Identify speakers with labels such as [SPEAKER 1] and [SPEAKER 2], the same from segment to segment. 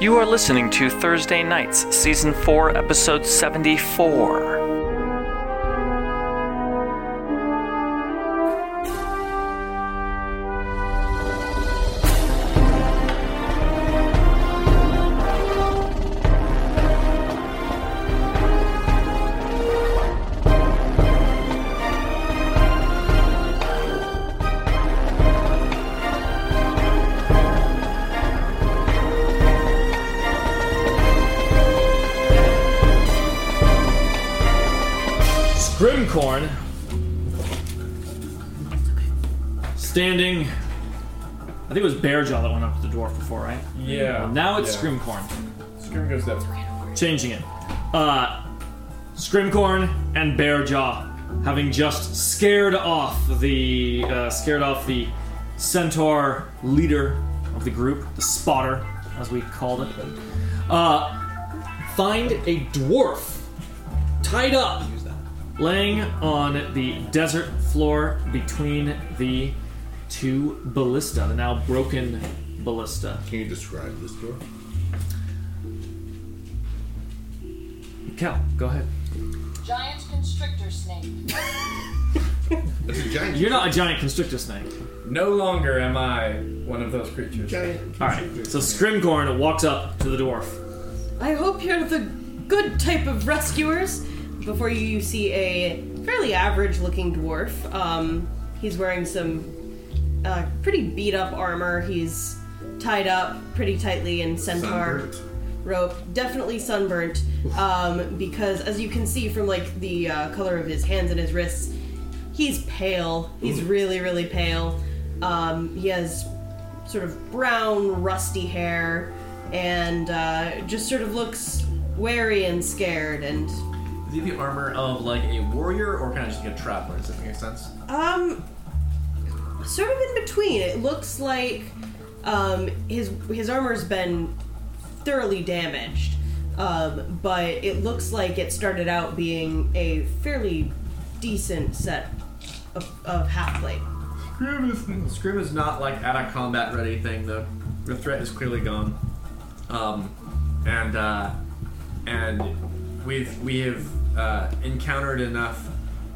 [SPEAKER 1] You are listening to Thursday Nights, Season 4, Episode 74.
[SPEAKER 2] Scrimcorn standing. I think it was Bearjaw that went up to the dwarf before, right?
[SPEAKER 3] Yeah.
[SPEAKER 2] Now it's
[SPEAKER 3] yeah.
[SPEAKER 2] Scrimcorn.
[SPEAKER 3] Scrim goes that way.
[SPEAKER 2] Changing it. Uh, Scrimcorn and Bearjaw, having just scared off the uh, scared off the centaur leader of the group, the spotter, as we called it. Uh, find a dwarf tied up laying on the desert floor between the two ballista, the now broken ballista.
[SPEAKER 3] Can you describe this door?
[SPEAKER 2] Cal, go ahead.
[SPEAKER 4] Giant constrictor snake.
[SPEAKER 3] It's a giant.
[SPEAKER 2] You're not a giant constrictor snake.
[SPEAKER 5] No longer am I one of those creatures.
[SPEAKER 3] giant.
[SPEAKER 2] All right. So Scrimcorn walks up to the dwarf.
[SPEAKER 6] I hope you're the good type of rescuers. Before you, you see a fairly average looking dwarf. Um, he's wearing some uh, pretty beat up armor. He's tied up pretty tightly in centaur
[SPEAKER 3] Sunburnt.
[SPEAKER 6] rope. Definitely sunburnt. Um, because as you can see from like the uh, color of his hands and his wrists, he's pale. He's really, really pale. Um, he has sort of brown, rusty hair, and uh, just sort of looks wary and scared. And
[SPEAKER 7] Is he the armor of like a warrior or kind of just like a traveler? Does that make sense?
[SPEAKER 6] um, sort of in between. It looks like um, his his armor's been thoroughly damaged, um, but it looks like it started out being a fairly decent set of, of half plate.
[SPEAKER 7] Scrim is, not like at a combat ready thing though. The threat is clearly gone. Um, and uh, and we've we have uh, encountered enough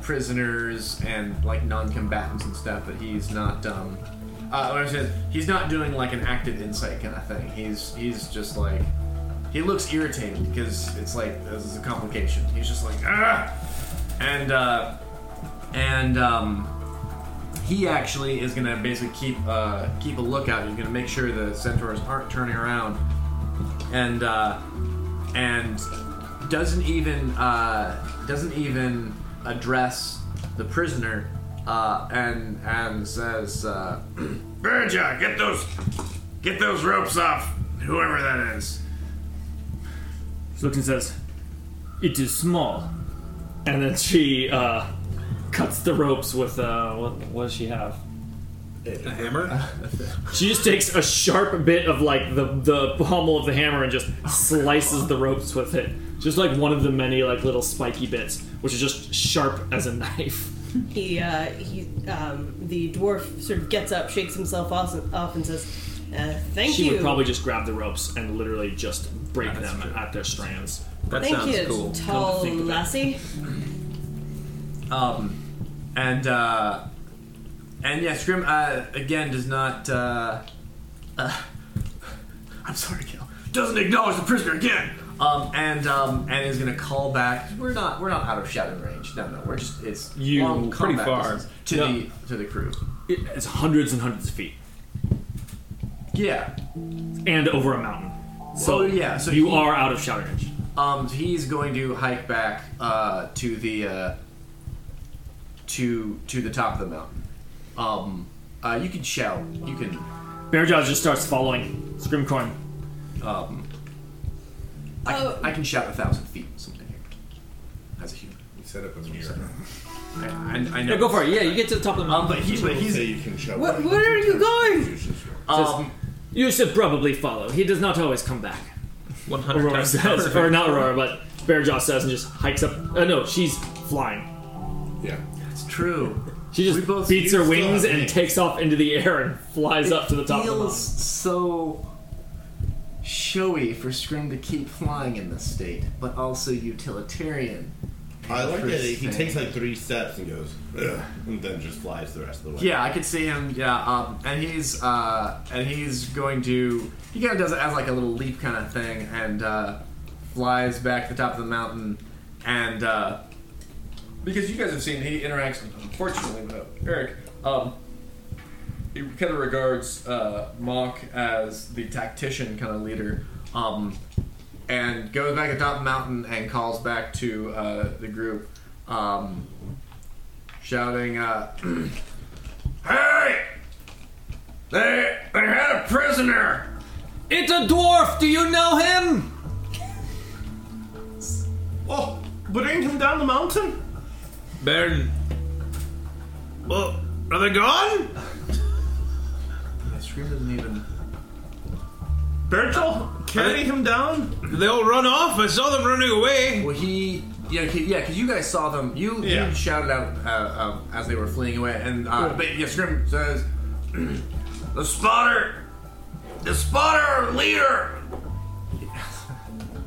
[SPEAKER 7] prisoners and like non-combatants and stuff that he's not um uh, what I said, he's not doing like an active insight kind of thing. He's he's just like he looks irritated because it's like this is a complication. He's just like ah, and uh, and um, he actually is gonna basically keep uh, keep a lookout. He's gonna make sure the centaurs aren't turning around, and uh, and doesn't even uh, doesn't even address the prisoner, uh, and and says, uh,
[SPEAKER 3] Berja, get those, get those ropes off, whoever that is.
[SPEAKER 2] She looks and says, "It is small," and then she uh, cuts the ropes with uh, what, what does she have?
[SPEAKER 3] A hammer?
[SPEAKER 2] She just takes a sharp bit of like the the pommel of the hammer and just slices the ropes with it. Just like one of the many like little spiky bits, which is just sharp as a knife.
[SPEAKER 6] He, uh, he, um, the dwarf sort of gets up, shakes himself off, off and says, uh, "Thank
[SPEAKER 2] She
[SPEAKER 6] you."
[SPEAKER 2] would probably just grab the ropes and literally just break them
[SPEAKER 7] true.
[SPEAKER 2] at their strands.
[SPEAKER 7] "That
[SPEAKER 6] Thank
[SPEAKER 7] sounds
[SPEAKER 6] you,
[SPEAKER 7] cool."
[SPEAKER 6] tall
[SPEAKER 2] Come to think of it.
[SPEAKER 6] lassie.
[SPEAKER 7] Um, and uh, and yeah, Scrim uh, again does not. Uh, uh, I'm sorry, Gil. Doesn't acknowledge the prisoner again. Um, and um, and is gonna call back. We're not we're not out of shadow range. No, no, we're just it's
[SPEAKER 2] You-
[SPEAKER 7] long
[SPEAKER 3] pretty
[SPEAKER 7] combat
[SPEAKER 3] far.
[SPEAKER 7] distance to
[SPEAKER 2] Yeah.
[SPEAKER 7] the to the crew.
[SPEAKER 2] It- It's hundreds and hundreds of feet
[SPEAKER 7] Yeah.
[SPEAKER 2] and over a mountain. So
[SPEAKER 7] Well, yeah, so
[SPEAKER 2] you
[SPEAKER 7] he-
[SPEAKER 2] are out of shot range.
[SPEAKER 7] Um, he's going to hike back uh, to the uh, to to the top of the mountain. Um, uh, you can shout. You can
[SPEAKER 2] Bearjaw just starts following Scrimcorn.
[SPEAKER 7] Um, I, can,
[SPEAKER 6] Oh.
[SPEAKER 7] I can shout a thousand feet something here as a human.
[SPEAKER 3] You set up a mirror.
[SPEAKER 7] I, I, I know.
[SPEAKER 2] Yeah, go for it. Yeah, you get to the top of the
[SPEAKER 7] Um,
[SPEAKER 2] mountain.
[SPEAKER 7] but he's but
[SPEAKER 3] Say
[SPEAKER 7] he's
[SPEAKER 3] you can show.
[SPEAKER 6] Wh- where are you going?
[SPEAKER 7] um,
[SPEAKER 2] You should probably follow. He does not always come back.
[SPEAKER 5] 100
[SPEAKER 2] Aurora
[SPEAKER 5] times
[SPEAKER 2] says,
[SPEAKER 5] perfect.
[SPEAKER 2] or not Aurora, but Bearjaw says, and just hikes up. Uh, no, she's flying.
[SPEAKER 3] Yeah.
[SPEAKER 7] it's true.
[SPEAKER 2] She just
[SPEAKER 7] We both
[SPEAKER 2] beats her
[SPEAKER 7] used
[SPEAKER 2] wings
[SPEAKER 7] up
[SPEAKER 2] and
[SPEAKER 7] wings.
[SPEAKER 2] takes off into the air and flies up to the top of the
[SPEAKER 7] Feels
[SPEAKER 2] mountain.
[SPEAKER 7] so showy for Scrim to keep flying in this state, but also utilitarian.
[SPEAKER 8] I like that he
[SPEAKER 7] Interesting.
[SPEAKER 8] takes like three steps and goes, "Ugh," and then just flies the rest of the way.
[SPEAKER 7] Yeah, I could see him. Yeah, um, and he's uh, and he's going to. He kind of does it as like a little leap kind of thing, and uh, flies back to the top of the mountain, and uh, because you guys have seen, he interacts unfortunately with Eric. Um, he kind of regards uh, Mock as the tactician kind of leader, um, and goes back atop the mountain and calls back to uh, the group, um, shouting. Uh,
[SPEAKER 3] Hey! They, they had a prisoner!
[SPEAKER 2] It's a dwarf. Do you know him?
[SPEAKER 8] Oh, bring him down the mountain.
[SPEAKER 3] Baron. Well, are they gone?
[SPEAKER 7] Scream doesn't even.
[SPEAKER 8] Bertel, carry him down.
[SPEAKER 3] Did they all run off? I saw them running away.
[SPEAKER 7] Well, he. Yeah, he, yeah, because you guys saw them. You,
[SPEAKER 8] Yeah.
[SPEAKER 7] you shouted out uh, um, as they were fleeing away, and uh, but yeah, Scrim says,
[SPEAKER 3] The spotter. The spotter leader.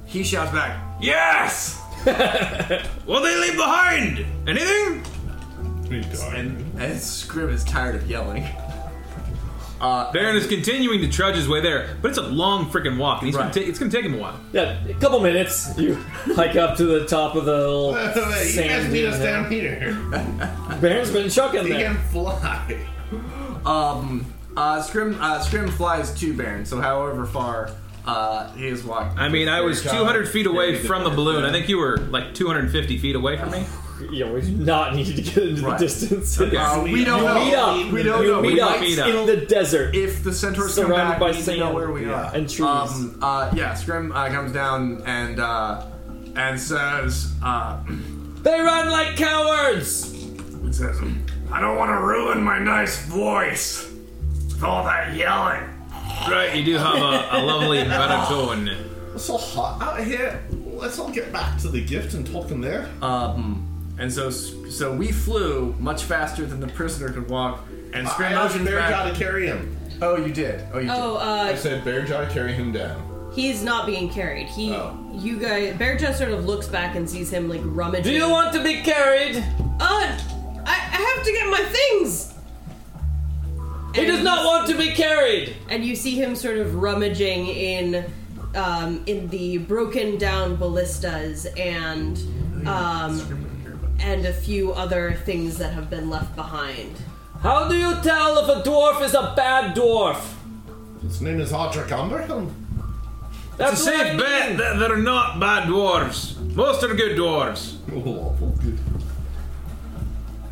[SPEAKER 7] he shouts back,
[SPEAKER 3] Yes! what they leave behind? Anything?
[SPEAKER 7] and, and Scrim is tired of yelling.
[SPEAKER 9] Baron is continuing to trudge his way there, but it's a long freaking walk, and he's
[SPEAKER 7] Right.
[SPEAKER 9] gonna ta- it's gonna take him a while.
[SPEAKER 2] Yeah, a couple minutes. You hike up to the top of the little
[SPEAKER 8] you guys
[SPEAKER 2] sand
[SPEAKER 8] need us
[SPEAKER 2] dune hill.
[SPEAKER 8] down here.
[SPEAKER 2] Baron's been chucking
[SPEAKER 8] He
[SPEAKER 2] there.
[SPEAKER 8] can fly.
[SPEAKER 7] Um, uh, Scrim, uh, Scrim flies to Baron, so however far uh, he is walking.
[SPEAKER 9] I mean, I was 200 feet away from the balloon. I think you were like 250 feet away from me.
[SPEAKER 2] Yeah, we do not need to get into
[SPEAKER 7] Right.
[SPEAKER 2] the distance.
[SPEAKER 7] Uh, we don't
[SPEAKER 2] You
[SPEAKER 7] know.
[SPEAKER 2] meet up.
[SPEAKER 7] We don't
[SPEAKER 2] you
[SPEAKER 7] know.
[SPEAKER 2] Meet,
[SPEAKER 9] We
[SPEAKER 2] up
[SPEAKER 9] meet up.
[SPEAKER 2] in the desert
[SPEAKER 7] If the centaurs come
[SPEAKER 2] Surrounded
[SPEAKER 7] back,
[SPEAKER 2] by
[SPEAKER 7] we need to know
[SPEAKER 2] sand.
[SPEAKER 7] where we
[SPEAKER 8] Yeah.
[SPEAKER 7] are.
[SPEAKER 2] and trees.
[SPEAKER 7] Um, uh, yeah, Scrim uh, comes down and uh, and says, uh,
[SPEAKER 2] they run like cowards.
[SPEAKER 3] It says, I don't want to ruin my nice voice with all that yelling.
[SPEAKER 9] Right, you do have a, a lovely baritone.
[SPEAKER 8] It's so hot out here. Let's all get back to the gift and talk him there.
[SPEAKER 7] Um, and so, so we flew much faster than the prisoner could walk, and
[SPEAKER 8] I
[SPEAKER 7] Scrim
[SPEAKER 8] asked
[SPEAKER 7] motioned
[SPEAKER 8] Bear Jaw
[SPEAKER 7] back.
[SPEAKER 8] to carry him.
[SPEAKER 7] Oh, you did. Oh, you
[SPEAKER 6] Oh,
[SPEAKER 8] I
[SPEAKER 6] uh,
[SPEAKER 8] said, Bear Jaw, carry him down.
[SPEAKER 6] he's not being carried. He,
[SPEAKER 8] Oh.
[SPEAKER 6] you guys, Bear just sort of looks back and sees him like rummaging.
[SPEAKER 2] Do you want to be carried?
[SPEAKER 6] Uh, I, I have to get my things.
[SPEAKER 2] He does not want to be carried.
[SPEAKER 6] And you see him sort of rummaging in, um, in the broken down ballistas and, um, and a few other things that have been left behind.
[SPEAKER 2] How do you tell if a dwarf is a bad dwarf?
[SPEAKER 8] His name is Audric Umberhill.
[SPEAKER 2] That's
[SPEAKER 9] It's a
[SPEAKER 2] what I
[SPEAKER 9] safe bet
[SPEAKER 2] mean.
[SPEAKER 9] that they're not bad dwarves. Most are good dwarves.
[SPEAKER 7] did.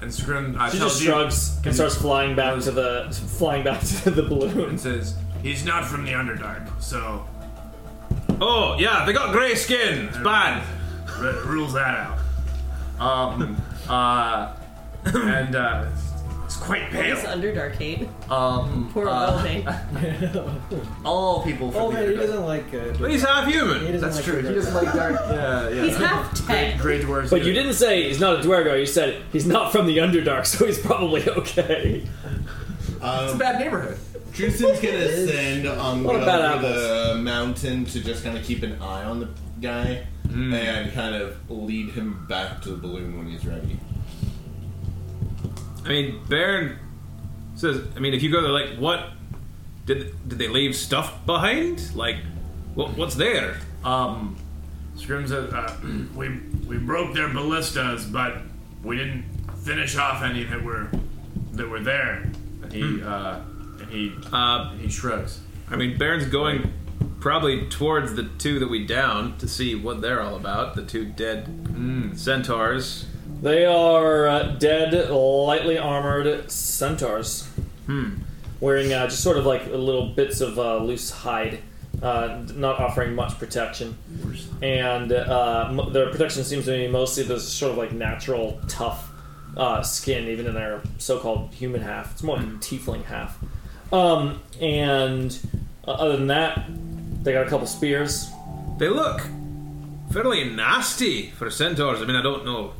[SPEAKER 7] And Scrim uh,
[SPEAKER 2] She
[SPEAKER 7] tells
[SPEAKER 2] just
[SPEAKER 7] you
[SPEAKER 2] shrugs and starts flying back to the flying back to the balloon.
[SPEAKER 7] and says,
[SPEAKER 3] He's not from the Underdark, so
[SPEAKER 9] Oh, yeah, they got grey skin. It's bad.
[SPEAKER 3] r- rules that out.
[SPEAKER 7] um, uh, and uh,
[SPEAKER 3] It's quite
[SPEAKER 6] It's
[SPEAKER 3] pale.
[SPEAKER 6] Underdark hate.
[SPEAKER 7] um,
[SPEAKER 6] Poor
[SPEAKER 7] uh,
[SPEAKER 6] old thing.
[SPEAKER 7] all people. From the Underdark.
[SPEAKER 10] like.
[SPEAKER 9] But he's half human.
[SPEAKER 7] That's true. He doesn't like dark. Yeah, yeah.
[SPEAKER 6] He's half
[SPEAKER 7] Great,
[SPEAKER 6] tech.
[SPEAKER 7] great dwarves.
[SPEAKER 2] But
[SPEAKER 7] do
[SPEAKER 2] you
[SPEAKER 7] it.
[SPEAKER 2] didn't say he's not a Dwergo. You said he's not from the Underdark, so he's probably okay.
[SPEAKER 7] It's a bad neighborhood.
[SPEAKER 8] Tristan's gonna send um,
[SPEAKER 2] What
[SPEAKER 8] go
[SPEAKER 2] about
[SPEAKER 8] over the mountain to just kind of keep an eye on the guy and kind of lead him back to the balloon when he's ready.
[SPEAKER 9] I mean, Baron says. I mean, if you go there, like, what did did they leave stuff behind? Like, what, what's there?
[SPEAKER 7] Um, Scrim says, uh,
[SPEAKER 3] We we broke their ballistas, but we didn't finish off any that were that were there.
[SPEAKER 7] and he
[SPEAKER 3] Hmm.
[SPEAKER 7] uh, and he
[SPEAKER 9] Uh,
[SPEAKER 7] he shrugs.
[SPEAKER 9] I mean, Baron's going probably towards the two that we downed to see what they're all about. The two dead
[SPEAKER 8] Hmm.
[SPEAKER 9] centaurs.
[SPEAKER 2] They are uh, dead, lightly armored centaurs. Hmm. Wearing uh, just sort of like little bits of uh, loose hide, uh, not offering much protection. And uh, m- their protection seems to be mostly this sort of like natural, tough uh, skin, even in their so called human half. It's more like tiefling half. Um, and uh, other than that, they got a couple spears.
[SPEAKER 9] They look fairly nasty for centaurs. I mean, I don't know.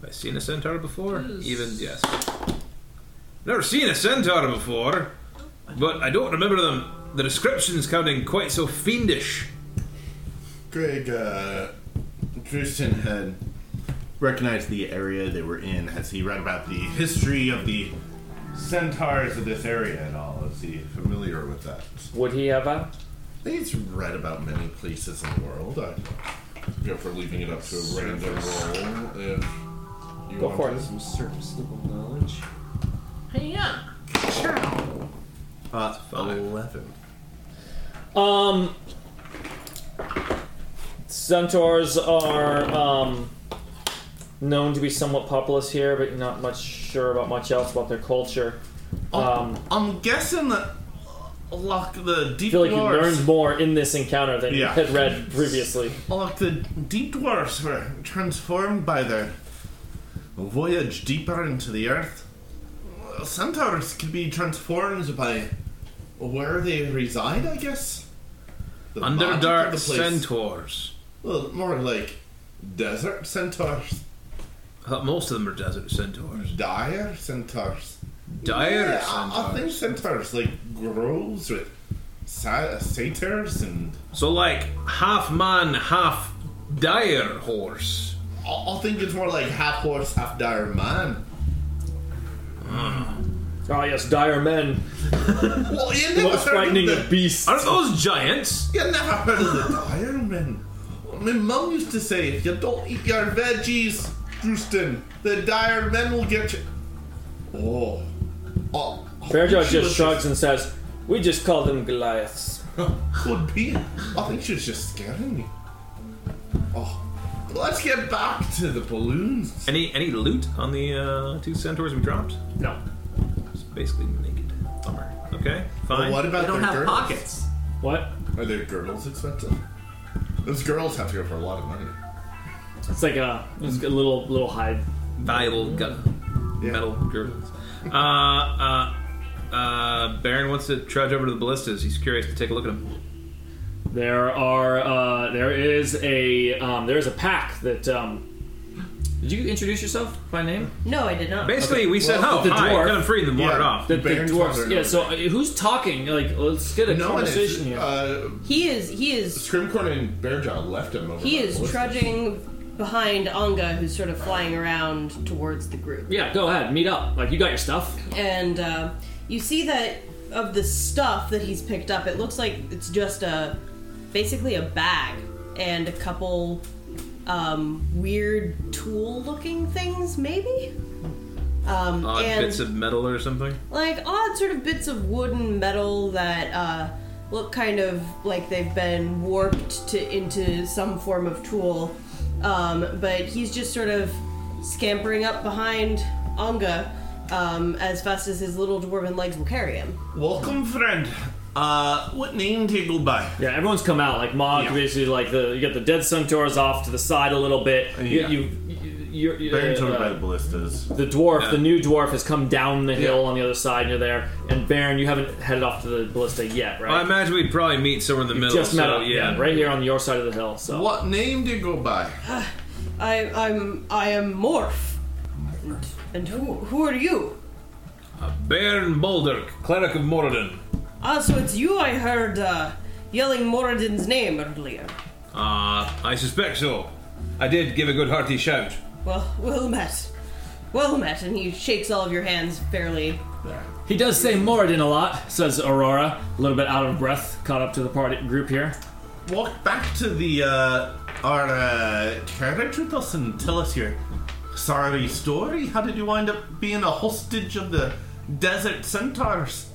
[SPEAKER 9] Have I seen a centaur before? Even yes, never seen a centaur before, but I don't remember them the descriptions sounding quite so fiendish.
[SPEAKER 8] Greg, uh, Tristan had recognized the area they were in. Has he read about the history of the centaurs of this area at all? Is he familiar with that?
[SPEAKER 2] Would he ever?
[SPEAKER 8] I think he's read about many places in the world. I go for leaving it up to a random roll. If you
[SPEAKER 2] Go
[SPEAKER 8] want
[SPEAKER 2] for
[SPEAKER 8] to.
[SPEAKER 2] it.
[SPEAKER 7] Some serviceable knowledge.
[SPEAKER 8] Uh, Eleven.
[SPEAKER 2] Um, centaurs are um, known to be somewhat populous here, but not much sure about much else about their culture. Um,
[SPEAKER 8] I'm guessing that uh, like the
[SPEAKER 2] I
[SPEAKER 8] deep
[SPEAKER 2] feel like you
[SPEAKER 8] dwarves,
[SPEAKER 2] learned more in this encounter than you
[SPEAKER 8] Yeah.
[SPEAKER 2] had read previously.
[SPEAKER 8] like the deep dwarves were transformed by their voyage deeper into the earth. Uh, Centaurs could be transformed by where they reside, I guess. The magic of the
[SPEAKER 9] Underdark
[SPEAKER 8] place.
[SPEAKER 9] centaurs.
[SPEAKER 8] Well, more like desert centaurs,
[SPEAKER 9] I thought most of them are desert centaurs.
[SPEAKER 8] dire centaurs.
[SPEAKER 9] Dire
[SPEAKER 8] Yeah,
[SPEAKER 9] centaurs.
[SPEAKER 8] I, I think centaurs like grows with sa- satyrs and
[SPEAKER 9] So like half man, half dire horse.
[SPEAKER 8] I, I think it's more like half horse, half dire man.
[SPEAKER 2] Oh yes, dire men,
[SPEAKER 8] Well, you
[SPEAKER 2] the
[SPEAKER 8] never
[SPEAKER 2] most
[SPEAKER 8] heard
[SPEAKER 2] frightening
[SPEAKER 8] of
[SPEAKER 2] of
[SPEAKER 8] the,
[SPEAKER 2] beasts.
[SPEAKER 9] Are those giants?
[SPEAKER 8] you never heard of the dire men. My mum used to say, if you don't eat your veggies, Houston, the dire men will get you. Oh, oh, I
[SPEAKER 2] Bear
[SPEAKER 8] think
[SPEAKER 2] Jaw
[SPEAKER 8] she
[SPEAKER 2] just
[SPEAKER 8] was
[SPEAKER 2] shrugs and says, "We just call them Goliaths."
[SPEAKER 8] Could be. I think she was just scaring me. Oh, let's get back to the balloons.
[SPEAKER 9] Any any loot on the uh, two centaurs we dropped?
[SPEAKER 2] No,
[SPEAKER 9] It's basically naked. Bummer. Okay, fine.
[SPEAKER 8] What about
[SPEAKER 7] They don't
[SPEAKER 8] their
[SPEAKER 7] have
[SPEAKER 8] girdles?
[SPEAKER 7] pockets.
[SPEAKER 2] what?
[SPEAKER 8] Are their girdles expensive? Those girls have to go for a lot of money.
[SPEAKER 2] It's like a, it's a little little hide.
[SPEAKER 9] Valuable gu- metal girdles. Uh, uh, uh, Baron wants to trudge over to the ballistas. He's curious to take a look at them.
[SPEAKER 2] There are uh, there is a um, there is a pack that um, did you introduce yourself by name?
[SPEAKER 6] No, I did not.
[SPEAKER 9] Basically, we said,
[SPEAKER 8] Well,
[SPEAKER 9] "Oh,
[SPEAKER 2] the
[SPEAKER 9] hi,
[SPEAKER 2] dwarf-
[SPEAKER 9] cut them free." Then water
[SPEAKER 8] Yeah.
[SPEAKER 9] off.
[SPEAKER 2] The, the
[SPEAKER 8] Baron's
[SPEAKER 2] dwarves.
[SPEAKER 8] father.
[SPEAKER 2] Yeah. So uh, who's talking? Like, let's get a
[SPEAKER 8] No one is.
[SPEAKER 2] conversation here.
[SPEAKER 8] Uh,
[SPEAKER 6] He is he is
[SPEAKER 8] Scrimcorn and Bearjaw left him over.
[SPEAKER 6] he
[SPEAKER 8] by
[SPEAKER 6] is
[SPEAKER 8] the
[SPEAKER 6] trudging behind Anga, who's sort of flying around towards the group.
[SPEAKER 2] yeah. Go ahead. Meet up. Like, you got your stuff.
[SPEAKER 6] and uh, you see that of the stuff that he's picked up, it looks like it's just a basically a bag and a couple um, weird tool-looking things, maybe. Um,
[SPEAKER 9] Odd
[SPEAKER 6] and
[SPEAKER 9] bits of metal or something.
[SPEAKER 6] like odd sort of bits of wood and metal that uh, look kind of like they've been warped to into some form of tool. Um, but he's just sort of scampering up behind Anga um, as fast as his little dwarven legs will carry him.
[SPEAKER 8] ballistas. Welcome, friend. Uh, what name do you go by?
[SPEAKER 2] Yeah. Everyone's come out. Like, Mog
[SPEAKER 8] Yeah.
[SPEAKER 2] basically like the you got the dead centaurs off to the side a little bit. You,
[SPEAKER 8] Yeah.
[SPEAKER 2] you, you, you,
[SPEAKER 8] Baron's
[SPEAKER 2] uh,
[SPEAKER 8] over by the ballistas.
[SPEAKER 2] the dwarf,
[SPEAKER 9] Yeah.
[SPEAKER 2] the new dwarf, has come down the hill on the other side near there. And Baron, you haven't headed off to the ballista yet,
[SPEAKER 8] Oh,
[SPEAKER 2] right?
[SPEAKER 9] I imagine we'd probably meet somewhere in the middle.
[SPEAKER 2] just met up,
[SPEAKER 9] so,
[SPEAKER 2] yeah, right here on your side of the hill. So
[SPEAKER 8] What name do you go by?
[SPEAKER 6] I, I'm I am Morph. And, and who, who are you?
[SPEAKER 9] Baron Balderk, cleric of Moradin.
[SPEAKER 6] Ah, so it's you I heard uh, yelling Moradin's name earlier.
[SPEAKER 9] Uh, I suspect so. I did give a good hearty shout.
[SPEAKER 6] Well, well met. Well met. And he shakes all of your hands fairly
[SPEAKER 2] he does say Moradin a lot, says Aurora, a little bit out of breath, caught up to the party group here.
[SPEAKER 8] Walk back to the uh, our uh, carriage with us and tell us your sorry story. How did you wind up being a hostage of the desert centaurs?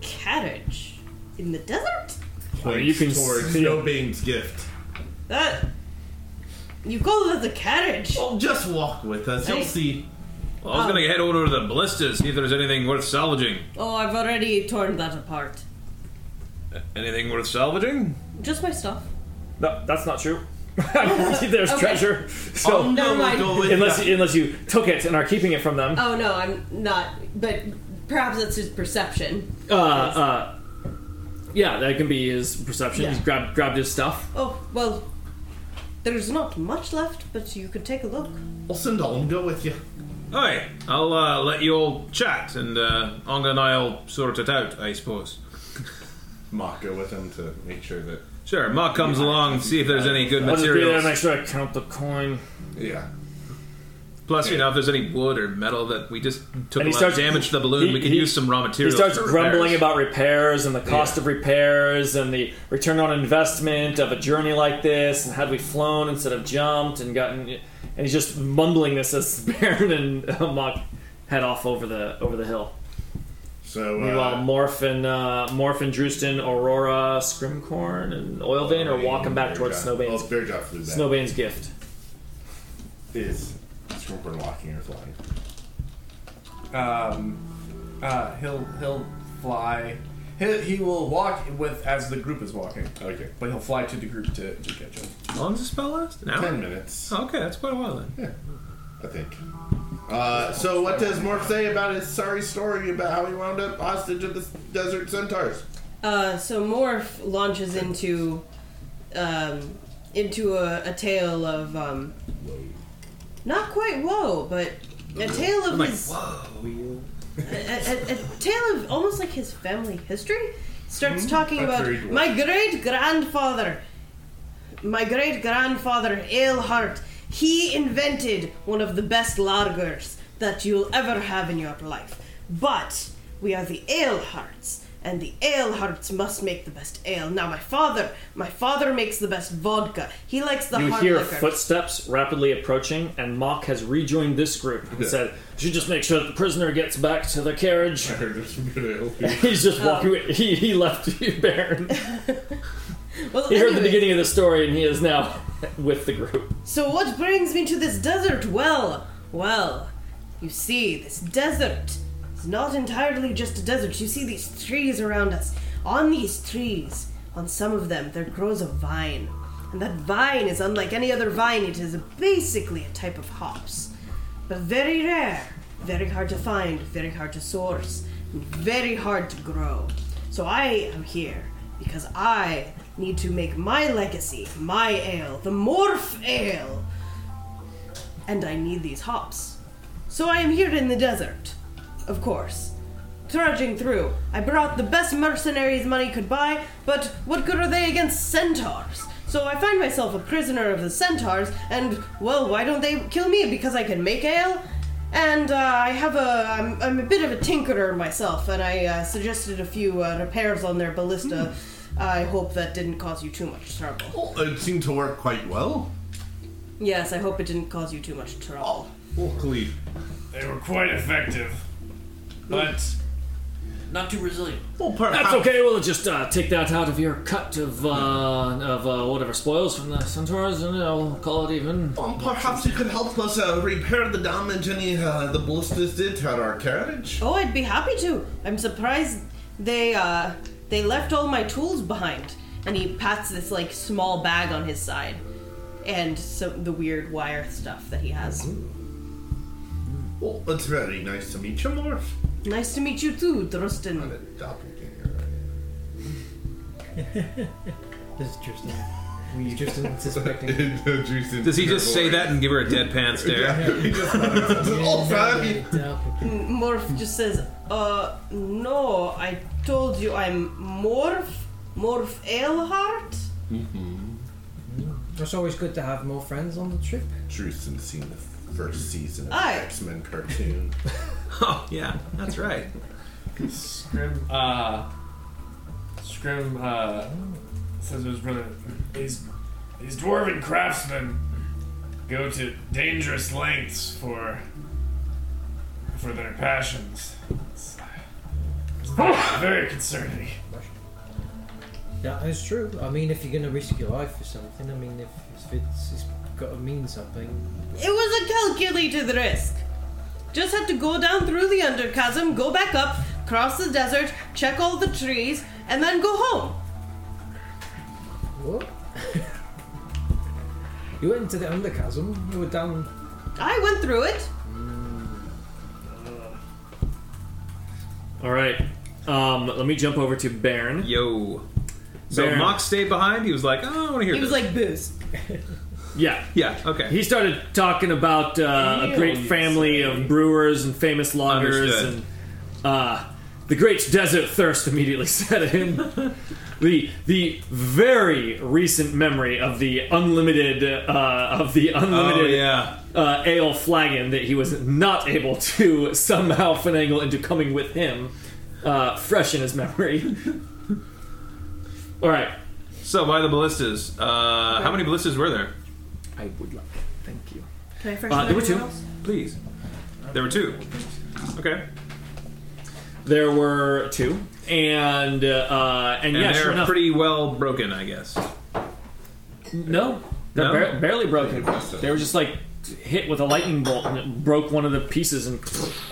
[SPEAKER 6] carriage in the desert?
[SPEAKER 2] you can
[SPEAKER 8] towards
[SPEAKER 2] see-
[SPEAKER 8] Snowbane's gift.
[SPEAKER 6] That you call that the carriage?
[SPEAKER 8] Well, just walk with us. You'll
[SPEAKER 6] Hey.
[SPEAKER 8] see.
[SPEAKER 9] Well, I was gonna head over to the ballistas, see if there's anything worth salvaging.
[SPEAKER 6] Oh, I've already torn that apart.
[SPEAKER 9] Anything worth salvaging?
[SPEAKER 6] Just my stuff.
[SPEAKER 2] No, that's not true. I don't think there's
[SPEAKER 6] Okay.
[SPEAKER 2] treasure. So
[SPEAKER 8] Oh, no,
[SPEAKER 6] Never
[SPEAKER 8] we'll
[SPEAKER 6] mind.
[SPEAKER 8] go with
[SPEAKER 2] unless
[SPEAKER 8] ya.
[SPEAKER 2] you, unless you took it and are keeping it from them,
[SPEAKER 6] Oh no, I'm not. But perhaps that's his perception.
[SPEAKER 2] uh, uh, yeah, that can be his perception.
[SPEAKER 6] Yeah.
[SPEAKER 2] He's grabbed grabbed his stuff.
[SPEAKER 6] Oh well, there's not much left, but you could take a look.
[SPEAKER 8] I'll send Onga with you.
[SPEAKER 9] Alright, I'll uh, let you all chat, and uh, Anga and I'll sort it out, I suppose.
[SPEAKER 8] Mako with him to make sure that.
[SPEAKER 9] Sure, Muck comes along and see if there's any good
[SPEAKER 2] I'll just be there
[SPEAKER 9] materials.
[SPEAKER 2] and make sure I count the coin.
[SPEAKER 8] Yeah.
[SPEAKER 9] Plus, you know, if there's any wood or metal that we just took
[SPEAKER 2] And
[SPEAKER 9] a
[SPEAKER 2] he
[SPEAKER 9] lot
[SPEAKER 2] starts-
[SPEAKER 9] of damage to the balloon,
[SPEAKER 2] he-
[SPEAKER 9] we can
[SPEAKER 2] he-
[SPEAKER 9] use some raw
[SPEAKER 2] He
[SPEAKER 9] materials.
[SPEAKER 2] starts
[SPEAKER 9] for
[SPEAKER 2] grumbling
[SPEAKER 9] repairs.
[SPEAKER 2] about repairs and the cost of repairs and the return on investment of a journey like this. And had we flown instead of jumped and gotten, and he's just mumbling this as Baron and uh, Mock head off over the over the hill.
[SPEAKER 8] So.
[SPEAKER 2] Meanwhile,
[SPEAKER 8] Uh,
[SPEAKER 2] Morph and uh, Morph and Drustin, Aurora, Scrimcorn, and Oilvein are walking back towards
[SPEAKER 8] Bearjaw-
[SPEAKER 2] Snowbane's
[SPEAKER 8] Oh, Bearjaw flew back.
[SPEAKER 2] Snowbane's gift.
[SPEAKER 8] is Scrimcorn walking or flying?
[SPEAKER 5] Um, uh, he'll he'll fly. He, he will walk with as the group is walking,
[SPEAKER 8] Okay.
[SPEAKER 5] but he'll fly to the group to, to catch him.
[SPEAKER 9] How long does the spell last? An hour?
[SPEAKER 8] Ten minutes,
[SPEAKER 9] Oh, okay, that's quite a while then.
[SPEAKER 8] I think. Uh, so what does Morph say about his sorry story about how he wound up hostage of the desert centaurs?
[SPEAKER 6] Uh, so Morph launches into um, into a, a tale of um, not quite woe, but a tale of his a, a, a tale of almost like his family history. Starts talking
[SPEAKER 8] That's
[SPEAKER 6] about
[SPEAKER 8] very good.
[SPEAKER 6] my great grandfather, my great grandfather Aelhart. He invented one of the best lagers that you'll ever have in your life. But we are the Aelharts, and the Aelharts must make the best ale. Now, my father, my father makes the best vodka. He likes the
[SPEAKER 2] You
[SPEAKER 6] hard
[SPEAKER 2] hear
[SPEAKER 6] liquor.
[SPEAKER 2] footsteps rapidly approaching, and Mock has rejoined this group and said, "Should just make sure that the prisoner gets back to the carriage."
[SPEAKER 8] I heard there's some good ale.
[SPEAKER 2] He's just walking.
[SPEAKER 10] Oh.
[SPEAKER 2] away. He he left you, Baron.
[SPEAKER 6] well,
[SPEAKER 2] He heard the
[SPEAKER 6] anyway.
[SPEAKER 2] beginning of the story, and he is now with the group.
[SPEAKER 6] So what brings me to this desert? Well, well, you see, this desert is not entirely just a desert. You see these trees around us. On these trees, on some of them, there grows a vine. And that vine is unlike any other vine. It is basically a type of hops. But very rare, very hard to find, very hard to source, and very hard to grow. So I am here because I need to make my legacy, my ale, the Morph Ale. And I need these hops. So I am here in the desert, of course. Trudging through. I brought the best mercenaries money could buy, but what good are they against centaurs? So I find myself a prisoner of the centaurs, and well, why don't they kill me? Because I can make ale? And uh, I have a. I'm, I'm a bit of a tinkerer myself, and I uh, suggested a few uh, repairs on their ballista. I hope that didn't cause you too much trouble.
[SPEAKER 8] Well, it seemed to work quite well.
[SPEAKER 6] Yes, I hope it didn't cause you too much trouble.
[SPEAKER 8] Luckily,
[SPEAKER 3] They were quite effective, but not too resilient.
[SPEAKER 8] well, perhaps
[SPEAKER 10] Oh.
[SPEAKER 2] That's okay. We'll just uh, take that out of your cut of uh, of uh, whatever spoils from the centaurs, and I'll call it even.
[SPEAKER 8] Well, perhaps you could help us uh, repair the damage any uh, the ballistas did to our carriage.
[SPEAKER 6] Oh, I'd be happy to. I'm surprised they uh they left all my tools behind. And he pats this like small bag on his side, and some the weird wire stuff that he has.
[SPEAKER 8] Well, it's very nice to meet you, Morph.
[SPEAKER 6] Nice to meet you too, Drustin.
[SPEAKER 8] I'm a doppelganger.
[SPEAKER 10] This is Tristan. He's Tristan suspecting.
[SPEAKER 9] Does he just say that and give her a deadpan stare?
[SPEAKER 8] he just all time.
[SPEAKER 6] Morph just says, "Uh, no. I told you I'm Morph, Morph Elhart."
[SPEAKER 10] It's always good to have more friends on the trip.
[SPEAKER 8] Drewson's seen the first season of
[SPEAKER 6] Aye.
[SPEAKER 8] the X-Men cartoon.
[SPEAKER 9] oh, yeah, that's right.
[SPEAKER 5] Scrim, uh, Scrim, uh, says it was really.
[SPEAKER 3] These these dwarven craftsmen go to dangerous lengths for for their passions. It's, it's very, very concerning.
[SPEAKER 10] That is true. I mean, if you're going to risk your life for something, I mean, if if it's, it's got to mean something.
[SPEAKER 6] It was a calculated risk. Just had to go down through the underchasm, go back up, cross the desert, check all the trees, and then go home.
[SPEAKER 10] What? you went into the underchasm. You were down.
[SPEAKER 6] I went through it.
[SPEAKER 2] All right. Um, let me jump over to Baron.
[SPEAKER 9] Yo. So
[SPEAKER 2] Baron.
[SPEAKER 9] Mock stayed behind. He was like, oh, I want to hear
[SPEAKER 6] He was
[SPEAKER 9] this."
[SPEAKER 6] like, booze.
[SPEAKER 2] Yeah.
[SPEAKER 9] yeah, okay.
[SPEAKER 2] He started talking about uh, a great family of brewers and famous loggers
[SPEAKER 9] Understood.
[SPEAKER 2] and uh, The great desert thirst immediately set in. the the very recent memory of the unlimited uh, of the unlimited
[SPEAKER 9] Oh, yeah.
[SPEAKER 2] uh, ale flagon that he was not able to somehow finagle into coming with him, uh, fresh in his memory. All right,
[SPEAKER 9] So by the ballistas, uh, how many ballistas were there?
[SPEAKER 2] I would like. Thank you.
[SPEAKER 6] Can I freshen
[SPEAKER 2] Uh,
[SPEAKER 6] up
[SPEAKER 2] there were two.
[SPEAKER 6] everyone else?
[SPEAKER 9] Please. There were two. Okay.
[SPEAKER 2] There were two, and uh, and,
[SPEAKER 9] And
[SPEAKER 2] yeah,
[SPEAKER 9] they're
[SPEAKER 2] sure enough.
[SPEAKER 9] pretty well broken, I guess.
[SPEAKER 2] No, they're
[SPEAKER 9] No?
[SPEAKER 2] bar- barely broken. They were just like hit with a lightning bolt and it broke one of the pieces and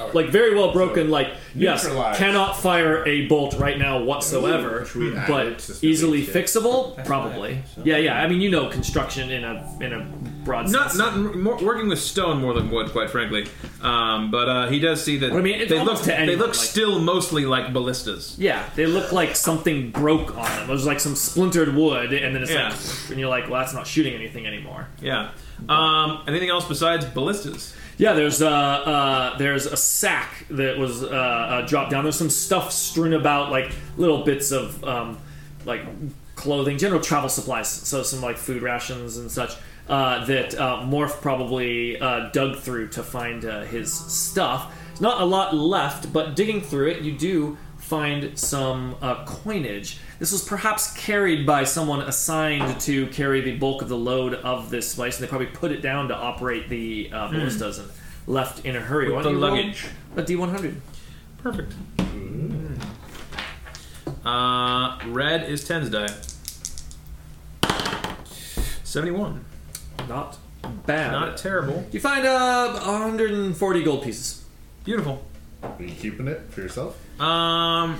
[SPEAKER 9] Oh.
[SPEAKER 2] like very well broken. like yes,
[SPEAKER 5] neutralized.
[SPEAKER 2] cannot fire a bolt right now whatsoever, but easily fixable probably. Yeah, yeah. I mean, you know, construction in a in a broad
[SPEAKER 9] Not
[SPEAKER 2] sense.
[SPEAKER 9] not m- more, working with stone more than wood, quite frankly. Um, but uh, he does see that
[SPEAKER 2] I mean, it's
[SPEAKER 9] they look
[SPEAKER 2] almost to
[SPEAKER 9] they
[SPEAKER 2] anyone,
[SPEAKER 9] look
[SPEAKER 2] like-
[SPEAKER 9] still mostly like ballistas.
[SPEAKER 2] yeah, they look like something broke on them. It was like some splintered wood, and then it's
[SPEAKER 9] Yeah.
[SPEAKER 2] like, and you're like, well, that's not shooting anything anymore.
[SPEAKER 9] Yeah. Um, anything else besides ballistas?
[SPEAKER 2] Yeah, there's uh, uh, there's a sack that was uh, uh, dropped down. There's some stuff strewn about, like little bits of um, like clothing, general travel supplies. So some like food rations and such uh, that uh, Morph probably uh, dug through to find uh, his stuff. There's not a lot left, but digging through it, you do find some uh, coinage. This was perhaps carried by someone assigned to carry the bulk of the load of this place, and they probably put it down to operate the uh, ballistas and left in a hurry. Why
[SPEAKER 9] With the
[SPEAKER 2] don't you roll
[SPEAKER 9] luggage.
[SPEAKER 2] A D100.
[SPEAKER 9] Perfect.
[SPEAKER 2] Mm.
[SPEAKER 9] Uh, red is tens die. Seventy-one.
[SPEAKER 2] Not bad.
[SPEAKER 9] Not terrible.
[SPEAKER 2] you find uh, 140 gold pieces.
[SPEAKER 9] Beautiful.
[SPEAKER 8] Are you keeping it for yourself?
[SPEAKER 9] Um,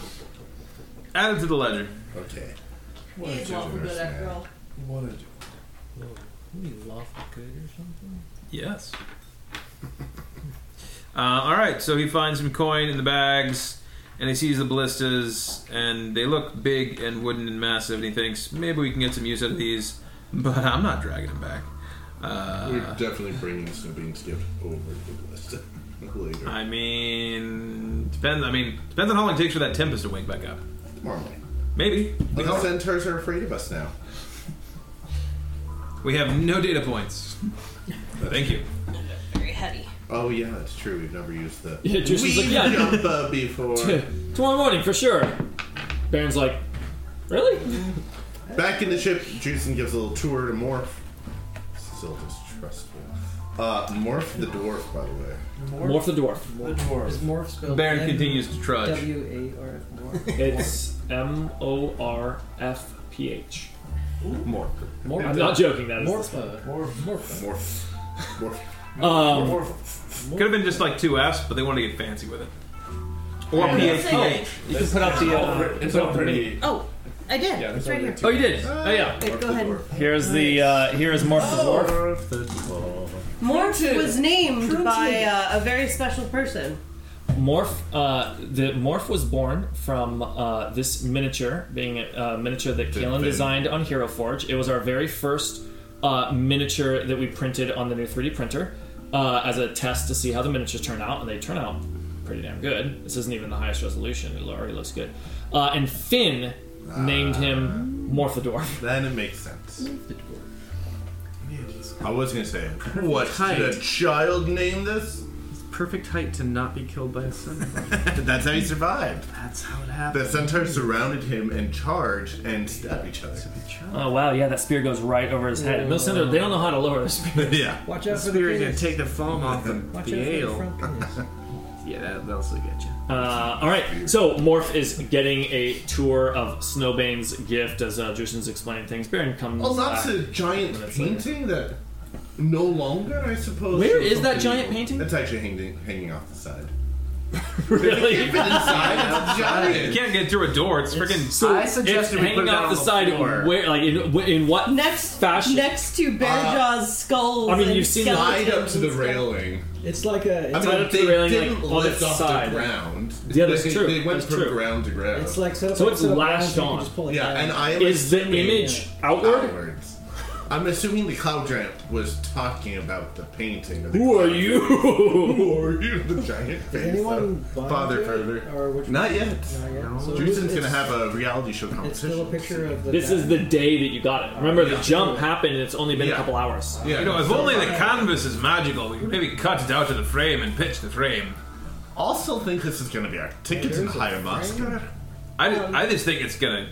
[SPEAKER 9] add it to the ledger.
[SPEAKER 8] Okay.
[SPEAKER 6] He is lawful good after all.
[SPEAKER 5] What a
[SPEAKER 10] What are you lawful good or something?
[SPEAKER 9] Yes. Uh, all right, so he finds some coin in the bags, and he sees the ballistas, and they look big and wooden and massive, and he thinks maybe we can get some use out of these, but I'm not dragging them back.
[SPEAKER 8] We're
[SPEAKER 9] Uh,
[SPEAKER 8] definitely bringing Snoopy's gift over to the list later.
[SPEAKER 9] I mean, depends. I mean, depends on how long it takes for that tempest to wake back up.
[SPEAKER 8] Tomorrow.
[SPEAKER 9] Maybe we,
[SPEAKER 8] The centaurs are afraid of us now.
[SPEAKER 9] we have no data points. Thank you.
[SPEAKER 4] Very heady.
[SPEAKER 8] Oh yeah, it's true. We've never used the
[SPEAKER 2] Yeah, Trish is like,
[SPEAKER 8] We've
[SPEAKER 2] yeah.
[SPEAKER 8] done the before.
[SPEAKER 2] Tomorrow morning, for sure. Baron's like, really?
[SPEAKER 8] Back in the ship, Juicen gives a little tour to Morph. Still distrustful. Uh, Morph the dwarf, by the way.
[SPEAKER 2] Morph the dwarf.
[SPEAKER 5] the dwarf.
[SPEAKER 10] Is morph spelled
[SPEAKER 9] Baron
[SPEAKER 10] M-
[SPEAKER 9] continues to trudge.
[SPEAKER 10] W A R F morph.
[SPEAKER 2] It's M O R F P H.
[SPEAKER 8] Morph.
[SPEAKER 10] Morph.
[SPEAKER 2] I'm not joking. That is
[SPEAKER 10] Morpha. Morph. Morpha.
[SPEAKER 8] Morph. Morph.
[SPEAKER 2] Um,
[SPEAKER 5] Dwarf.
[SPEAKER 9] Could have been just like two F's, but they want to get fancy with it. Or
[SPEAKER 5] Yeah.
[SPEAKER 9] PHPH.
[SPEAKER 2] you can put up the. Uh,
[SPEAKER 5] It's
[SPEAKER 2] put
[SPEAKER 5] all
[SPEAKER 2] up the mini.
[SPEAKER 5] pretty.
[SPEAKER 6] Oh, I did.
[SPEAKER 5] Yeah,
[SPEAKER 6] it's
[SPEAKER 5] there's
[SPEAKER 6] right
[SPEAKER 5] only
[SPEAKER 6] here.
[SPEAKER 5] two.
[SPEAKER 2] Oh, you did. Oh yeah.
[SPEAKER 6] Wait, go
[SPEAKER 8] the
[SPEAKER 6] ahead.
[SPEAKER 8] dwarf.
[SPEAKER 2] Here's the. Uh, here is Morph the dwarf.
[SPEAKER 8] Morph the dwarf.
[SPEAKER 6] Morph was named by uh, a very special person.
[SPEAKER 2] Morph, uh, the morph was born from uh, this miniature, being a, a miniature that Kalen
[SPEAKER 8] thing.
[SPEAKER 2] designed on Hero Forge. It was our very first uh, miniature that we printed on the new 3D printer uh, as a test to see how the miniatures turn out, and they turn out pretty damn good. This isn't even the highest resolution; it already looks good. Uh, and Finn named him Morph the Dwarf.
[SPEAKER 8] Then it makes sense. I was gonna say, what
[SPEAKER 7] Height.
[SPEAKER 8] did a child name this?
[SPEAKER 7] Perfect height to not be killed by a sun.
[SPEAKER 8] That's how he survived.
[SPEAKER 7] That's how it happened.
[SPEAKER 8] The centaurs surrounded him and charged and stabbed each other.
[SPEAKER 2] Oh wow, yeah, that spear goes right over his head. Most centers, they don't know how to lower their spear.
[SPEAKER 8] yeah.
[SPEAKER 10] Watch out for the
[SPEAKER 7] Spear is gonna
[SPEAKER 10] penis.
[SPEAKER 7] take the foam off the,
[SPEAKER 10] Watch
[SPEAKER 7] the
[SPEAKER 10] out
[SPEAKER 7] ale.
[SPEAKER 10] for the front penis.
[SPEAKER 7] Yeah, that, that'll still get you.
[SPEAKER 2] Uh, all right, so Morph is getting a tour of Snowbane's gift as uh, Justin's explaining things. Baron comes. uh,
[SPEAKER 8] Well, Oh, that's
[SPEAKER 2] back.
[SPEAKER 8] a giant
[SPEAKER 2] Minutes later.
[SPEAKER 8] painting that no longer, I suppose.
[SPEAKER 2] Where
[SPEAKER 8] shows
[SPEAKER 2] is that
[SPEAKER 8] up
[SPEAKER 2] giant
[SPEAKER 8] anymore.
[SPEAKER 2] painting?
[SPEAKER 8] It's actually hanging, hanging off the side.
[SPEAKER 2] really.
[SPEAKER 8] Inside, it's a
[SPEAKER 9] You
[SPEAKER 8] giant.
[SPEAKER 9] can't get through a door. It's freaking
[SPEAKER 2] So
[SPEAKER 7] I suggested
[SPEAKER 2] it's
[SPEAKER 7] we
[SPEAKER 2] hanging
[SPEAKER 7] put it
[SPEAKER 2] off
[SPEAKER 7] on
[SPEAKER 2] the,
[SPEAKER 7] the
[SPEAKER 2] side.
[SPEAKER 7] floor.
[SPEAKER 2] Where, like, in, wh- in what
[SPEAKER 6] Next
[SPEAKER 2] fashion? Uh,
[SPEAKER 6] Next to Bearjaw's skulls.
[SPEAKER 2] I mean,
[SPEAKER 6] and
[SPEAKER 2] you've seen
[SPEAKER 6] skeletons
[SPEAKER 8] Tied up to the
[SPEAKER 6] and stuff.
[SPEAKER 8] railing.
[SPEAKER 10] It's like
[SPEAKER 8] I
[SPEAKER 10] a. It's,
[SPEAKER 2] Tied
[SPEAKER 8] mean,
[SPEAKER 2] up to
[SPEAKER 8] they
[SPEAKER 2] the railing,
[SPEAKER 8] didn't
[SPEAKER 2] like, on its
[SPEAKER 8] lift off
[SPEAKER 2] side.
[SPEAKER 8] the ground.
[SPEAKER 2] Yeah, that's
[SPEAKER 8] they,
[SPEAKER 2] true.
[SPEAKER 8] They went
[SPEAKER 2] That's
[SPEAKER 8] from
[SPEAKER 2] true.
[SPEAKER 8] ground to ground.
[SPEAKER 10] it's like set up
[SPEAKER 2] So
[SPEAKER 10] a
[SPEAKER 2] it's
[SPEAKER 10] set of
[SPEAKER 2] lashed
[SPEAKER 10] lines, you can
[SPEAKER 2] on.
[SPEAKER 10] just pull it
[SPEAKER 8] yeah,
[SPEAKER 10] down.
[SPEAKER 8] and I am
[SPEAKER 2] Is the
[SPEAKER 8] assuming
[SPEAKER 2] image outward?
[SPEAKER 8] outwards. I'm assuming the cloud giant was talking about the painting. Of the
[SPEAKER 2] Who are
[SPEAKER 8] cloud
[SPEAKER 2] you?
[SPEAKER 8] giant. Who are you? The giant face.
[SPEAKER 10] Anyone
[SPEAKER 8] of
[SPEAKER 10] buy
[SPEAKER 8] Father
[SPEAKER 10] it,
[SPEAKER 8] Further.
[SPEAKER 10] or which
[SPEAKER 8] Not yet.
[SPEAKER 10] Not yet. So
[SPEAKER 8] Jason's gonna
[SPEAKER 10] it's-
[SPEAKER 8] have a reality show
[SPEAKER 10] It's still a
[SPEAKER 8] competition.
[SPEAKER 10] picture of the.
[SPEAKER 2] This
[SPEAKER 10] guy.
[SPEAKER 2] is the day that you got it. Remember, the
[SPEAKER 8] Yeah.
[SPEAKER 2] jump happened, and it's only been a
[SPEAKER 8] Yeah.
[SPEAKER 2] couple hours.
[SPEAKER 8] Yeah,
[SPEAKER 9] You know, if
[SPEAKER 8] so-
[SPEAKER 9] only the canvas is magical, we could maybe cut it out of the frame and pitch the frame.
[SPEAKER 8] also think this is gonna be our tickets and
[SPEAKER 10] There's a
[SPEAKER 8] hire a master.
[SPEAKER 9] I, I just think it's gonna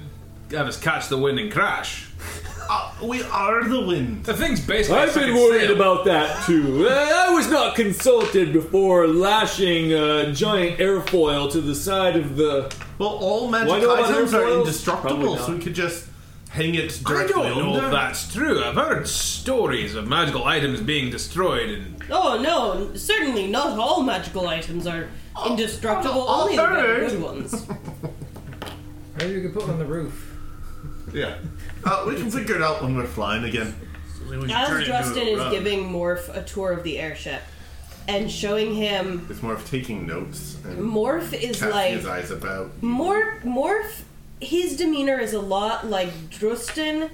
[SPEAKER 9] have us catch the wind and crash.
[SPEAKER 8] Uh, we are the wind.
[SPEAKER 9] The thing's basically.
[SPEAKER 2] I've
[SPEAKER 9] a second
[SPEAKER 2] been worried
[SPEAKER 9] sail.
[SPEAKER 2] about that too. Uh, I was not consulted before lashing a giant airfoil to the side of the.
[SPEAKER 8] Well, all
[SPEAKER 2] Why
[SPEAKER 8] magic
[SPEAKER 2] do I want
[SPEAKER 8] items
[SPEAKER 2] air
[SPEAKER 8] are
[SPEAKER 2] foils? Probably
[SPEAKER 8] indestructible,
[SPEAKER 2] not.
[SPEAKER 8] so we could just hang it
[SPEAKER 9] I
[SPEAKER 8] directly
[SPEAKER 9] don't know
[SPEAKER 8] under.
[SPEAKER 9] if that's true. I've heard stories of magical items being destroyed and
[SPEAKER 6] Oh no! Certainly not all magical items are indestructible.
[SPEAKER 8] I'll
[SPEAKER 6] only the very
[SPEAKER 8] third.
[SPEAKER 6] good ones.
[SPEAKER 10] Maybe we could put it on the roof.
[SPEAKER 8] Yeah. Uh, we can figure it out when we're flying again.
[SPEAKER 6] Giles Justin is giving Morph a tour of the airship and showing him.
[SPEAKER 8] It's more of taking notes and
[SPEAKER 6] Morph is
[SPEAKER 8] casting
[SPEAKER 6] Mm, like
[SPEAKER 8] his eyes about. Mm.
[SPEAKER 6] Morph. Morph. His demeanor is a lot like Drustin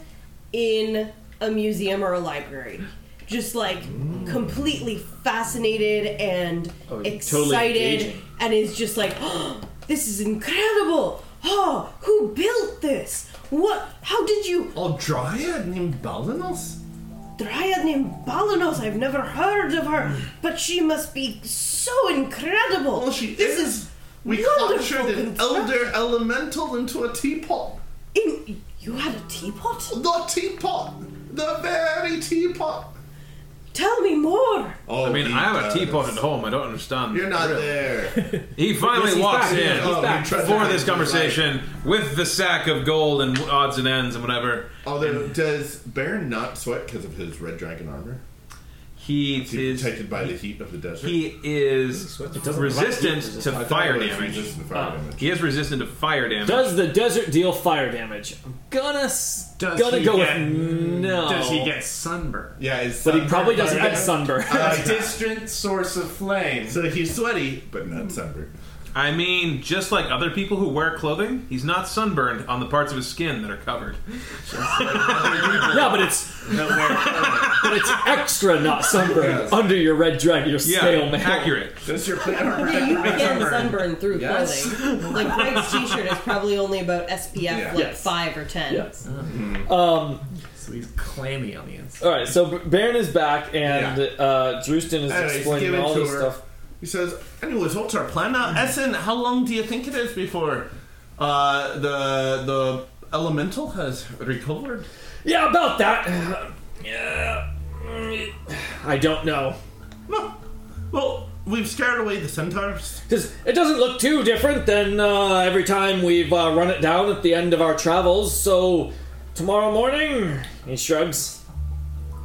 [SPEAKER 6] in a museum or a library, just like
[SPEAKER 8] Mm.
[SPEAKER 6] completely fascinated and
[SPEAKER 8] Oh,
[SPEAKER 6] excited,
[SPEAKER 2] engaging.
[SPEAKER 6] and is just like, oh, "This is incredible! Oh, who built this? What? How did you?"
[SPEAKER 8] Oh, Dryad named Balanos?
[SPEAKER 6] Dryad named Balanos. I've never heard of her, but she must be so incredible.
[SPEAKER 8] Well, Oh, she
[SPEAKER 6] this
[SPEAKER 8] is.
[SPEAKER 6] is
[SPEAKER 8] We
[SPEAKER 6] wonderful
[SPEAKER 8] cultured an
[SPEAKER 6] construction.
[SPEAKER 8] elder elemental into a teapot.
[SPEAKER 6] In, you had a teapot?
[SPEAKER 8] The teapot! The very teapot!
[SPEAKER 6] Tell me more.
[SPEAKER 8] Oh,
[SPEAKER 9] I mean, I have a teapot at home. I don't understand.
[SPEAKER 8] You're not there.
[SPEAKER 9] He finally walks
[SPEAKER 2] back.
[SPEAKER 9] in
[SPEAKER 2] He's Oh, back.
[SPEAKER 9] for this conversation with the sack of gold and odds and ends and whatever.
[SPEAKER 8] Although, Oh, does Baron not sweat because of his red dragon armor?
[SPEAKER 9] He
[SPEAKER 8] Is he
[SPEAKER 9] is
[SPEAKER 8] protected by the heat of the desert?
[SPEAKER 9] he is
[SPEAKER 2] doesn't
[SPEAKER 9] resistant to
[SPEAKER 8] I thought
[SPEAKER 9] fire
[SPEAKER 8] it was
[SPEAKER 9] damage.
[SPEAKER 8] resistant to fire
[SPEAKER 2] Oh.
[SPEAKER 8] damage.
[SPEAKER 9] He is resistant to fire damage.
[SPEAKER 2] Does the desert deal fire damage? I'm gonna s-
[SPEAKER 7] Does
[SPEAKER 2] gonna
[SPEAKER 7] he
[SPEAKER 2] go
[SPEAKER 7] get-
[SPEAKER 2] with no.
[SPEAKER 7] Does he get sunburned?
[SPEAKER 8] Yeah, it's
[SPEAKER 2] But he probably doesn't
[SPEAKER 8] sunburned.
[SPEAKER 2] get sunburned.
[SPEAKER 8] Uh,
[SPEAKER 5] A distant source of flame.
[SPEAKER 8] So he's sweaty, but not sunburned.
[SPEAKER 9] I mean, just like other people who wear clothing, he's not sunburned on the parts of his skin that are covered.
[SPEAKER 2] yeah, but it's but it's extra not sunburned
[SPEAKER 8] Yes.
[SPEAKER 2] under your red dragon, your
[SPEAKER 9] Yeah,
[SPEAKER 2] scale man.
[SPEAKER 9] accurate.
[SPEAKER 8] Does your plate armor
[SPEAKER 6] Yeah, you can sunburn through
[SPEAKER 5] Yes.
[SPEAKER 6] clothing. Like Greg's t-shirt is probably only about SPF
[SPEAKER 8] Yeah.
[SPEAKER 6] like
[SPEAKER 2] Yes.
[SPEAKER 6] five or ten.
[SPEAKER 2] Yes. Um,
[SPEAKER 7] So he's clammy on the inside.
[SPEAKER 2] all right. So Baron is back, and uh, Drustin is
[SPEAKER 8] Anyways, give
[SPEAKER 2] explaining
[SPEAKER 8] it
[SPEAKER 2] all
[SPEAKER 8] to
[SPEAKER 2] this
[SPEAKER 8] her.
[SPEAKER 2] stuff. Mm-hmm.
[SPEAKER 8] He says, anyways, what's our plan now? Essen, how long do you think it is before uh, the the elemental has recovered?
[SPEAKER 2] Yeah, about that. Yeah. I don't know.
[SPEAKER 8] Well, well, we've scared away the centaurs.
[SPEAKER 2] Because it doesn't look too different than uh, every time we've uh, run it down at the end of our travels, so tomorrow morning, he shrugs.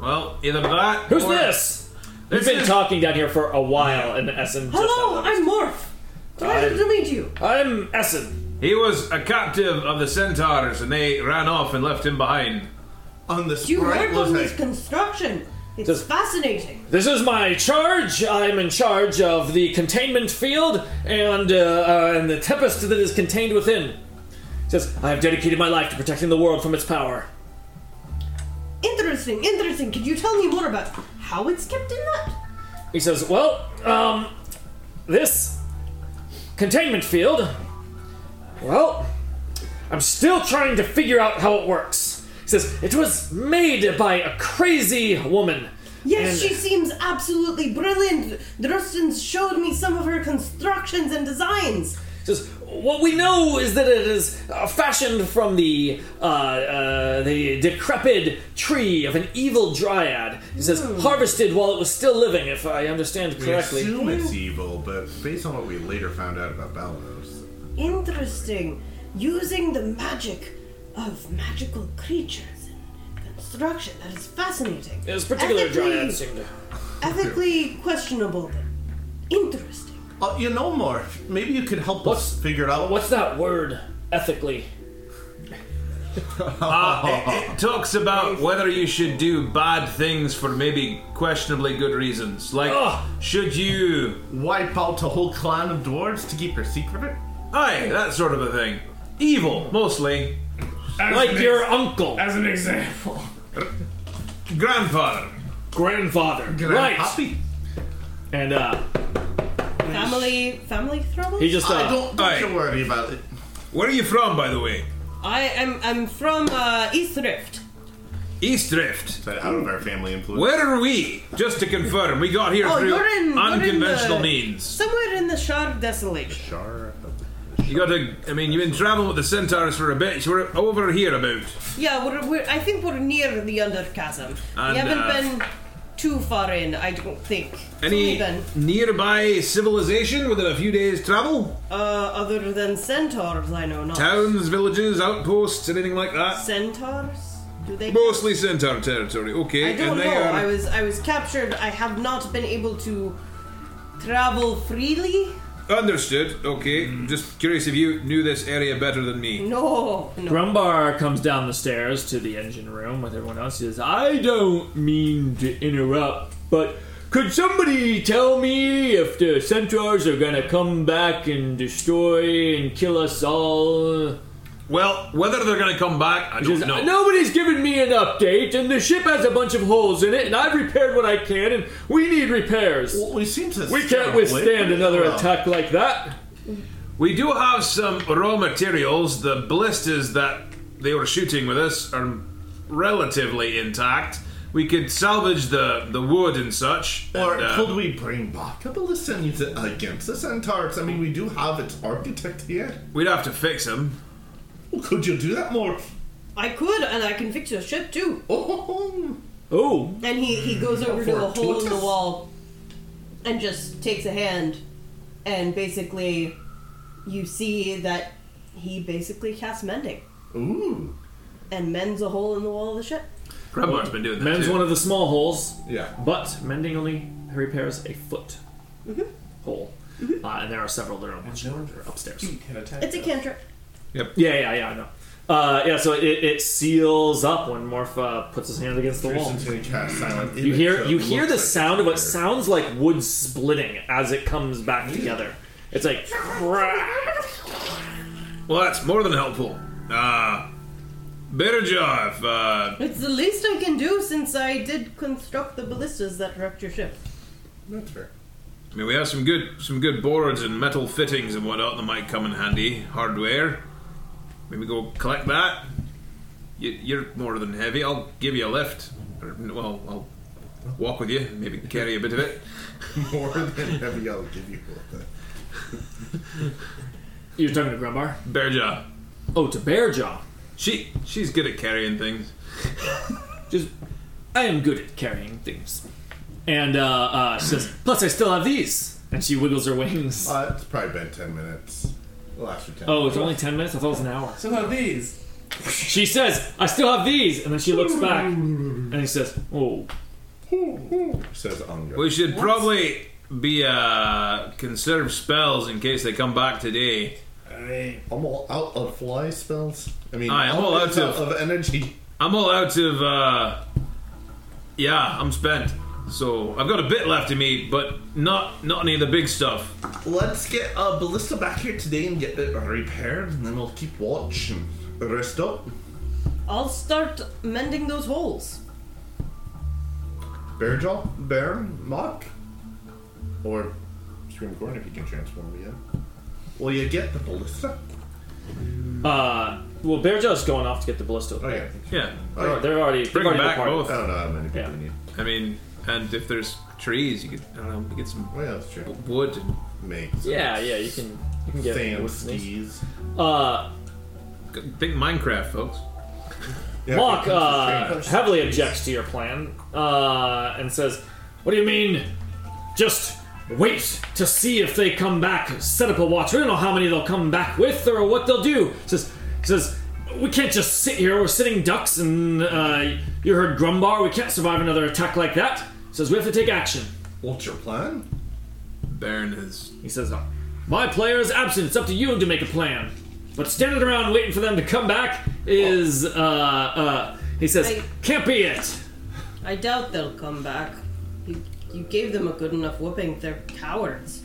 [SPEAKER 9] Well, either that.
[SPEAKER 2] Who's
[SPEAKER 9] or-
[SPEAKER 2] this? We've
[SPEAKER 9] This
[SPEAKER 2] been
[SPEAKER 9] is-
[SPEAKER 2] talking down here for a while, and Essen just.
[SPEAKER 6] Hello, I'm Morph. Pleasure to meet you.
[SPEAKER 2] I'm Essen.
[SPEAKER 9] He was a captive of the centaurs, and they ran off and left him behind.
[SPEAKER 8] On the
[SPEAKER 6] You
[SPEAKER 8] sprite
[SPEAKER 6] work
[SPEAKER 8] was
[SPEAKER 6] on this
[SPEAKER 8] like,
[SPEAKER 6] construction. It's
[SPEAKER 2] Does-
[SPEAKER 6] fascinating.
[SPEAKER 2] This is my charge. I'm in charge of the containment field and uh, uh, and the tempest that is contained within. Says I have dedicated my life to protecting the world from its power.
[SPEAKER 6] Interesting, interesting. Could you tell me more about how it's kept in that?
[SPEAKER 2] He says, Well, um, this containment field, well, I'm still trying to figure out how it works. He says, It was made by a crazy woman.
[SPEAKER 6] Yes,
[SPEAKER 2] And-
[SPEAKER 6] she seems absolutely brilliant. Drustin showed me some of her constructions and designs.
[SPEAKER 2] He says, What we know is that it is uh, fashioned from the, uh, uh, the decrepit tree of an evil dryad. He says, Harvested while it was still living, if I understand
[SPEAKER 8] we
[SPEAKER 2] correctly.
[SPEAKER 8] assume it's evil, but based on what we later found out about Balanos,
[SPEAKER 6] Interesting. Using the magic of magical creatures and construction. That is fascinating.
[SPEAKER 2] This particular
[SPEAKER 6] Ethically-
[SPEAKER 2] dryad seemed to.
[SPEAKER 6] Ethically questionable, but interesting.
[SPEAKER 8] uh, you know, Morph, maybe you could help
[SPEAKER 2] What's-
[SPEAKER 8] us figure it out.
[SPEAKER 2] What's that word, ethically?
[SPEAKER 9] It talks about whether you should do bad things for maybe questionably good reasons. Like,
[SPEAKER 2] Ugh.
[SPEAKER 9] should you.
[SPEAKER 8] wipe out a whole clan of dwarves to keep her secret?
[SPEAKER 9] Aye, that sort of a thing. Evil, mostly.
[SPEAKER 2] Like your uncle.
[SPEAKER 3] As an example.
[SPEAKER 9] Grandfather.
[SPEAKER 2] Grandfather. right. And uh,
[SPEAKER 6] Family, family trouble.
[SPEAKER 2] he just uh,
[SPEAKER 8] I don't, don't
[SPEAKER 9] Alright.
[SPEAKER 8] you worry about it.
[SPEAKER 9] Where are you from, by the way?
[SPEAKER 6] I am. I'm from uh, East Rift.
[SPEAKER 9] East Rift.
[SPEAKER 8] But out of our family influence.
[SPEAKER 9] Where are we? Just to confirm, we got here
[SPEAKER 6] Oh,
[SPEAKER 9] through
[SPEAKER 6] you're in- you're in
[SPEAKER 9] unconventional
[SPEAKER 6] the-
[SPEAKER 9] means.
[SPEAKER 6] Somewhere in the Shard Desolation.
[SPEAKER 8] Char-
[SPEAKER 9] You got to. I mean, you've been traveling with the centaurs for a bit. So we're over here about.
[SPEAKER 6] Yeah, we're, we're, I think we're near the Underchasm.
[SPEAKER 9] And,
[SPEAKER 6] we haven't
[SPEAKER 9] uh,
[SPEAKER 6] been too far in, I don't think. It's only
[SPEAKER 9] Any
[SPEAKER 6] been,
[SPEAKER 9] nearby civilization within a few days' travel?
[SPEAKER 6] uh, other than centaurs, I know not.
[SPEAKER 9] Towns, villages, outposts, anything like that?
[SPEAKER 6] Centaurs? Do they?
[SPEAKER 9] Mostly centaur territory. Okay,
[SPEAKER 6] I don't
[SPEAKER 9] and
[SPEAKER 6] know.
[SPEAKER 9] they are.
[SPEAKER 6] I was I was captured. I have not been able to travel freely.
[SPEAKER 9] Understood. Okay, just curious if you knew this area better than me.
[SPEAKER 6] Mm. No, no.
[SPEAKER 2] Grumbar comes down the stairs to the engine room with everyone else. He says, I don't mean to interrupt, but could somebody tell me if the centaurs are gonna come back and destroy and kill us all?
[SPEAKER 9] Well, whether they're going to come back, I
[SPEAKER 2] He
[SPEAKER 9] don't
[SPEAKER 2] says,
[SPEAKER 9] know.
[SPEAKER 2] Nobody's given me an update, and the ship has a bunch of holes in it, and I've repaired what I can, and we need repairs.
[SPEAKER 8] Well, we seem to.
[SPEAKER 2] We
[SPEAKER 8] stay
[SPEAKER 2] can't
[SPEAKER 8] away
[SPEAKER 2] withstand
[SPEAKER 8] from-
[SPEAKER 2] another
[SPEAKER 8] Well,
[SPEAKER 2] attack like that.
[SPEAKER 9] We do have some raw materials. The ballistas that they were shooting with us are relatively intact. We could salvage the, the wood and such.
[SPEAKER 8] Or
[SPEAKER 9] and, uh,
[SPEAKER 8] could we bring back a ballista against the centaurs? I mean, we do have its architect here.
[SPEAKER 9] We'd have to fix them.
[SPEAKER 8] Well, could you do that more?
[SPEAKER 6] I could, and I can fix your ship too.
[SPEAKER 8] Oh,
[SPEAKER 2] Oh,
[SPEAKER 6] And he he goes over to a hole in the
[SPEAKER 8] Fortuitous.
[SPEAKER 6] wall, and just takes a hand, and basically, you see that he basically casts mending
[SPEAKER 8] ooh,
[SPEAKER 6] and mends a hole in the wall of the ship.
[SPEAKER 9] Grandma's been doing that.
[SPEAKER 2] mends
[SPEAKER 9] too.
[SPEAKER 2] one of the small holes.
[SPEAKER 8] yeah.
[SPEAKER 2] But mending only repairs a foot hole. Uh, and there are several that are much larger upstairs.
[SPEAKER 6] It's a cantrip.
[SPEAKER 2] Yeah, yeah, yeah, I know. Uh, yeah, so it, it seals up when Morph uh, puts his hand against the wall.
[SPEAKER 8] Person's gonna cast silent
[SPEAKER 2] You
[SPEAKER 8] image,
[SPEAKER 2] hear
[SPEAKER 8] so
[SPEAKER 2] you
[SPEAKER 8] it
[SPEAKER 2] hear
[SPEAKER 8] looks
[SPEAKER 2] the
[SPEAKER 8] like
[SPEAKER 2] sound of what
[SPEAKER 8] it's there.
[SPEAKER 2] sounds like wood splitting as it comes back together. It's like
[SPEAKER 9] Well, that's more than helpful. Uh, Berja, if, uh,
[SPEAKER 6] It's the least I can do since I did construct the ballistas that wrecked your ship.
[SPEAKER 8] That's fair.
[SPEAKER 9] I mean, we have some good some good boards and metal fittings and whatnot that might come in handy. Hardware. Maybe go collect that. You, you're more than heavy. I'll give you a lift. Or, well, I'll walk with you. Maybe carry a bit of it.
[SPEAKER 8] More than heavy, I'll give you all that.
[SPEAKER 2] you're talking to Grumbar.
[SPEAKER 9] Bearjaw.
[SPEAKER 2] Oh, to Bearjaw.
[SPEAKER 9] She she's good at carrying things.
[SPEAKER 2] Just I am good at carrying things. And uh, uh, she says, "Plus, I still have these." And she wiggles her wings.
[SPEAKER 8] Uh, it's probably been ten minutes. The last for ten.
[SPEAKER 2] oh, it's only ten minutes. I thought it was an hour.
[SPEAKER 5] So how these?
[SPEAKER 2] She says, "I still have these," and then she looks back and he says, "Oh,
[SPEAKER 8] says Anga.
[SPEAKER 9] We should probably be uh conserve spells in case they come back today.
[SPEAKER 8] I'm all out of fly spells. I mean,
[SPEAKER 9] Aye, I'm all out of-
[SPEAKER 8] of energy.
[SPEAKER 9] I'm all out of. Uh, yeah, I'm spent. So I've got a bit left in me, but not not any of the big stuff.
[SPEAKER 8] Let's get uh, ballista back here today and get it repaired, and then we'll keep watch and rest up.
[SPEAKER 6] I'll start mending those holes.
[SPEAKER 8] Bear jaw, bear mock, or scream corn if you can transform again. Will you get the ballista?
[SPEAKER 2] uh, well, Bearjaw's going off to get the ballista.
[SPEAKER 8] Oh yeah.
[SPEAKER 9] Yeah,
[SPEAKER 8] Oh, yeah.
[SPEAKER 2] They're already they've
[SPEAKER 9] bring
[SPEAKER 2] already
[SPEAKER 9] back
[SPEAKER 2] departed.
[SPEAKER 9] both.
[SPEAKER 8] I don't know how many people
[SPEAKER 2] Yeah.
[SPEAKER 8] we need.
[SPEAKER 9] I mean, and if there's trees, you could I don't know, get some
[SPEAKER 8] Well, Oh, yeah, that's true.
[SPEAKER 9] wood. And
[SPEAKER 8] Make
[SPEAKER 2] Yeah, yeah, you can you can get
[SPEAKER 8] sand
[SPEAKER 2] with these.
[SPEAKER 8] skis.
[SPEAKER 2] Uh,
[SPEAKER 9] think Minecraft, folks.
[SPEAKER 8] Yeah,
[SPEAKER 2] Mock
[SPEAKER 8] it comes to sand.
[SPEAKER 2] uh, heavily objects to your plan uh, and says, "What do you mean? Just wait to see if they come back. Set up a watch. We don't know how many they'll come back with or what they'll do." Says says we can't just sit here. We're sitting ducks, and uh, you heard Grumbar. We can't survive another attack like that. Says we have to take action.
[SPEAKER 8] What's your plan?
[SPEAKER 9] Baron is.
[SPEAKER 2] He says, "My player is absent. It's up to you to make a plan." But standing around waiting for them to come back is, uh, uh, he says,
[SPEAKER 6] I-
[SPEAKER 2] can't be it.
[SPEAKER 6] I doubt they'll come back. You, you gave them a good enough whooping. They're cowards.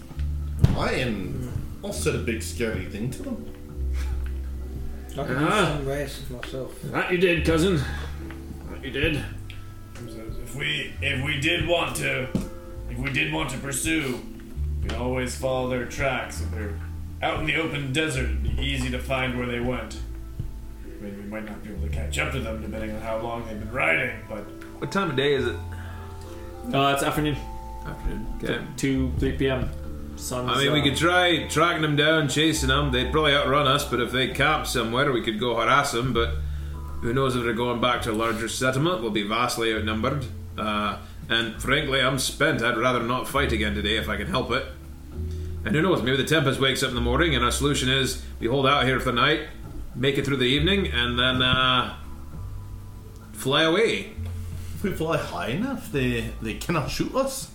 [SPEAKER 8] I am also a big scary thing to them.
[SPEAKER 10] I can do
[SPEAKER 2] Ah.
[SPEAKER 3] Uh-huh.
[SPEAKER 10] some races myself.
[SPEAKER 2] That you did, cousin. That you did.
[SPEAKER 3] If we if we did want to if we did want to pursue, we can always follow their tracks. If they're out in the open desert, it'd be easy to find where they went. I mean, we might not be able to catch up to them depending on how long they've been riding, but
[SPEAKER 9] What time of day is it?
[SPEAKER 2] Uh, it's afternoon,
[SPEAKER 9] Afternoon. Okay.
[SPEAKER 2] two, three p.m. Sun's,
[SPEAKER 9] I mean, we
[SPEAKER 2] uh,
[SPEAKER 9] could try tracking them down, chasing them. They'd probably outrun us, but if they camp somewhere, we could go harass them. But who knows if they're going back to a larger settlement? We'll be vastly outnumbered. Uh, and frankly, I'm spent. I'd rather not fight again today if I can help it. And who knows? Maybe the Tempest wakes up in the morning, and our solution is we hold out here for the night, make it through the evening, and then uh, fly away.
[SPEAKER 8] If we fly high enough, they they cannot shoot us.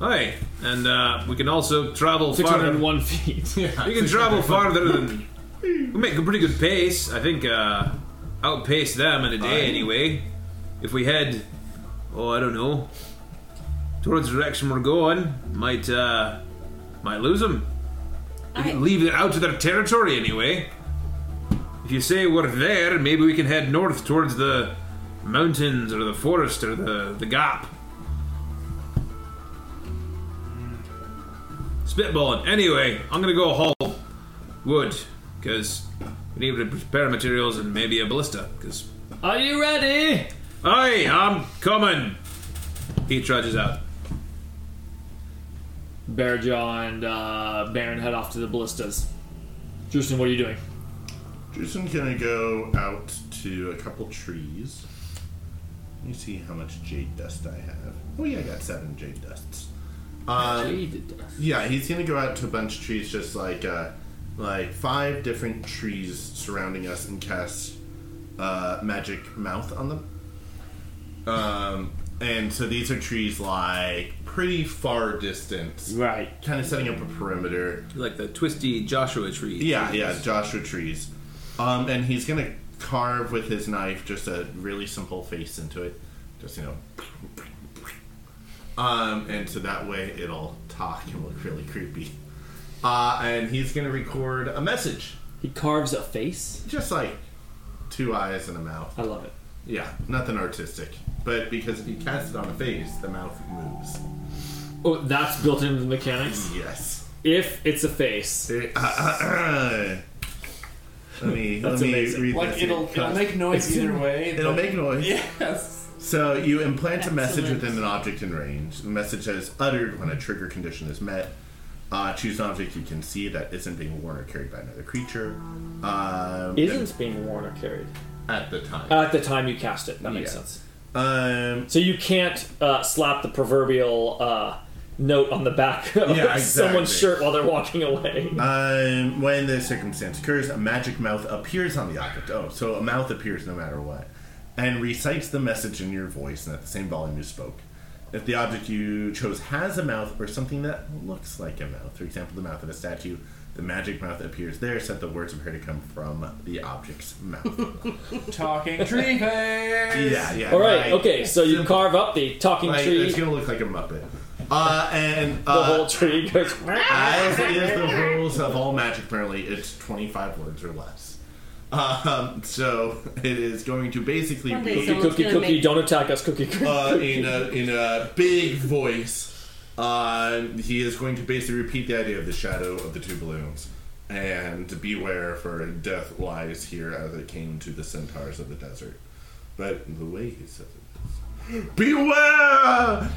[SPEAKER 9] Aye, and uh, we can also travel farther.
[SPEAKER 2] 601 feet. yeah.
[SPEAKER 9] We can travel farther than. We make a pretty good pace. I think uh, outpace them in a day anyway. If we head, oh, I don't know, towards the direction we're going, might uh, might lose them.
[SPEAKER 6] I-
[SPEAKER 9] Leave it out of their territory anyway. If you say we're there, maybe we can head north towards the mountains or the forest or the, the gap. Spitballing. Anyway, I'm gonna go haul wood because we need to prepare materials and maybe a ballista. Because
[SPEAKER 2] Are you ready?
[SPEAKER 9] aye, I'm coming. He trudges out.
[SPEAKER 2] Bearjaw and uh, Baron head off to the ballistas. Justin, what are you doing?
[SPEAKER 8] Jason gonna go out to a couple trees. Let me see how much jade dust I have. Oh yeah, I got seven jade dusts.
[SPEAKER 2] Oh,
[SPEAKER 8] Uh, Yeah, he's gonna go out to a bunch of trees, just like uh, like five different trees surrounding us, and cast uh, magic mouth on them. Um, and so these are trees like pretty far distance,
[SPEAKER 2] Right.
[SPEAKER 8] kind of setting up a perimeter.
[SPEAKER 9] Like the twisty Joshua tree.
[SPEAKER 8] Yeah, yeah, Joshua trees. Um, and he's gonna carve with his knife just a really simple face into it, just you know. Um, and so that way it'll talk and look really creepy. Uh, and he's gonna record a message,
[SPEAKER 2] He carves a face.
[SPEAKER 8] just like two eyes and a mouth.
[SPEAKER 2] I love it.
[SPEAKER 8] Yeah, nothing artistic, but because if you cast it on a face, the mouth moves.
[SPEAKER 2] Oh, that's built into the mechanics.
[SPEAKER 8] Yes.
[SPEAKER 2] If it's a face,
[SPEAKER 8] Let me
[SPEAKER 2] That's
[SPEAKER 8] let me
[SPEAKER 2] amazing.
[SPEAKER 8] read
[SPEAKER 5] Like
[SPEAKER 8] this.
[SPEAKER 5] it'll, it'll make noise either way.
[SPEAKER 8] It'll
[SPEAKER 5] but-
[SPEAKER 8] make noise.
[SPEAKER 5] yes.
[SPEAKER 8] So you implant a message
[SPEAKER 6] Excellent.
[SPEAKER 8] within an object in range. The message that is uttered when a trigger condition is met. Uh, choose an object you can see that isn't being worn or carried by another creature. Um,
[SPEAKER 2] isn't being worn or carried
[SPEAKER 8] at the time.
[SPEAKER 2] at the time you cast it. That makes
[SPEAKER 8] Yeah.
[SPEAKER 2] sense.
[SPEAKER 8] um,
[SPEAKER 2] So you can't uh, slap the proverbial uh, note on the back of
[SPEAKER 8] Yeah,
[SPEAKER 2] someone's
[SPEAKER 8] exactly.
[SPEAKER 2] shirt while they're walking away.
[SPEAKER 8] um, when the circumstance occurs, a magic mouth appears on the object. Oh, so a mouth appears no matter what, and recites the message in your voice and at the same volume you spoke. If the object you chose has a mouth or something that looks like a mouth, for example, the mouth of a statue, the magic mouth appears there, so that the words appear to come from the object's mouth.
[SPEAKER 5] Talking tree
[SPEAKER 7] eh?
[SPEAKER 5] face.
[SPEAKER 8] yeah, yeah.
[SPEAKER 2] All right.
[SPEAKER 8] like-
[SPEAKER 2] Okay. So you
[SPEAKER 8] Simple.
[SPEAKER 2] carve up the talking
[SPEAKER 8] Like,
[SPEAKER 2] tree.
[SPEAKER 8] it's gonna look like a muppet. Uh, and
[SPEAKER 2] the
[SPEAKER 8] uh,
[SPEAKER 2] whole tree goes.
[SPEAKER 8] As is the rules of all magic, apparently, it's 25 words or less. Um, so it is going to basically
[SPEAKER 6] One day
[SPEAKER 8] be
[SPEAKER 6] someone's
[SPEAKER 2] Cookie,
[SPEAKER 6] gonna
[SPEAKER 2] cookie,
[SPEAKER 6] make-
[SPEAKER 2] don't attack us, cookie. cookie.
[SPEAKER 8] uh, in a in a big voice. Uh, he is going to basically repeat the idea of the shadow of the two balloons, and beware for death lies here as it came to the centaurs of the desert. But the way he says it is, beware!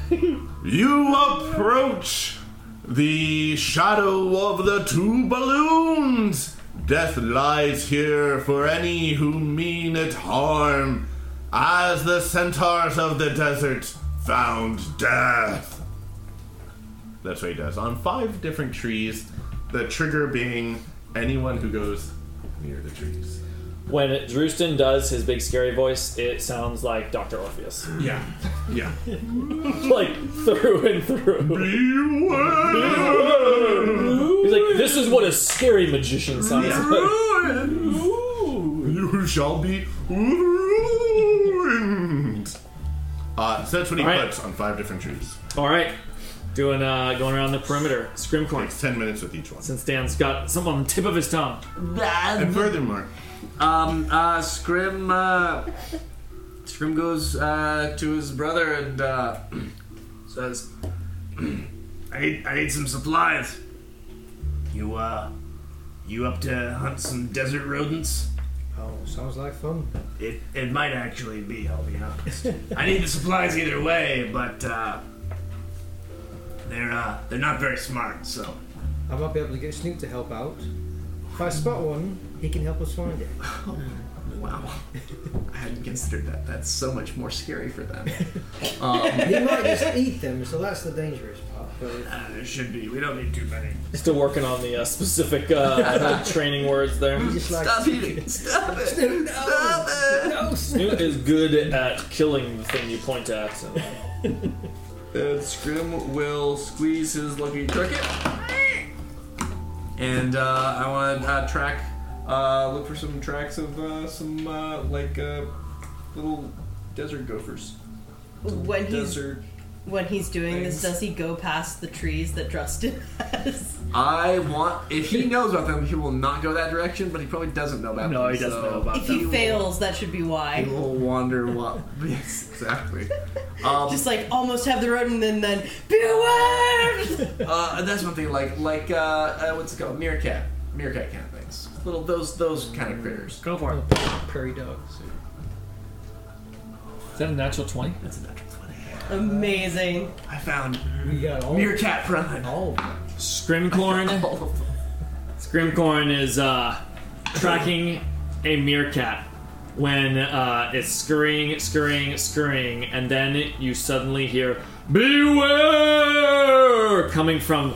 [SPEAKER 8] you approach the shadow of the two balloons. Death lies here for any who mean it harm as the centaurs of the desert found death. That's what he does. On five different trees, the trigger being anyone who goes near the trees.
[SPEAKER 2] When Drewston does his big scary voice, it sounds like Dr. Orpheus.
[SPEAKER 8] Yeah. Yeah.
[SPEAKER 2] like through and through.
[SPEAKER 8] Beware!
[SPEAKER 2] He's like, this is what a scary magician sounds like.
[SPEAKER 8] You shall be ruined. Uh, so that's what he
[SPEAKER 2] All right.
[SPEAKER 8] puts on five different trees.
[SPEAKER 2] All right, doing uh, going around the perimeter, scrimcorn.
[SPEAKER 8] Takes ten minutes with each one.
[SPEAKER 2] Since Dan's got something on the tip of his tongue,
[SPEAKER 8] And furthermore,
[SPEAKER 7] Um, uh, Scrim, uh, Scrim goes uh, to his brother and uh, says,
[SPEAKER 3] I need, I need some supplies. You, uh, you up to hunt some desert rodents?
[SPEAKER 10] Oh, sounds like fun.
[SPEAKER 3] It, it might actually be, I'll be honest. I need the supplies either way, but, uh, they're, uh, they're not very smart, so.
[SPEAKER 10] I might be able to get Snoop to help out. If I spot one, he can help us find it.
[SPEAKER 7] "Wow, I hadn't considered that. That's so much more scary for them."
[SPEAKER 10] He might just eat them, so that's the dangerous part. But if-
[SPEAKER 3] Uh, there should be. We don't need too many.
[SPEAKER 2] Still working on the uh, specific uh, training words there.
[SPEAKER 10] just like
[SPEAKER 7] Stop eating! Stop it! Stop it!
[SPEAKER 2] Snoot is good at killing the thing you point at. and-
[SPEAKER 7] And Scrim will squeeze his lucky cricket. And uh, I want to uh, track, uh, look for some tracks of uh, some uh, like uh, little desert gophers.
[SPEAKER 6] When he's
[SPEAKER 7] Desert.
[SPEAKER 6] when he's doing this,
[SPEAKER 7] things.
[SPEAKER 6] does he go past the trees that Justin has?
[SPEAKER 7] I want. If he knows about them, he will not go that direction. But he probably doesn't know about them.
[SPEAKER 2] No, he doesn't
[SPEAKER 7] so
[SPEAKER 2] know about
[SPEAKER 6] If he
[SPEAKER 7] will-
[SPEAKER 6] fails, that should be
[SPEAKER 7] He
[SPEAKER 6] why.
[SPEAKER 7] will wander. What? yes, exactly. Um,
[SPEAKER 6] Just like almost have the rodent and then beware.
[SPEAKER 7] Uh, that's one thing. Like like uh, uh, what's it called? Meerkat, meerkat kind of things. Little those those kind of critters.
[SPEAKER 2] Go for it.
[SPEAKER 10] prairie dogs.
[SPEAKER 2] Is that a natural 20?
[SPEAKER 7] That's a natural twenty.
[SPEAKER 6] Amazing.
[SPEAKER 7] I found
[SPEAKER 10] We got all,
[SPEAKER 7] meerkat prime.
[SPEAKER 10] all of them.
[SPEAKER 2] Scrimcorn.
[SPEAKER 7] All of them.
[SPEAKER 2] Scrimcorn is uh, tracking a meerkat when uh, it's scurrying, scurrying, scurrying, and then you suddenly hear "Beware!" coming from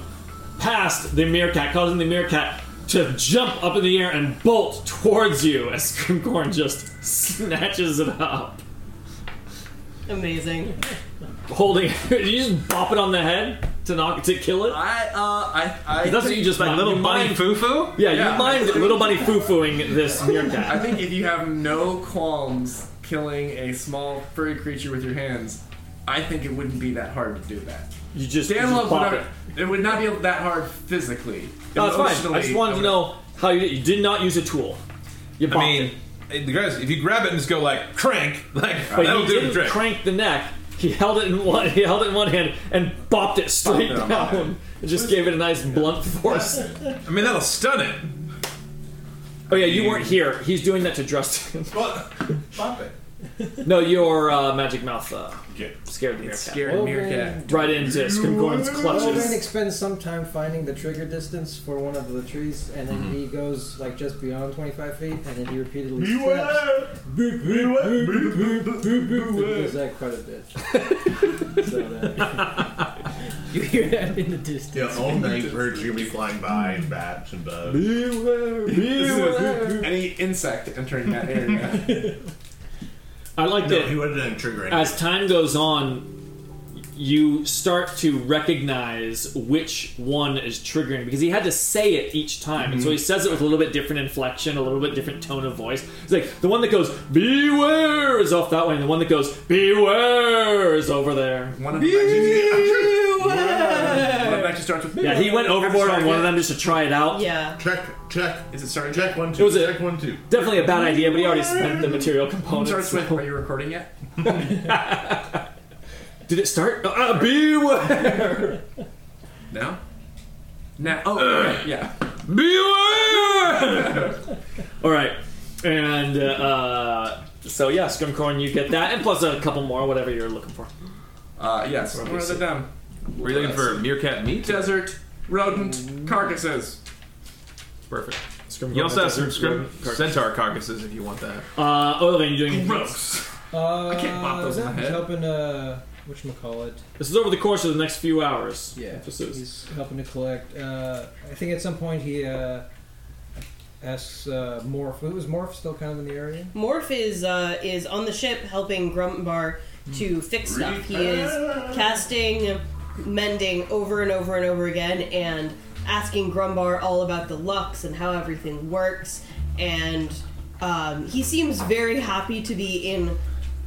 [SPEAKER 2] past the meerkat, causing the meerkat to jump up in the air and bolt towards you as Scrimcorn just snatches it up,
[SPEAKER 6] Amazing.
[SPEAKER 2] holding. Did you just bop it on the head to knock to kill it?
[SPEAKER 7] I uh I I.
[SPEAKER 2] That's what
[SPEAKER 7] think-
[SPEAKER 2] you just
[SPEAKER 9] Like
[SPEAKER 2] mind-
[SPEAKER 9] little
[SPEAKER 2] you
[SPEAKER 9] bunny
[SPEAKER 2] mind-
[SPEAKER 9] foo foo?
[SPEAKER 2] Yeah,
[SPEAKER 7] Yeah.
[SPEAKER 2] you mind little bunny foo fooing this
[SPEAKER 7] I
[SPEAKER 2] meerkat.
[SPEAKER 7] think if you have no qualms killing a small furry creature with your hands, I think it wouldn't be that hard to do that.
[SPEAKER 2] You just, you
[SPEAKER 7] Dan
[SPEAKER 2] just
[SPEAKER 7] Love would
[SPEAKER 2] pop
[SPEAKER 7] not,
[SPEAKER 2] it.
[SPEAKER 7] it would not be that hard physically.
[SPEAKER 2] No, it's fine. I
[SPEAKER 7] Emotionally,
[SPEAKER 2] just wanted to
[SPEAKER 7] would-
[SPEAKER 2] know how you, you did not use a tool. You
[SPEAKER 9] I
[SPEAKER 2] popped
[SPEAKER 9] mean,
[SPEAKER 2] it.
[SPEAKER 9] it- the guys, if you grab it and just go like crank, like
[SPEAKER 2] but
[SPEAKER 9] that'll
[SPEAKER 2] he
[SPEAKER 9] do the
[SPEAKER 2] didn't
[SPEAKER 9] trick.
[SPEAKER 2] crank the neck. He held it in one. He held it in one hand and bopped it straight
[SPEAKER 7] it on my
[SPEAKER 2] down.
[SPEAKER 7] head.
[SPEAKER 2] It just gave it a nice blunt force.
[SPEAKER 9] I mean, that'll stun it.
[SPEAKER 2] Oh yeah, you weren't here. He's doing that to Justin.
[SPEAKER 8] What? Stop it.
[SPEAKER 2] no, your uh, magic mouth uh,
[SPEAKER 8] Yeah.
[SPEAKER 2] scared the meerkat
[SPEAKER 7] Scared
[SPEAKER 10] Well,
[SPEAKER 7] meerkat.
[SPEAKER 2] right into Scrimcorn's
[SPEAKER 10] Well, then
[SPEAKER 2] clutches.
[SPEAKER 10] expend some time finding the trigger distance for one of the trees, and then
[SPEAKER 3] Mm-hmm.
[SPEAKER 10] he goes like just beyond 25 feet, and then he repeatedly straps. He does that quite a bit. so uh, that you hear that in the distance.
[SPEAKER 8] Yeah, all night birds are gonna be flying by and bats and bugs.
[SPEAKER 7] Any insect entering that area.
[SPEAKER 2] I like
[SPEAKER 8] No,
[SPEAKER 2] that.
[SPEAKER 8] he would have done triggering.
[SPEAKER 2] as time goes on, you start to recognize which one is triggering because he had to say it each time, and so
[SPEAKER 7] Mhm.
[SPEAKER 2] he says it with a little bit different inflection, a little bit different tone of voice. It's like the one that goes "Beware" is off that way, and the one that goes "Beware" is over there.
[SPEAKER 7] one of them actually, one of them actually starts with
[SPEAKER 2] Yeah, he went overboard on one of them just to try it out.
[SPEAKER 6] Yeah.
[SPEAKER 8] check, check,
[SPEAKER 7] Is it starting?
[SPEAKER 8] check one two.
[SPEAKER 2] It was a-
[SPEAKER 8] check one two.
[SPEAKER 2] Definitely a bad idea, but he already spent the material
[SPEAKER 7] It
[SPEAKER 2] components.
[SPEAKER 7] starts with. Are you recording yet?
[SPEAKER 2] Did it start? Uh, Uh, beware!
[SPEAKER 7] No. Now. Oh, right, yeah.
[SPEAKER 2] Beware! All right, and uh, so yeah, Scrimcorn, you get that, and plus a couple more, whatever you're looking for.
[SPEAKER 7] Uh, yes. What are they done?
[SPEAKER 9] Were you looking for meerkat meat?
[SPEAKER 7] Desert rodent carcasses.
[SPEAKER 9] Perfect.
[SPEAKER 2] Scrimcorn,
[SPEAKER 9] You also have some
[SPEAKER 2] desert
[SPEAKER 9] scrim-
[SPEAKER 2] rodent carcass.
[SPEAKER 9] centaur carcasses if you want that.
[SPEAKER 2] Uh, Olivia, you doing anything?
[SPEAKER 7] Gross.
[SPEAKER 10] Uh, I
[SPEAKER 7] can't bop those in my head.
[SPEAKER 10] helping uh, whatchamacallit.
[SPEAKER 2] This is over the course of the next few hours.
[SPEAKER 10] Yeah,
[SPEAKER 2] Emphasis.
[SPEAKER 10] he's helping to collect. Uh, I think at some point he uh, asks uh, Morph. Was Morph still kind of in the area?
[SPEAKER 6] Morph is uh, is on the ship helping Grumbar to fix stuff. He is casting mending over and over and over again and asking Grumbar all about the Lux and how everything works. And um, he seems very happy to be in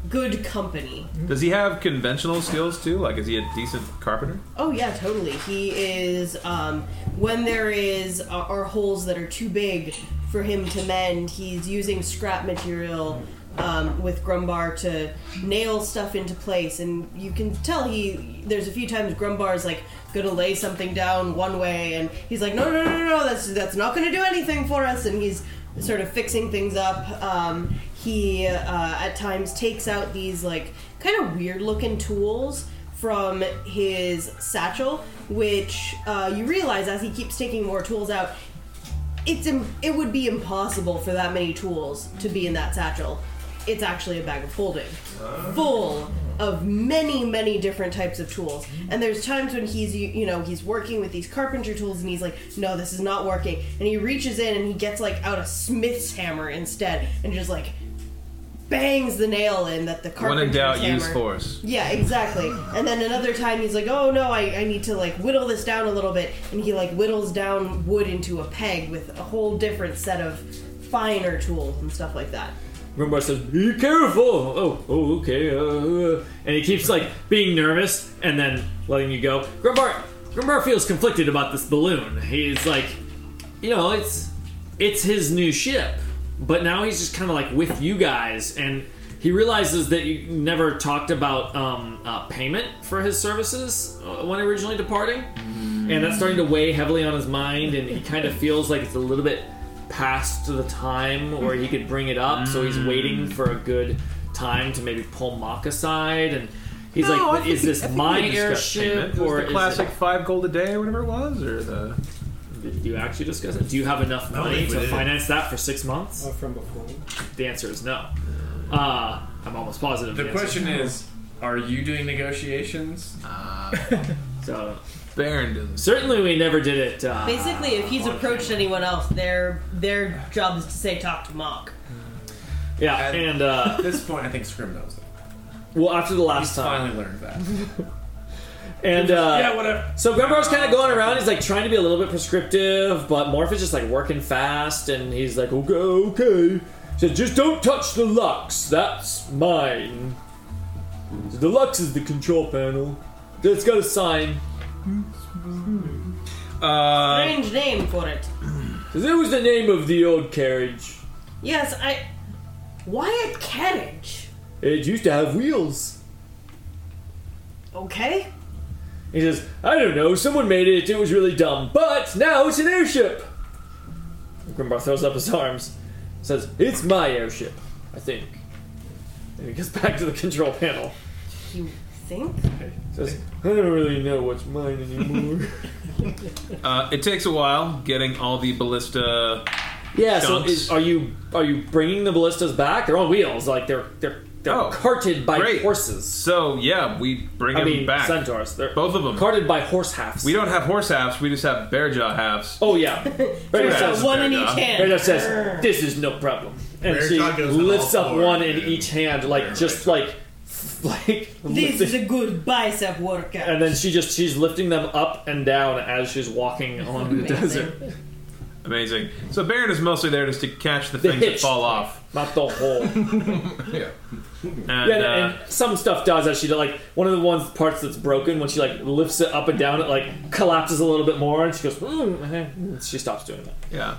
[SPEAKER 6] good company.
[SPEAKER 9] Does he have conventional skills too? Like, is he a decent carpenter?
[SPEAKER 6] Oh yeah, totally. He is um, when there is uh, are holes that are too big for him to mend. He's using scrap material um, with Grumbar to nail stuff into place, and you can tell he. There's a few times Grumbar's like gonna lay something down one way, and he's like, no, no, no, no, no, that's that's not gonna do anything for us, and he's sort of fixing things up. Um, he uh, at times takes out these like kind of weird looking tools from his satchel, which uh, you realize as he keeps taking more tools out, it's Im- it would be impossible for that many tools to be in that satchel. It's actually a bag of holding, full of many, many different types of tools. And there's times when he's you, you know he's working with these carpenter tools and he's like, no, this is not working. And he reaches in and he gets like out a smith's hammer instead, and just like bangs the nail in that the carpenter's
[SPEAKER 9] When in doubt,
[SPEAKER 6] hammer.
[SPEAKER 9] use force.
[SPEAKER 6] Yeah, exactly. And then another time he's like, oh no, I, I need to like whittle this down a little bit. And he like whittles down wood into a peg with a whole different set of finer tools and stuff like that.
[SPEAKER 2] Grumbar says, "Be careful." Oh, oh, okay. Uh, uh," and he keeps like being nervous and then letting you go. Grumbar, Grumbar feels conflicted about this balloon. He's like, you know, it's it's his new ship, but now he's just kind of like with you guys, and he realizes that you never talked about um, uh, payment for his services uh, when originally departing, and that's starting to weigh heavily on his mind, and he kind of feels like it's a little bit past the time where he could bring it up, so he's
[SPEAKER 9] Mm.
[SPEAKER 2] waiting for a good time to maybe pull Mock aside, and he's
[SPEAKER 9] No,
[SPEAKER 2] like,
[SPEAKER 9] I
[SPEAKER 2] "Is
[SPEAKER 9] think-
[SPEAKER 2] this
[SPEAKER 9] I think
[SPEAKER 2] my
[SPEAKER 9] we discussed payment.
[SPEAKER 2] airship
[SPEAKER 9] It was
[SPEAKER 2] or
[SPEAKER 9] the
[SPEAKER 2] is
[SPEAKER 9] classic
[SPEAKER 2] it-
[SPEAKER 9] five gold a day or whatever it was, or the
[SPEAKER 2] Did you actually discuss it? Do you have enough
[SPEAKER 8] don't
[SPEAKER 2] money
[SPEAKER 8] think we
[SPEAKER 2] to
[SPEAKER 8] did.
[SPEAKER 2] finance that for six months?
[SPEAKER 5] Oh.
[SPEAKER 10] Or Uh, from before.
[SPEAKER 2] The answer is no. Uh, I'm almost positive.
[SPEAKER 5] The
[SPEAKER 2] answer
[SPEAKER 5] question
[SPEAKER 2] no.
[SPEAKER 5] is, are you doing negotiations?
[SPEAKER 2] Uh. So,
[SPEAKER 9] Barrington?
[SPEAKER 2] certainly, we never did it. Uh,
[SPEAKER 6] Basically, if he's
[SPEAKER 2] on
[SPEAKER 6] approached anyone else, their their job is to say talk to Mock.
[SPEAKER 2] yeah,
[SPEAKER 5] and-
[SPEAKER 2] and uh,
[SPEAKER 5] At this point, I think Scrim knows that.
[SPEAKER 2] well, after the last
[SPEAKER 5] He's
[SPEAKER 2] time,
[SPEAKER 5] finally learned that.
[SPEAKER 2] and uh,
[SPEAKER 3] yeah, whatever.
[SPEAKER 2] So Grumbar's kind of going around. He's like trying to be a little bit prescriptive, but Morph is just like working fast, and he's like, "Okay, okay." He says, "Just don't touch the Lux. That's mine." So the Lux is the control panel. It's got a sign.
[SPEAKER 9] Uh,
[SPEAKER 6] Strange name for it.
[SPEAKER 2] Says, it was the name of the old carriage.
[SPEAKER 6] Yes, I. Why a carriage?
[SPEAKER 2] It used to have wheels.
[SPEAKER 6] Okay.
[SPEAKER 2] He says, "I don't know. Someone made it. It was really dumb, but now it's an airship." Grimbar throws up his arms, says, "It's my airship, I think." And he gets back to the control panel.
[SPEAKER 6] You think?
[SPEAKER 2] Says, I don't really know what's mine anymore.
[SPEAKER 9] uh, it takes a while getting all the ballista.
[SPEAKER 2] yeah. So
[SPEAKER 9] Chunks.
[SPEAKER 2] is, are you are you bringing the ballistas back? They're on wheels, like they're they're they're
[SPEAKER 9] Oh,
[SPEAKER 2] carted by
[SPEAKER 9] great.
[SPEAKER 2] horses.
[SPEAKER 9] So yeah, we bring
[SPEAKER 2] I
[SPEAKER 9] them
[SPEAKER 2] mean,
[SPEAKER 9] back.
[SPEAKER 2] centaurs. They're
[SPEAKER 9] Both of them.
[SPEAKER 2] carted by horse halves.
[SPEAKER 9] We don't have horse halves. We just have bear jaw halves.
[SPEAKER 2] Oh yeah. Very
[SPEAKER 9] Yeah.
[SPEAKER 2] nice.
[SPEAKER 6] So one in
[SPEAKER 9] fair
[SPEAKER 6] each
[SPEAKER 9] enough.
[SPEAKER 6] hand.
[SPEAKER 2] Brenda says, "This is no problem," and
[SPEAKER 8] Bear
[SPEAKER 2] she
[SPEAKER 8] Jaw goes on
[SPEAKER 2] lifts
[SPEAKER 8] all
[SPEAKER 2] up
[SPEAKER 8] fours,
[SPEAKER 2] one in
[SPEAKER 8] dude.
[SPEAKER 2] each hand, like just like, like
[SPEAKER 6] This
[SPEAKER 2] lifting-
[SPEAKER 6] is a good bicep workout.
[SPEAKER 2] and then she just she's lifting them up and down as she's walking along the
[SPEAKER 6] Amazing.
[SPEAKER 2] desert.
[SPEAKER 9] Amazing. So Baron is mostly there just to catch the
[SPEAKER 2] The
[SPEAKER 9] things that
[SPEAKER 2] hitch.
[SPEAKER 9] fall off.
[SPEAKER 2] Not the whole.
[SPEAKER 9] And,
[SPEAKER 2] Yeah, and,
[SPEAKER 9] uh,
[SPEAKER 2] and some stuff does that. She like one of the ones parts that's broken when she like lifts it up and down, it like collapses a little bit more, and she goes. Mm, eh," and she stops doing that.
[SPEAKER 9] yeah.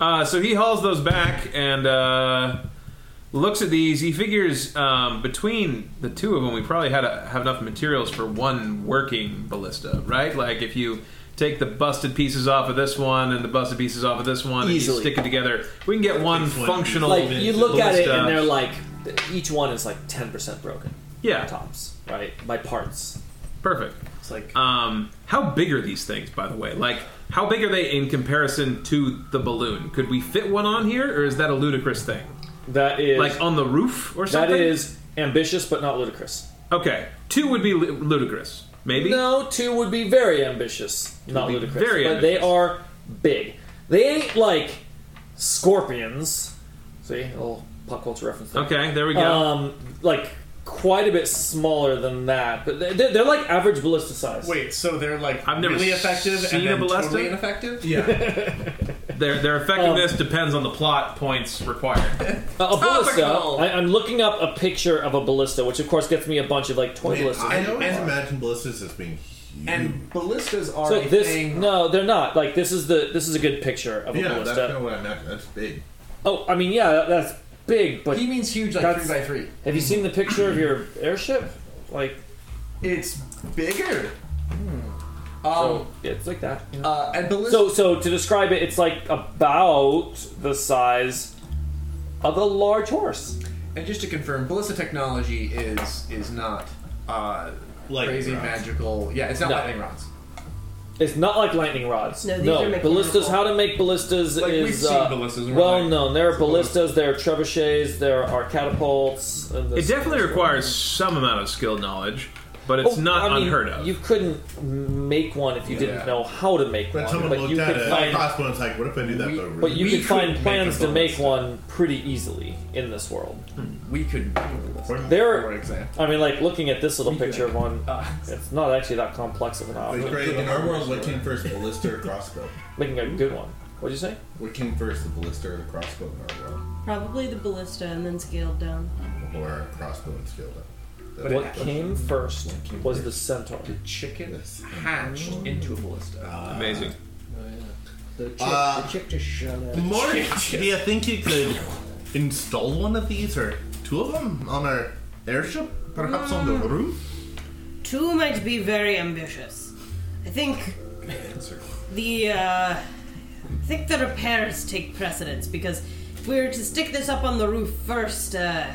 [SPEAKER 9] Uh, so he hauls those back and uh, looks at these. He figures um, between the two of them, we probably had a, have enough materials for one working ballista, right? Like if you take the busted pieces off of this one and the busted pieces off of this one
[SPEAKER 2] Easily.
[SPEAKER 9] and you stick it together, we can get one
[SPEAKER 8] Fix one.
[SPEAKER 9] functional.
[SPEAKER 2] Like you look at it,
[SPEAKER 9] ballista.
[SPEAKER 2] and they're like each one is like ten percent broken.
[SPEAKER 9] yeah,
[SPEAKER 2] Tops, right? By parts.
[SPEAKER 9] perfect.
[SPEAKER 2] It's like
[SPEAKER 9] Um, how big are these things, by the way? Like, how big are they in comparison to the balloon? Could we fit one on here, or is that a ludicrous thing?
[SPEAKER 2] that is
[SPEAKER 9] Like on the roof or
[SPEAKER 2] That
[SPEAKER 9] something?
[SPEAKER 2] is ambitious but not ludicrous.
[SPEAKER 9] okay. Two would be lu- ludicrous, maybe.
[SPEAKER 2] No, two would be very ambitious, not
[SPEAKER 9] would be
[SPEAKER 2] ludicrous.
[SPEAKER 9] very
[SPEAKER 2] but they
[SPEAKER 9] ambitious.
[SPEAKER 2] are big. They ain't like scorpions. See, a little pop culture reference there.
[SPEAKER 9] Okay, there we go.
[SPEAKER 2] Um, like quite a bit smaller than that, but they're, they're like average ballista size.
[SPEAKER 5] Wait, so they're like
[SPEAKER 9] I've never
[SPEAKER 5] really effective
[SPEAKER 9] seen
[SPEAKER 5] and
[SPEAKER 9] a
[SPEAKER 5] then
[SPEAKER 9] ballista.
[SPEAKER 5] totally ineffective?
[SPEAKER 7] Yeah.
[SPEAKER 9] their their effectiveness
[SPEAKER 2] uh.
[SPEAKER 9] depends on the plot points required.
[SPEAKER 2] a,
[SPEAKER 8] Ah,
[SPEAKER 2] a ballista.
[SPEAKER 5] Topical.
[SPEAKER 2] I, I'm looking up a picture of a ballista, which of course gets me a bunch of like toy ballistas.
[SPEAKER 8] I always
[SPEAKER 5] and-
[SPEAKER 8] imagine ballistas as being huge.
[SPEAKER 5] And ballistas are
[SPEAKER 2] so
[SPEAKER 5] a
[SPEAKER 2] this
[SPEAKER 5] thing.
[SPEAKER 2] no, they're not. Like this is the this is a good picture of a
[SPEAKER 8] yeah,
[SPEAKER 2] ballista.
[SPEAKER 8] that's kind of what I imagine. That's big.
[SPEAKER 2] Oh, I mean, yeah, that- that's big, but
[SPEAKER 7] he means huge, like
[SPEAKER 2] that's-
[SPEAKER 7] three by three.
[SPEAKER 2] Have you seen the picture of your airship? Like,
[SPEAKER 7] It's bigger.
[SPEAKER 2] Hmm. so,
[SPEAKER 7] Um,
[SPEAKER 2] it's like that. you know?
[SPEAKER 7] uh, and Belis-
[SPEAKER 2] So, so to describe it, it's like about the size of a large horse.
[SPEAKER 7] and just to confirm, Ballista technology is is not uh,
[SPEAKER 8] Lightning
[SPEAKER 7] crazy
[SPEAKER 8] rods.
[SPEAKER 7] magical. Yeah, it's not
[SPEAKER 2] No.
[SPEAKER 7] lightning rods.
[SPEAKER 2] It's not like lightning rods.
[SPEAKER 6] No, these are mechanical.
[SPEAKER 2] ballistas. How to make ballistas
[SPEAKER 7] Like, we've
[SPEAKER 2] is
[SPEAKER 7] seen
[SPEAKER 2] uh,
[SPEAKER 7] ballistas, we're
[SPEAKER 2] well
[SPEAKER 7] like-
[SPEAKER 2] known. There are ballistas. There are trebuchets. There are catapults. and
[SPEAKER 9] It
[SPEAKER 2] this-
[SPEAKER 9] definitely requires some amount of skill knowledge, but
[SPEAKER 2] Oh,
[SPEAKER 9] it's not
[SPEAKER 2] I mean,
[SPEAKER 9] unheard of.
[SPEAKER 2] You couldn't m- make one if you
[SPEAKER 7] Yeah.
[SPEAKER 2] didn't know how to make
[SPEAKER 8] When
[SPEAKER 2] one.
[SPEAKER 8] someone
[SPEAKER 2] but
[SPEAKER 8] looked
[SPEAKER 2] you
[SPEAKER 8] at
[SPEAKER 2] could
[SPEAKER 8] it,
[SPEAKER 2] find,
[SPEAKER 8] possible, it's like, what if I do that?
[SPEAKER 7] We-
[SPEAKER 8] though, really?
[SPEAKER 2] but you
[SPEAKER 7] we
[SPEAKER 2] could
[SPEAKER 7] could
[SPEAKER 2] find
[SPEAKER 7] make
[SPEAKER 2] plans
[SPEAKER 8] a
[SPEAKER 2] to make
[SPEAKER 8] ballista.
[SPEAKER 2] one pretty easily in this world.
[SPEAKER 7] We could make a ballista,
[SPEAKER 8] Or-
[SPEAKER 2] There-
[SPEAKER 7] for example.
[SPEAKER 2] I mean, like looking at this little
[SPEAKER 7] could-
[SPEAKER 2] picture of one,
[SPEAKER 7] uh,
[SPEAKER 2] it's not actually that complex of an
[SPEAKER 8] Like,
[SPEAKER 2] object.
[SPEAKER 8] Greg, in our world, what came first, the ballista or crossbow?
[SPEAKER 2] Making a good one. What'd you say?
[SPEAKER 8] What came first, the ballista or the crossbow in our world?
[SPEAKER 6] Probably the ballista and then scaled down.
[SPEAKER 8] Or crossbow and scaled up. But
[SPEAKER 2] What came first was the centaur.
[SPEAKER 7] Chicken hatched into a ballista.
[SPEAKER 9] Amazing.
[SPEAKER 10] Oh, yeah. The chick,
[SPEAKER 8] Uh,
[SPEAKER 10] the chick just shut up.
[SPEAKER 8] Mort, do you think you could install one of these or two of them on our airship? Perhaps on
[SPEAKER 11] Mm.
[SPEAKER 8] the roof?
[SPEAKER 6] Two might be very ambitious. I think the uh, I think the repairs take precedence because if we were to stick this up on the roof first, uh,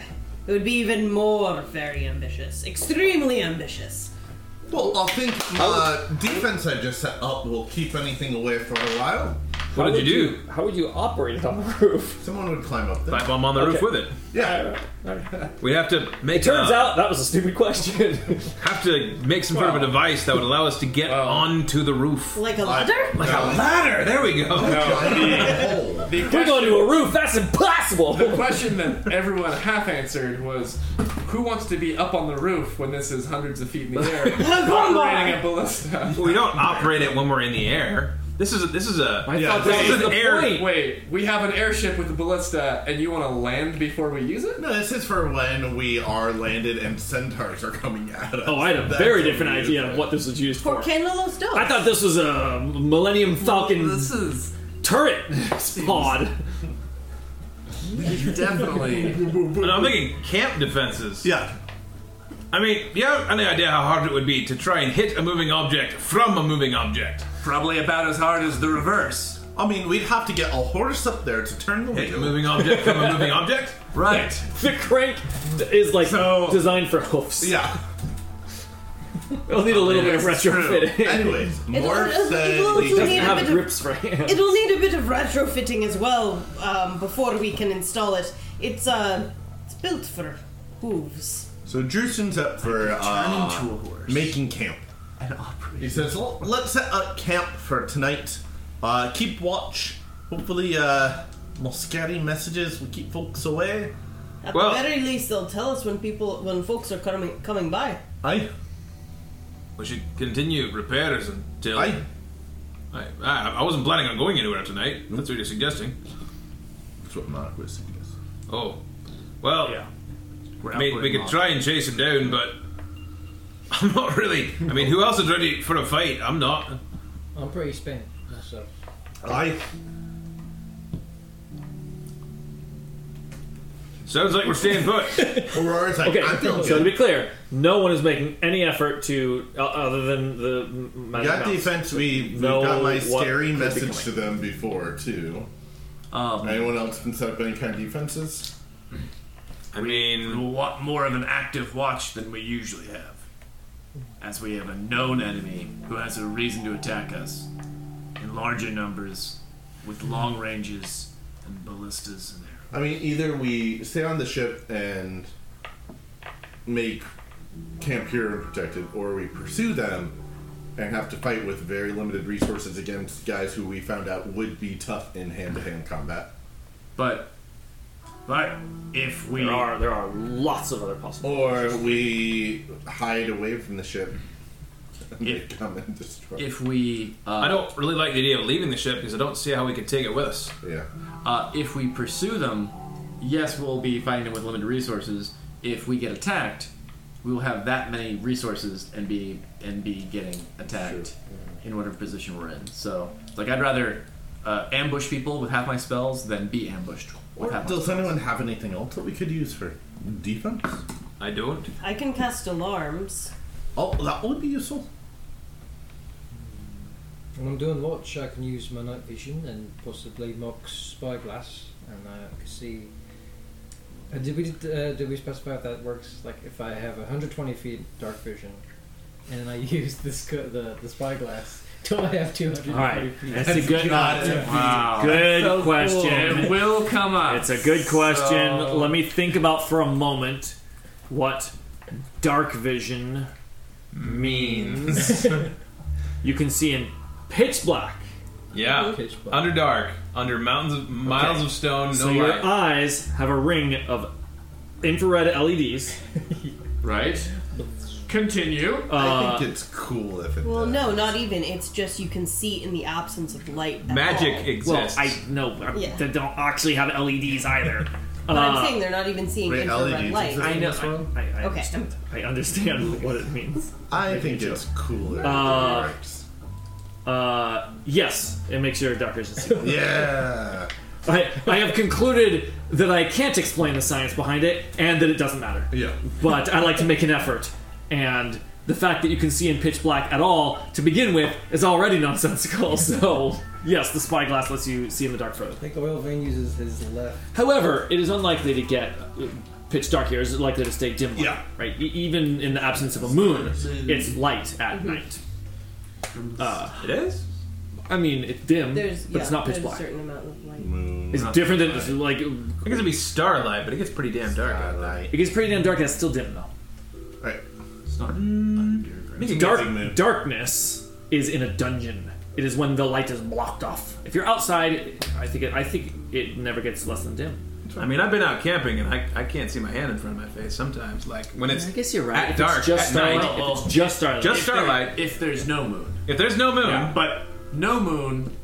[SPEAKER 6] it would be even more very ambitious, extremely ambitious.
[SPEAKER 8] Well, I think uh, defense I just set up will keep anything away for a while.
[SPEAKER 9] What
[SPEAKER 2] How
[SPEAKER 9] did you do?
[SPEAKER 2] How would you operate it on the roof?
[SPEAKER 8] Someone would climb up there.
[SPEAKER 9] Pipe bomb on the roof
[SPEAKER 2] Okay.
[SPEAKER 9] with it.
[SPEAKER 8] Yeah.
[SPEAKER 9] We'd have to make.
[SPEAKER 2] It turns
[SPEAKER 9] a-
[SPEAKER 2] out that was a stupid question.
[SPEAKER 9] have to make some sort of a device that would allow us to get onto the roof.
[SPEAKER 6] Like a ladder?
[SPEAKER 9] Like a ladder. There we go.
[SPEAKER 8] No.
[SPEAKER 7] The
[SPEAKER 2] We're going
[SPEAKER 7] question,
[SPEAKER 2] to a roof. That's impossible.
[SPEAKER 7] the question that everyone half answered was, who wants to be up on the roof when this is hundreds of feet in the air, operating a ballista?
[SPEAKER 9] Well, we don't operate it when we're in the air. This is a, this is a
[SPEAKER 8] Yeah,
[SPEAKER 2] thought
[SPEAKER 8] this
[SPEAKER 2] that
[SPEAKER 9] is
[SPEAKER 2] was
[SPEAKER 9] an
[SPEAKER 2] the
[SPEAKER 9] air-
[SPEAKER 2] point.
[SPEAKER 7] Wait, we have an airship with a ballista, and you want to land before we use it?
[SPEAKER 8] No, this is for when we are landed and centaurs are coming at us.
[SPEAKER 11] Oh, I had a
[SPEAKER 8] That's
[SPEAKER 11] very
[SPEAKER 8] what
[SPEAKER 11] different
[SPEAKER 8] we use
[SPEAKER 11] idea
[SPEAKER 8] it.
[SPEAKER 11] of what this was used for.
[SPEAKER 6] Or Candelos Dome?
[SPEAKER 11] I thought this was a Millennium Falcon
[SPEAKER 7] is
[SPEAKER 11] turret pod.
[SPEAKER 7] definitely.
[SPEAKER 9] And I'm thinking camp defenses.
[SPEAKER 8] Yeah.
[SPEAKER 9] I mean, you have any idea how hard it would be to try and hit a moving object from a moving object?
[SPEAKER 7] Probably about as hard as the reverse.
[SPEAKER 8] I mean, we'd have to get a horse up there to turn the
[SPEAKER 9] Hit a
[SPEAKER 8] wheel.
[SPEAKER 9] moving object from a moving object?
[SPEAKER 7] Right.
[SPEAKER 2] the crank is like
[SPEAKER 8] So-
[SPEAKER 2] designed for hoofs.
[SPEAKER 8] Yeah.
[SPEAKER 2] It'll need a little bit of
[SPEAKER 7] That's
[SPEAKER 2] retrofitting.
[SPEAKER 8] Anyways,
[SPEAKER 6] It'll-
[SPEAKER 8] Mort
[SPEAKER 6] it'll-
[SPEAKER 8] said
[SPEAKER 6] it'll
[SPEAKER 8] we
[SPEAKER 6] also
[SPEAKER 2] Doesn't
[SPEAKER 6] need a
[SPEAKER 2] have
[SPEAKER 6] bit of-
[SPEAKER 2] grips for hands.
[SPEAKER 6] It'll need a bit of retrofitting as well um, before we can install it. It's uh, it's built for hooves.
[SPEAKER 8] So Drewson's up for uh, making camp. He says, "Well, "Let's set up camp for tonight. Uh, keep watch. Hopefully, uh, no scary messages will keep folks away."
[SPEAKER 6] At
[SPEAKER 9] Well-
[SPEAKER 6] the very least, they'll tell us when people when folks are coming coming by.
[SPEAKER 8] Aye,
[SPEAKER 9] We should continue repairs until.
[SPEAKER 8] aye.
[SPEAKER 9] I, I, I wasn't planning on going anywhere tonight. That's what you're suggesting.
[SPEAKER 8] That's what Monarch was suggesting.
[SPEAKER 9] Oh. Well, I mean, we could try and chase him down, but I'm not really. I mean, who else is ready for a fight? I'm not.
[SPEAKER 10] I'm pretty spent myself.
[SPEAKER 8] Aye.
[SPEAKER 9] Sounds like we're staying put.
[SPEAKER 8] Aurora's like,
[SPEAKER 2] Okay,
[SPEAKER 8] "I'm feeling
[SPEAKER 2] so to
[SPEAKER 8] good."
[SPEAKER 2] be clear, no one is making any effort to uh, other than the m-
[SPEAKER 8] We
[SPEAKER 2] magic
[SPEAKER 8] got
[SPEAKER 2] mouse.
[SPEAKER 8] defense. We we
[SPEAKER 2] Know
[SPEAKER 8] got my
[SPEAKER 2] what
[SPEAKER 8] scary
[SPEAKER 2] could be
[SPEAKER 8] message
[SPEAKER 2] coming. Um,
[SPEAKER 8] to them before too. Anyone else can set up any kind of defenses?
[SPEAKER 9] I mean,
[SPEAKER 12] want more of an active watch than we usually have, as we have a known enemy who has a reason to attack us in larger numbers, with long ranges and ballistas and arrows.
[SPEAKER 8] I mean, either we stay on the ship and make camp here and protected, or we pursue them and have to fight with very limited resources against guys who we found out would be tough in hand-to-hand combat.
[SPEAKER 12] But, but if we
[SPEAKER 2] There are there are lots of other possible.
[SPEAKER 8] Or we hide away from the ship and
[SPEAKER 12] Yeah.
[SPEAKER 8] they come and destroy.
[SPEAKER 7] If we, uh,
[SPEAKER 9] I don't really like the idea of leaving the ship because I don't see how we could take it with us.
[SPEAKER 8] yeah.
[SPEAKER 7] uh, if we pursue them, yes, we'll be fighting them with limited resources. If we get attacked, we will have that many resources and be and be getting attacked in whatever position we're in. So, like, I'd rather uh, ambush people with half my spells than be ambushed
[SPEAKER 8] Or does anyone have anything else that we could use for defense?
[SPEAKER 9] I don't.
[SPEAKER 6] I can cast alarms.
[SPEAKER 8] Oh, that would be useful.
[SPEAKER 10] When I'm doing watch, I can use my night vision and possibly Mock's spyglass, and uh, I can see. Uh, did we uh, did we specify if that works? Like if I have 120 feet dark vision, and I use this co- the the spyglass, do I have 220
[SPEAKER 2] All right,
[SPEAKER 10] feet?
[SPEAKER 2] that's a good.
[SPEAKER 10] Wow.
[SPEAKER 2] Good
[SPEAKER 10] So cool.
[SPEAKER 2] question.
[SPEAKER 10] It
[SPEAKER 5] will come up.
[SPEAKER 2] It's a good question.
[SPEAKER 10] So-
[SPEAKER 2] Let me think about for a moment what dark vision means. you can see in pitch black.
[SPEAKER 9] Yeah. Under dark, under mountains of miles
[SPEAKER 2] Okay.
[SPEAKER 9] of stone, no
[SPEAKER 2] so your
[SPEAKER 9] light.
[SPEAKER 2] eyes have a ring of infrared E LEDs.
[SPEAKER 5] right.
[SPEAKER 7] Continue.
[SPEAKER 2] Uh,
[SPEAKER 8] I
[SPEAKER 12] Uh,
[SPEAKER 8] think it's cool if it.
[SPEAKER 6] Well, no, not even. It's just you can see in the absence of light. at all.
[SPEAKER 2] Well, I no, I-
[SPEAKER 6] Yeah.
[SPEAKER 2] they don't actually have LEDs either.
[SPEAKER 6] But
[SPEAKER 2] Uh,
[SPEAKER 6] I'm saying they're not even seeing
[SPEAKER 2] Ray
[SPEAKER 6] infrared
[SPEAKER 2] LEDs
[SPEAKER 6] light.
[SPEAKER 2] exist in I know, this world? I- I
[SPEAKER 6] okay.
[SPEAKER 2] understand. I understand what it means.
[SPEAKER 8] I think it's cooler.
[SPEAKER 2] Uh, uh, yes, it makes your dark vision see.
[SPEAKER 8] Yeah.
[SPEAKER 2] I, I have concluded that I can't explain the science behind it and that it doesn't matter.
[SPEAKER 8] Yeah.
[SPEAKER 2] But I like to make an effort. And the fact that you can see in pitch black at all to begin with is already nonsensical. So, yes, the spyglass lets you see in the dark further.
[SPEAKER 10] I think oil vein uses his left.
[SPEAKER 2] However, it is unlikely to get uh, pitch dark here. It's likely to stay dim light, right? E- even in the absence of a moon, it's light at night. Uh, it is. I mean, it's dim,
[SPEAKER 6] There's,
[SPEAKER 2] but
[SPEAKER 6] yeah,
[SPEAKER 2] it's not pitch
[SPEAKER 6] there's a
[SPEAKER 2] black.
[SPEAKER 6] certain amount of light.
[SPEAKER 2] It's different than it's like. I
[SPEAKER 5] guess it'd be starlight, but it gets pretty damn dark.
[SPEAKER 2] It gets pretty damn dark, and it's still dim though.
[SPEAKER 8] Right.
[SPEAKER 5] It's not underground.
[SPEAKER 2] Mm. Dark, darkness is in a dungeon. It is when the light is blocked off. If you're outside, I think it, I think it never gets less than dim.
[SPEAKER 5] I mean, I've been out camping and I, I can't see my hand in front of my face sometimes. Like when it's
[SPEAKER 2] I guess you're right.
[SPEAKER 5] at
[SPEAKER 2] If it's
[SPEAKER 5] dark
[SPEAKER 2] just
[SPEAKER 5] at night,
[SPEAKER 2] starlight- if it's just starlight.
[SPEAKER 5] just
[SPEAKER 2] If there-
[SPEAKER 5] starlight.
[SPEAKER 7] If there's no moon.
[SPEAKER 5] If there's no moon,
[SPEAKER 7] Yeah, but no moon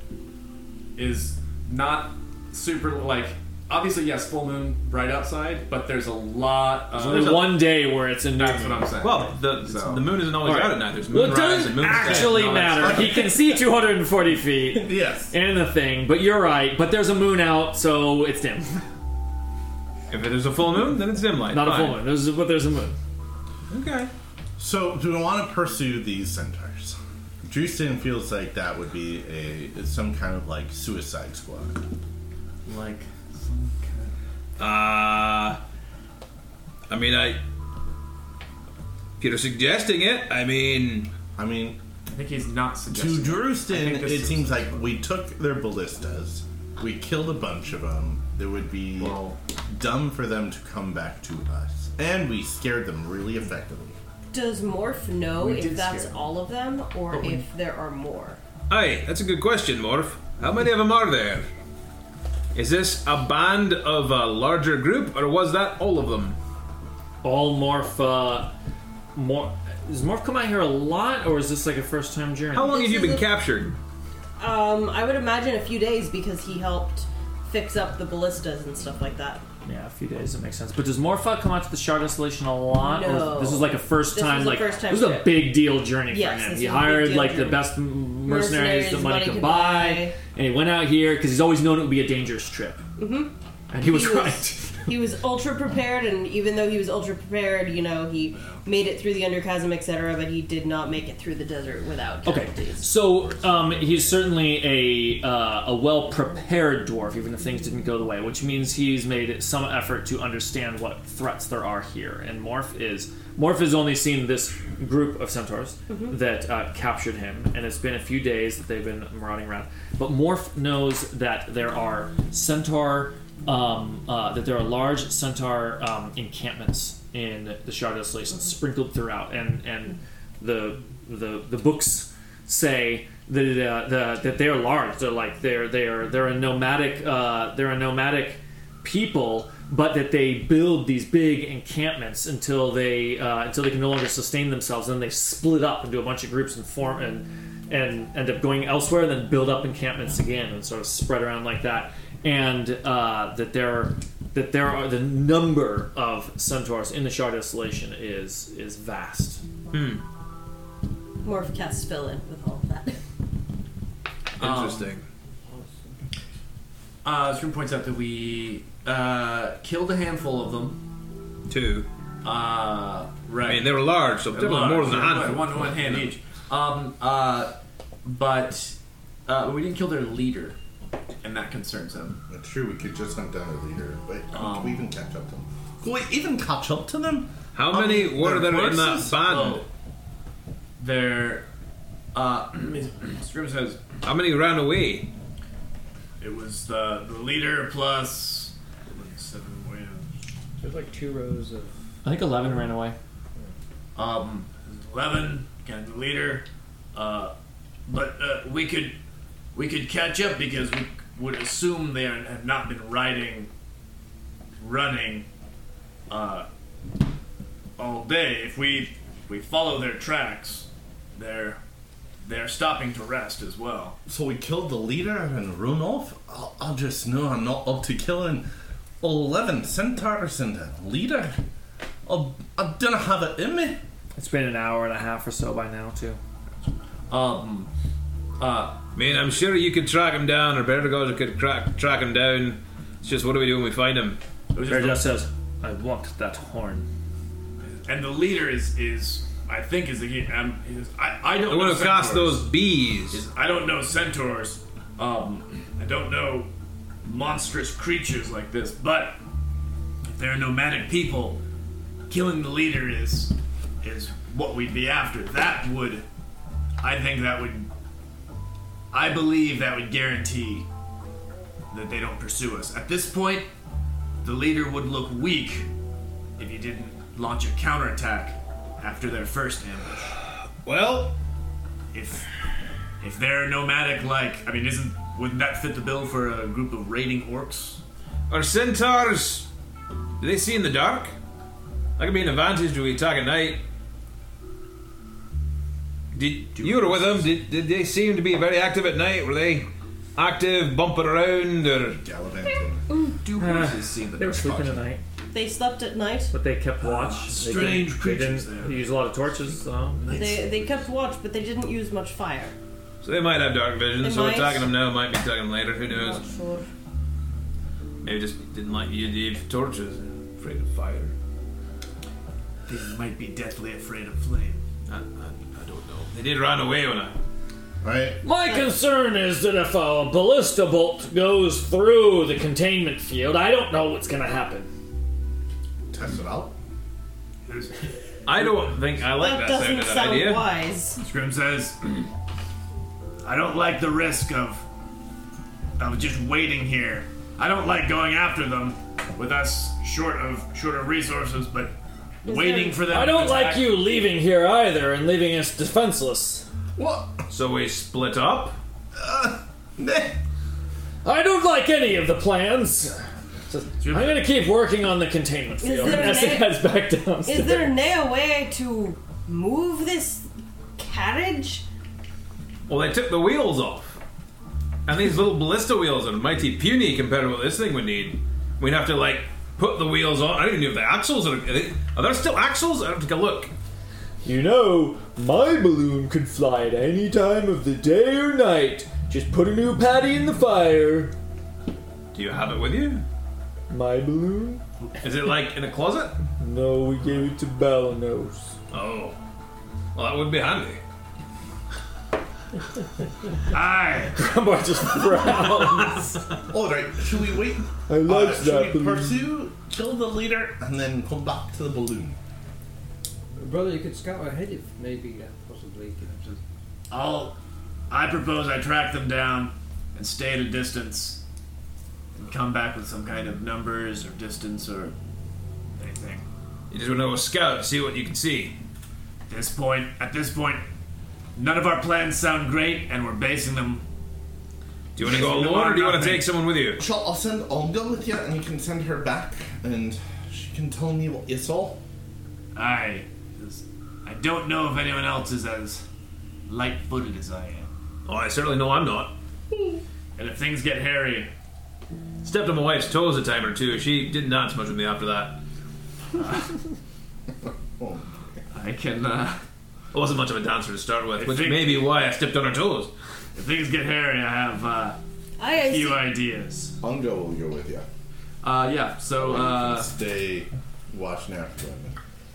[SPEAKER 7] is not super like. Obviously, yes, full moon right outside, but there's a lot of.
[SPEAKER 2] There's only one day where it's a new
[SPEAKER 7] That's
[SPEAKER 2] moon.
[SPEAKER 7] what I'm saying.
[SPEAKER 5] Well, the, the moon isn't always
[SPEAKER 2] All right.
[SPEAKER 5] out at night. There's
[SPEAKER 2] well,
[SPEAKER 5] moon
[SPEAKER 2] it
[SPEAKER 5] rise
[SPEAKER 2] doesn't
[SPEAKER 5] and moon
[SPEAKER 2] actually matter. He can see 240 feet.
[SPEAKER 8] Yes.
[SPEAKER 2] In the thing, but you're right. But there's a moon out, so it's dim.
[SPEAKER 5] If there's a full moon, then it's dim light.
[SPEAKER 2] Not a
[SPEAKER 5] Fine.
[SPEAKER 2] full moon. There's, but there's a moon.
[SPEAKER 5] Okay.
[SPEAKER 8] So, do we want to pursue these centaurs? Drewston feels like that would be a is some kind of like suicide squad.
[SPEAKER 5] Like some kind. Uh, I mean, I. If you're suggesting it, I mean.
[SPEAKER 8] I mean.
[SPEAKER 7] I think he's not
[SPEAKER 8] To
[SPEAKER 7] suggesting. I
[SPEAKER 8] Drewston,
[SPEAKER 7] think this
[SPEAKER 8] it
[SPEAKER 7] is-
[SPEAKER 8] seems like we took their ballistas, we killed a bunch of them. It would be dumb for them to come back to us, and we scared them really effectively.
[SPEAKER 6] Does Morph know
[SPEAKER 8] We
[SPEAKER 6] if
[SPEAKER 8] did
[SPEAKER 6] that's
[SPEAKER 8] scare them.
[SPEAKER 6] all of them or
[SPEAKER 8] But we-
[SPEAKER 6] if there are more?
[SPEAKER 9] Aye, that's a good question, Morph. How many of them are there? Is this a band of a larger group, or was that all of them?
[SPEAKER 2] All morph. Uh, morph. Does morph come out here a lot, or is this like a first time journey?
[SPEAKER 9] How long have you been
[SPEAKER 6] This is
[SPEAKER 9] captured?
[SPEAKER 6] Um, I would imagine a few days because he helped fix up the ballistas and stuff like that.
[SPEAKER 2] Yeah, a few days. That makes sense. But does Morpha come out to the Shard Installation a lot? Or
[SPEAKER 6] No.
[SPEAKER 2] this was like a first
[SPEAKER 6] This
[SPEAKER 2] time.
[SPEAKER 6] was a
[SPEAKER 2] like
[SPEAKER 6] first time
[SPEAKER 2] this was a
[SPEAKER 6] trip.
[SPEAKER 2] big deal journey for
[SPEAKER 6] Yes,
[SPEAKER 2] him.
[SPEAKER 6] this
[SPEAKER 2] He
[SPEAKER 6] was a big
[SPEAKER 2] hired
[SPEAKER 6] deal
[SPEAKER 2] like the
[SPEAKER 6] journey.
[SPEAKER 2] best m- mercenaries,
[SPEAKER 6] Mercenaries
[SPEAKER 2] that money could buy, and he went out here because he's always known it would be a dangerous trip,
[SPEAKER 6] hmm
[SPEAKER 2] and he was,
[SPEAKER 6] He was-
[SPEAKER 2] right.
[SPEAKER 6] He was ultra prepared, and even though he was ultra prepared, you know, he made it through the underchasm, etc., but he did not make it through the desert without.
[SPEAKER 2] Okay, so um, he's certainly a uh, a well prepared dwarf, even if things didn't go the way, which means he's made some effort to understand what threats there are here. And Morph is Morph has only seen this group of centaurs
[SPEAKER 13] Mhm.
[SPEAKER 2] that uh, captured him, and it's been a few days that they've been marauding around. But Morph knows that there are centaur um, uh, that there are large centaur um, encampments in the Shard Desolation sprinkled throughout, and and the the the books say that uh, the, that they're large. They're like they're they're they're a nomadic uh, they're a nomadic people, but that they build these big encampments until they uh, until they can no longer sustain themselves. Then they split up into a bunch of groups and form and and end up going elsewhere. And then build up encampments again and sort of spread around like that. And uh, that there that there are the number of centaurs in the Shard Desolation is is vast.
[SPEAKER 9] Hmm.
[SPEAKER 6] Morph cast spell in with all of that.
[SPEAKER 7] Um,
[SPEAKER 9] Interesting.
[SPEAKER 7] Uh, Shroom points out that we uh, killed a handful of them.
[SPEAKER 9] Two.
[SPEAKER 7] Uh, right.
[SPEAKER 9] I mean, they were large, so
[SPEAKER 7] They're
[SPEAKER 9] definitely more
[SPEAKER 7] large.
[SPEAKER 9] than a
[SPEAKER 7] They're
[SPEAKER 9] handful.
[SPEAKER 7] One, one hand each. Um, uh, but uh, we didn't kill their leader, and that concerns him.
[SPEAKER 8] That's true, we could just hunt down their leader, but
[SPEAKER 7] Um,
[SPEAKER 8] can we even catch up to them? Can we even catch up to them?
[SPEAKER 9] How many were
[SPEAKER 8] their
[SPEAKER 9] there in that
[SPEAKER 8] horses?
[SPEAKER 9] band?
[SPEAKER 7] Oh, their uh, Scrim says
[SPEAKER 9] How many ran away?
[SPEAKER 10] It was the, the leader plus seven wins.
[SPEAKER 14] There's like two rows of.
[SPEAKER 2] I think eleven ran away.
[SPEAKER 7] um,
[SPEAKER 10] Eleven and the leader. Uh, but uh, we could we could catch up because we would assume they are, have not been riding, running, uh, all day. If we we follow their tracks, they're they're stopping to rest as well.
[SPEAKER 8] So we killed the leader and run off? I'll, I'll just know I'm not up to killing 11 centaurs and a leader. I'll, I don't have it in me.
[SPEAKER 2] It's been an hour and a half or so by now, too.
[SPEAKER 7] um, uh,
[SPEAKER 9] I mean, I'm sure you could track him down, or Better God could crack, track him down. It's just what do we do when we find him?
[SPEAKER 10] It was just
[SPEAKER 15] Bearjaw says, I want that horn.
[SPEAKER 10] And the leader is is I think is the um, is, I I
[SPEAKER 9] I
[SPEAKER 10] don't know
[SPEAKER 9] want to cast
[SPEAKER 10] centaurs.
[SPEAKER 9] those bees.
[SPEAKER 10] I don't know centaurs.
[SPEAKER 7] um,
[SPEAKER 10] I don't know monstrous creatures like this, but if they're nomadic people, killing the leader is is what we'd be after. That would I think that would I believe that would guarantee that they don't pursue us. At this point, the leader would look weak if you didn't launch a counterattack after their first ambush.
[SPEAKER 9] Well,
[SPEAKER 10] If if they're nomadic, like I mean, isn't wouldn't that fit the bill for a group of raiding orcs?
[SPEAKER 9] are centaurs? Do they see in the dark? That could be an advantage when we attack at night. Did you were with them? Did, did they seem to be very active at night? Were they active, bumping around, or
[SPEAKER 8] Gallivanting.
[SPEAKER 7] do horses see the
[SPEAKER 15] Ah, They were
[SPEAKER 7] dark?
[SPEAKER 15] sleeping at night,
[SPEAKER 6] They slept at night.
[SPEAKER 15] but they kept watch. They didn't-
[SPEAKER 10] Ah, strange
[SPEAKER 15] They
[SPEAKER 10] creatures
[SPEAKER 15] didn't
[SPEAKER 10] there.
[SPEAKER 15] use a lot of torches, so.
[SPEAKER 6] They they kept watch, but they didn't use much fire.
[SPEAKER 9] so they might have dark vision.
[SPEAKER 6] They
[SPEAKER 9] so
[SPEAKER 6] might.
[SPEAKER 9] attacking them now might be attacking them later. Who knows?
[SPEAKER 6] Not sure.
[SPEAKER 9] Maybe just didn't like you, Dave. Torches and afraid of fire.
[SPEAKER 10] They might be deathly afraid of flame.
[SPEAKER 9] I, I, I don't know. They did run away when I.
[SPEAKER 8] Alright,
[SPEAKER 2] My concern is that if a ballista bolt goes through the containment field, I don't know what's going to happen.
[SPEAKER 8] test it out.
[SPEAKER 9] I don't think I like
[SPEAKER 6] That
[SPEAKER 9] that,
[SPEAKER 6] doesn't
[SPEAKER 9] sound of that
[SPEAKER 6] sound
[SPEAKER 9] idea.
[SPEAKER 6] wise.
[SPEAKER 10] Scrim says, "I don't like the risk of of just waiting here. I don't like going after them with us short of short of resources, but waiting
[SPEAKER 6] there-
[SPEAKER 10] for them.
[SPEAKER 2] I don't
[SPEAKER 10] to
[SPEAKER 2] like
[SPEAKER 10] attack-
[SPEAKER 2] you leaving here either and leaving us defenseless.
[SPEAKER 8] What?
[SPEAKER 9] So we split up.
[SPEAKER 8] Nah.
[SPEAKER 2] I don't like any of the plans. I'm going to keep working on the containment field
[SPEAKER 6] there
[SPEAKER 2] as
[SPEAKER 6] an
[SPEAKER 2] it
[SPEAKER 6] a-
[SPEAKER 2] heads back downstairs.
[SPEAKER 6] Is there no way to move this carriage?
[SPEAKER 9] Well, they took the wheels off, and these little ballista wheels are mighty puny compared to what this thing would need. We'd have to like put the wheels on. I don't even know if the axles are. Are, they, are there still axles? I have to go look.
[SPEAKER 2] You know, my balloon could fly at any time of the day or night. Just put a new patty in the fire.
[SPEAKER 9] Do you have it with you?
[SPEAKER 2] My balloon?
[SPEAKER 9] Is it like in a closet?
[SPEAKER 2] No, we gave it to Balanos.
[SPEAKER 9] Oh, well, that would be handy.
[SPEAKER 10] Aye.
[SPEAKER 2] Grumbar just frowns.
[SPEAKER 8] Alright, should we wait?
[SPEAKER 2] I like
[SPEAKER 8] Uh,
[SPEAKER 2] that
[SPEAKER 8] should we
[SPEAKER 2] balloon.
[SPEAKER 8] pursue, kill the leader, and then come back to the balloon?
[SPEAKER 14] Brother, you could scout ahead if maybe that possibly could just
[SPEAKER 10] I'll. I propose I track them down and stay at a distance and come back with some kind of numbers or distance or anything.
[SPEAKER 9] You just want to go scout, see what you can see.
[SPEAKER 10] At this point, at this point, none of our plans sound great, and we're basing them.
[SPEAKER 9] Do you want to go alone, or do you want to
[SPEAKER 10] Nothing.
[SPEAKER 9] take someone with you?
[SPEAKER 8] Shall I'll send Olga with you, and you can send her back, and she can tell me what you saw.
[SPEAKER 10] I. I don't know if anyone else is as light-footed as I am.
[SPEAKER 9] Oh, I certainly know I'm not.
[SPEAKER 10] And if things get hairy,
[SPEAKER 9] Stepped on my wife's toes a time or two. She didn't dance much with me after that.
[SPEAKER 10] I can. Uh,
[SPEAKER 9] I wasn't much of a dancer to start with, which
[SPEAKER 10] think-
[SPEAKER 9] may be why I stepped on her toes.
[SPEAKER 10] if things get hairy, I have uh,
[SPEAKER 6] I, I
[SPEAKER 10] a few
[SPEAKER 6] see.
[SPEAKER 10] ideas.
[SPEAKER 8] Olga will go with you.
[SPEAKER 7] Uh, yeah. So uh,
[SPEAKER 8] stay watch now.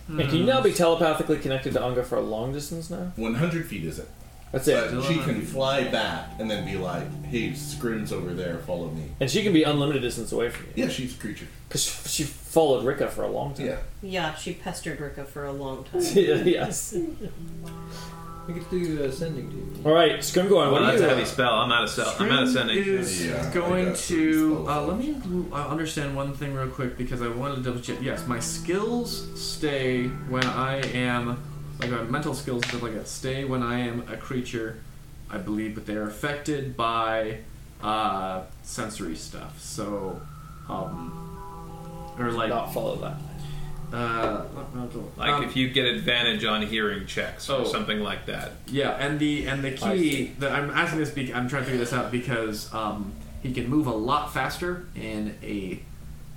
[SPEAKER 2] And can you now be telepathically connected to Unga for a long distance now?
[SPEAKER 8] 100 feet is it?
[SPEAKER 2] That's it.
[SPEAKER 9] Uh,
[SPEAKER 8] But she can fly back and then be like, "Hey, Scrim's over there. Follow me."
[SPEAKER 2] And she can be unlimited distance away from you.
[SPEAKER 8] Yeah, she's a creature.
[SPEAKER 2] Because she followed Rika for a long time.
[SPEAKER 8] Yeah.
[SPEAKER 6] Yeah, she pestered Rika for a long time.
[SPEAKER 2] yes.
[SPEAKER 10] We could do uh, sending to you.
[SPEAKER 2] All right, Scrimgorn, what
[SPEAKER 9] Well,
[SPEAKER 2] are
[SPEAKER 9] that's
[SPEAKER 2] you?
[SPEAKER 9] a heavy spell. I'm out of cell. I'm out of
[SPEAKER 7] Scrim
[SPEAKER 9] sending.
[SPEAKER 7] is
[SPEAKER 8] Yeah, I
[SPEAKER 7] going
[SPEAKER 8] guess
[SPEAKER 7] to.
[SPEAKER 8] it's
[SPEAKER 7] Uh, let me uh, understand one thing real quick because I wanted to double check. Yes, my skills stay when I am like my mental skills and stuff like that stay when I am a creature, I believe, but they are affected by uh, sensory stuff. So, um, or like
[SPEAKER 2] Not follow that.
[SPEAKER 7] uh,
[SPEAKER 9] Like
[SPEAKER 7] um,
[SPEAKER 9] if you get advantage on hearing checks or
[SPEAKER 7] Oh.
[SPEAKER 9] something like that.
[SPEAKER 7] Yeah, and the and the
[SPEAKER 2] I
[SPEAKER 7] key
[SPEAKER 2] see.
[SPEAKER 7] that I'm asking this. Be- I'm trying to figure this out because um, he can move a lot faster in a,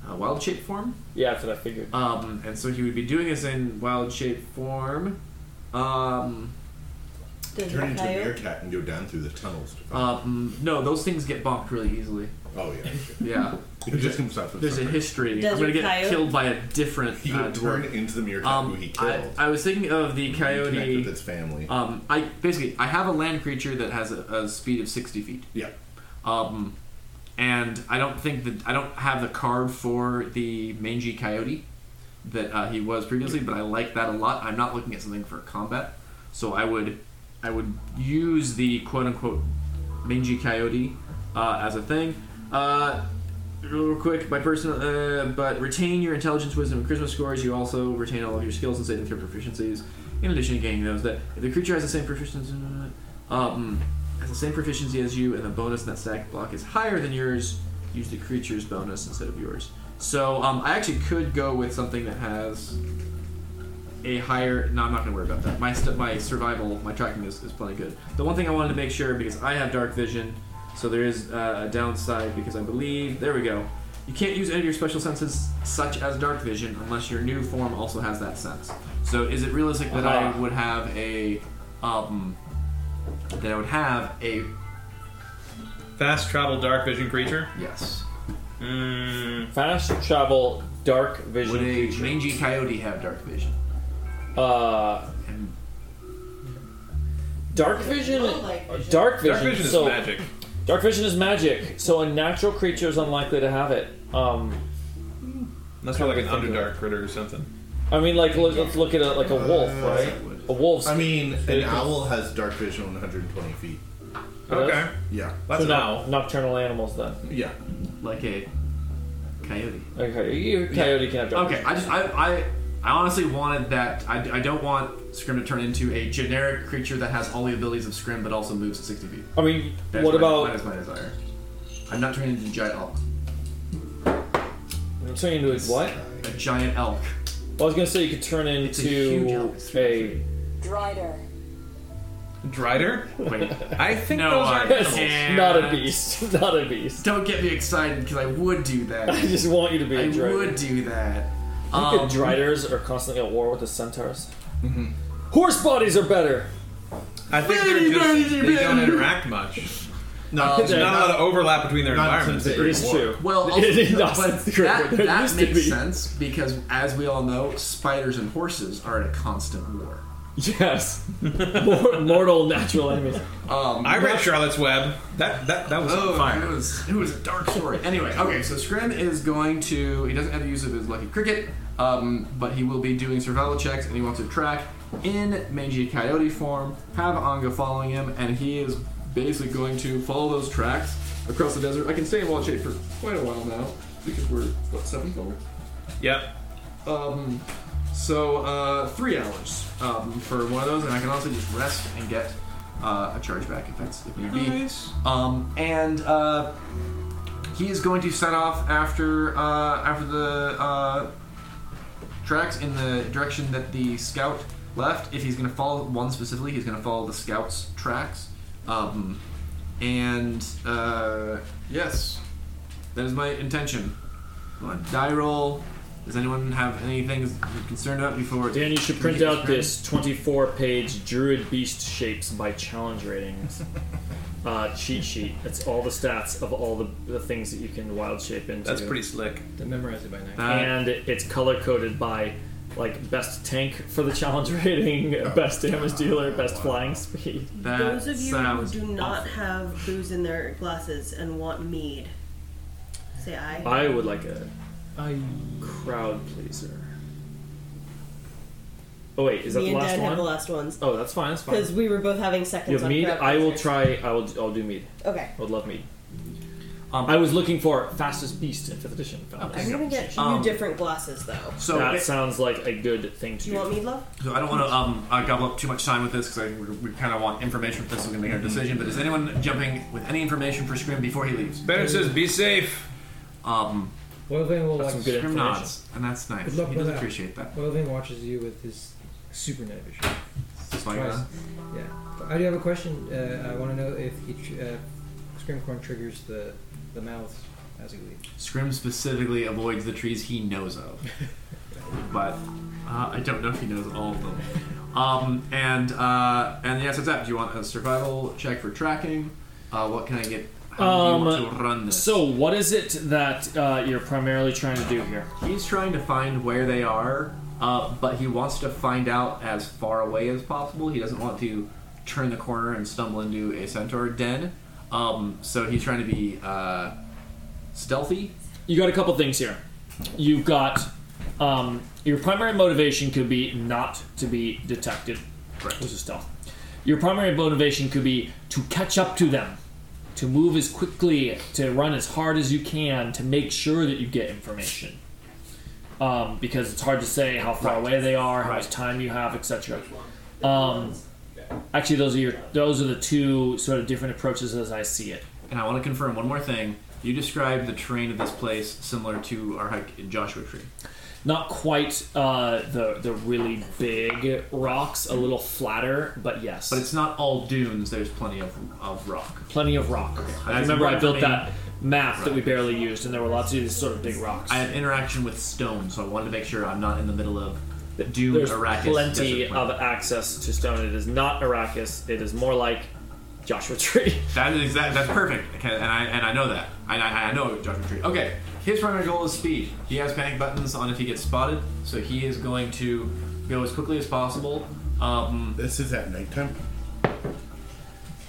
[SPEAKER 7] uh wild shape form,
[SPEAKER 2] Yeah, that's what I figured.
[SPEAKER 7] um, and so he would be doing this in wild shape form. Um, uh,
[SPEAKER 6] Does
[SPEAKER 8] Turn into a
[SPEAKER 6] Mikhail-
[SPEAKER 8] meerkat and go down through the tunnels. To find
[SPEAKER 7] um, no, those things get bonked really easily.
[SPEAKER 8] oh yeah,
[SPEAKER 7] Yeah,
[SPEAKER 8] it just comes out from
[SPEAKER 7] there's a
[SPEAKER 8] somewhere.
[SPEAKER 7] history. I'm
[SPEAKER 6] Desert
[SPEAKER 7] gonna get
[SPEAKER 6] coyote?
[SPEAKER 7] killed by a different
[SPEAKER 8] He
[SPEAKER 7] uh,
[SPEAKER 8] would turn
[SPEAKER 7] dwarf.
[SPEAKER 8] into the meerkat who he
[SPEAKER 7] Um,
[SPEAKER 8] killed.
[SPEAKER 7] I, I was thinking of the
[SPEAKER 8] and connect
[SPEAKER 7] coyote.
[SPEAKER 8] with its family.
[SPEAKER 7] Um, I basically I have a land creature that has a, a speed of sixty feet.
[SPEAKER 8] yeah,
[SPEAKER 7] Um, and I don't think that I don't have the card for the mangy coyote that uh, he was previously, but I like that a lot. I'm not looking at something for combat, so I would I would use the quote unquote mangy coyote uh, as a thing. Uh, real quick, my personal, uh, but retain your intelligence, wisdom, and charisma scores. You also retain all of your skills and saving throw proficiencies, in addition to gaining those. That if the creature has the same proficiency, um, has the same proficiency as you, and the bonus in that stack block is higher than yours, use the creature's bonus instead of yours. So um, I actually could go with something that has a higher. No, I'm not going to worry about that. My st- my survival, my tracking is, is plenty good. The one thing I wanted to make sure because I have dark vision, so there is uh, a downside because I believe there we go. You can't use any of your special senses such as dark vision unless your new form also has that sense. So is it realistic that I
[SPEAKER 2] Uh-huh.
[SPEAKER 7] would have a um, that I would have a
[SPEAKER 9] Fast travel, dark vision creature.
[SPEAKER 7] yes?
[SPEAKER 9] Mm,
[SPEAKER 2] Fast travel, dark vision.
[SPEAKER 7] Would a
[SPEAKER 2] creature.
[SPEAKER 7] mangy coyote have dark vision?
[SPEAKER 2] Uh,
[SPEAKER 7] And
[SPEAKER 2] dark vision.
[SPEAKER 6] Oh, like vision.
[SPEAKER 2] Dark vision.
[SPEAKER 9] dark vision is
[SPEAKER 2] so
[SPEAKER 9] magic.
[SPEAKER 2] dark vision is magic. So a natural creature is unlikely to have it. Um,
[SPEAKER 9] That's more like an
[SPEAKER 2] Kinda think of
[SPEAKER 9] underdark critter or something.
[SPEAKER 2] I mean, like let- let's look at a, like a wolf,
[SPEAKER 7] Uh,
[SPEAKER 2] right? A wolf's
[SPEAKER 8] I mean, an
[SPEAKER 2] Because-
[SPEAKER 8] owl has dark vision 120 feet.
[SPEAKER 9] Okay,
[SPEAKER 8] Yeah,
[SPEAKER 9] that's
[SPEAKER 2] so
[SPEAKER 9] an
[SPEAKER 2] noc-
[SPEAKER 9] owl.
[SPEAKER 2] nocturnal animals then.
[SPEAKER 8] yeah.
[SPEAKER 7] like a coyote.
[SPEAKER 2] Okay, you coyote can have dark.
[SPEAKER 7] Okay, I just I I, I honestly wanted that. I, I don't want Scrim to turn into a generic creature that has all the abilities of Scrim but also moves at sixty feet.
[SPEAKER 2] I mean,
[SPEAKER 7] That's
[SPEAKER 2] what
[SPEAKER 7] my,
[SPEAKER 2] about
[SPEAKER 7] that is my desire? I'm not turning into a giant elk.
[SPEAKER 2] turning into a what?
[SPEAKER 7] A giant elk.
[SPEAKER 2] Well, I was gonna say you could turn
[SPEAKER 7] It's a huge
[SPEAKER 2] into
[SPEAKER 7] elk. It's
[SPEAKER 2] a.
[SPEAKER 4] Drider.
[SPEAKER 9] Drider?
[SPEAKER 7] Wait,
[SPEAKER 9] I think
[SPEAKER 7] No,
[SPEAKER 9] those
[SPEAKER 7] I-
[SPEAKER 9] are
[SPEAKER 2] Yes,
[SPEAKER 7] Yeah.
[SPEAKER 2] not a beast. Not a beast.
[SPEAKER 7] don't get me excited because I would do that.
[SPEAKER 2] I just want you to be a
[SPEAKER 7] I
[SPEAKER 2] drider.
[SPEAKER 7] would do that.
[SPEAKER 2] Look
[SPEAKER 7] Um,
[SPEAKER 2] at Driders are constantly at war with the centaurs. Mm-hmm. Horse bodies are better.
[SPEAKER 9] I think they're just, they don't interact much.
[SPEAKER 8] No,
[SPEAKER 9] There's not a lot of overlap between their
[SPEAKER 8] Not
[SPEAKER 9] environments.
[SPEAKER 8] since
[SPEAKER 2] It is true.
[SPEAKER 7] Well, also,
[SPEAKER 2] It is not
[SPEAKER 7] but
[SPEAKER 2] since the Great
[SPEAKER 7] that,
[SPEAKER 2] War. There
[SPEAKER 7] that
[SPEAKER 2] used to
[SPEAKER 7] makes
[SPEAKER 2] be.
[SPEAKER 7] sense because, as we all know, spiders and horses are in a constant war.
[SPEAKER 2] Yes. Mor- mortal natural enemies.
[SPEAKER 7] Um,
[SPEAKER 9] I read Charlotte's Web. That that that was
[SPEAKER 7] Oh, it
[SPEAKER 9] fire.
[SPEAKER 7] was it was a dark story. Anyway, okay, so Scrim is going to he doesn't have the use of his lucky cricket, um, but he will be doing survival checks and he wants to track in mangy coyote form, have Anga following him, and he is basically going to follow those tracks across the desert. I can stay in wild shape for quite a while now because we're what seven forward.
[SPEAKER 9] Yep.
[SPEAKER 7] Um, so uh, three hours um, for one of those, and I can also just rest and get uh, a charge back if that's if need be. Um, and uh, he is going to set off after uh, after the uh, tracks in the direction that the scout left. If he's going to follow one specifically, he's going to follow the scout's tracks. Um, and uh, yes, that is my intention. Come on, die roll. Does anyone have any things you're concerned about before?
[SPEAKER 2] Dan, you should print out this 24 page Druid Beast Shapes by Challenge ratings. uh, cheat sheet. It's all the stats of all the, the things that you can wild shape into.
[SPEAKER 9] That's pretty slick.
[SPEAKER 10] To memorize it by now.
[SPEAKER 2] and it's color coded by like best tank for the challenge rating,
[SPEAKER 9] Oh,
[SPEAKER 2] best damage dealer, best flying speed.
[SPEAKER 5] That
[SPEAKER 6] Those of you who
[SPEAKER 5] sounds
[SPEAKER 6] do not have booze in their glasses and want mead, say aye.
[SPEAKER 2] I would like a
[SPEAKER 10] I
[SPEAKER 2] crowd pleaser. Oh wait, is that
[SPEAKER 6] Me
[SPEAKER 2] the
[SPEAKER 6] and
[SPEAKER 2] last
[SPEAKER 6] Dad have
[SPEAKER 2] one?
[SPEAKER 6] the last ones
[SPEAKER 2] oh, that's fine. That's
[SPEAKER 6] because
[SPEAKER 2] fine.
[SPEAKER 6] we were both having seconds.
[SPEAKER 2] You have
[SPEAKER 6] on
[SPEAKER 2] mead.
[SPEAKER 6] crowd
[SPEAKER 2] I will
[SPEAKER 6] pleasers.
[SPEAKER 2] try. I will. I'll do mead.
[SPEAKER 6] Okay.
[SPEAKER 2] I would love mead.
[SPEAKER 7] Um,
[SPEAKER 2] I was looking for fastest beast in fifth edition.
[SPEAKER 6] I'm gonna get
[SPEAKER 7] Um,
[SPEAKER 6] you different glasses though.
[SPEAKER 7] So
[SPEAKER 2] that
[SPEAKER 7] it-
[SPEAKER 2] sounds like a good thing to
[SPEAKER 6] Do
[SPEAKER 2] do.
[SPEAKER 6] you want mead, love?
[SPEAKER 7] So I don't want to um, uh, gobble up too much time with this because we, we kind of want information for this. So we're gonna make our decision. But is anyone jumping with any information for Scrim before he leaves?
[SPEAKER 9] Baron says, "Be safe."
[SPEAKER 7] Um,
[SPEAKER 10] Well, then we'll like
[SPEAKER 2] some good
[SPEAKER 7] Scrim
[SPEAKER 2] information.
[SPEAKER 7] nods, and that's nice.
[SPEAKER 10] Good
[SPEAKER 7] He
[SPEAKER 10] luck with
[SPEAKER 7] does
[SPEAKER 10] that.
[SPEAKER 7] appreciate that.
[SPEAKER 10] Well, then watches you with his super night vision.
[SPEAKER 7] Just like
[SPEAKER 10] Twice.
[SPEAKER 7] that.
[SPEAKER 10] Yeah. But I do have a question. Uh, I want to know if he tr- uh, Scrimcorn triggers the the mouths as he leaves.
[SPEAKER 7] Scrim specifically avoids the trees he knows of, but uh, I don't know if he knows all of them. Um, and uh, and yes, it's up. Do you want a survival check for tracking? Uh, what can I get? How do you want
[SPEAKER 2] Um,
[SPEAKER 7] to run this?
[SPEAKER 2] So, what is it that uh, you're primarily trying to do here?
[SPEAKER 7] He's trying to find where they are, uh, but he wants to find out as far away as possible. He doesn't want to turn the corner and stumble into a centaur den. Um, so he's trying to be uh, stealthy.
[SPEAKER 2] You got a couple things here. You've got um, your primary motivation could be not to be detected,
[SPEAKER 7] Right.
[SPEAKER 2] which is stealth. Your primary motivation could be to catch up to them, to move as quickly, to run as hard as you can, to make sure that you get information. Um, because it's hard to say how far away they are, how much
[SPEAKER 7] Right.
[SPEAKER 2] time you have, etc. Um, actually, those are your those are the two sort of different approaches as I see it.
[SPEAKER 7] And I want to confirm one more thing. You described the terrain of this place similar to our hike in Joshua Tree.
[SPEAKER 2] not quite uh, the the really big rocks, a little flatter, but yes,
[SPEAKER 7] But it's not all dunes. There's plenty of, of rock.
[SPEAKER 2] plenty of rock. I
[SPEAKER 7] That's
[SPEAKER 2] remember I built
[SPEAKER 7] important
[SPEAKER 2] that map that we barely used, and there were lots of these sort of big rocks.
[SPEAKER 7] I have interaction with stone, so I wanted to make sure I'm not in the middle of dune
[SPEAKER 2] There's
[SPEAKER 7] Arrakis.
[SPEAKER 2] plenty
[SPEAKER 7] desert plain.
[SPEAKER 2] of access to stone. It is not Arrakis. It is more like Joshua Tree.
[SPEAKER 7] That is that, that's perfect, okay, and I and I know that, and I, I know Joshua Tree. Okay, his primary goal is speed. He has panic buttons on if he gets spotted, so he is going to go as quickly as possible. Um,
[SPEAKER 8] This is at nighttime.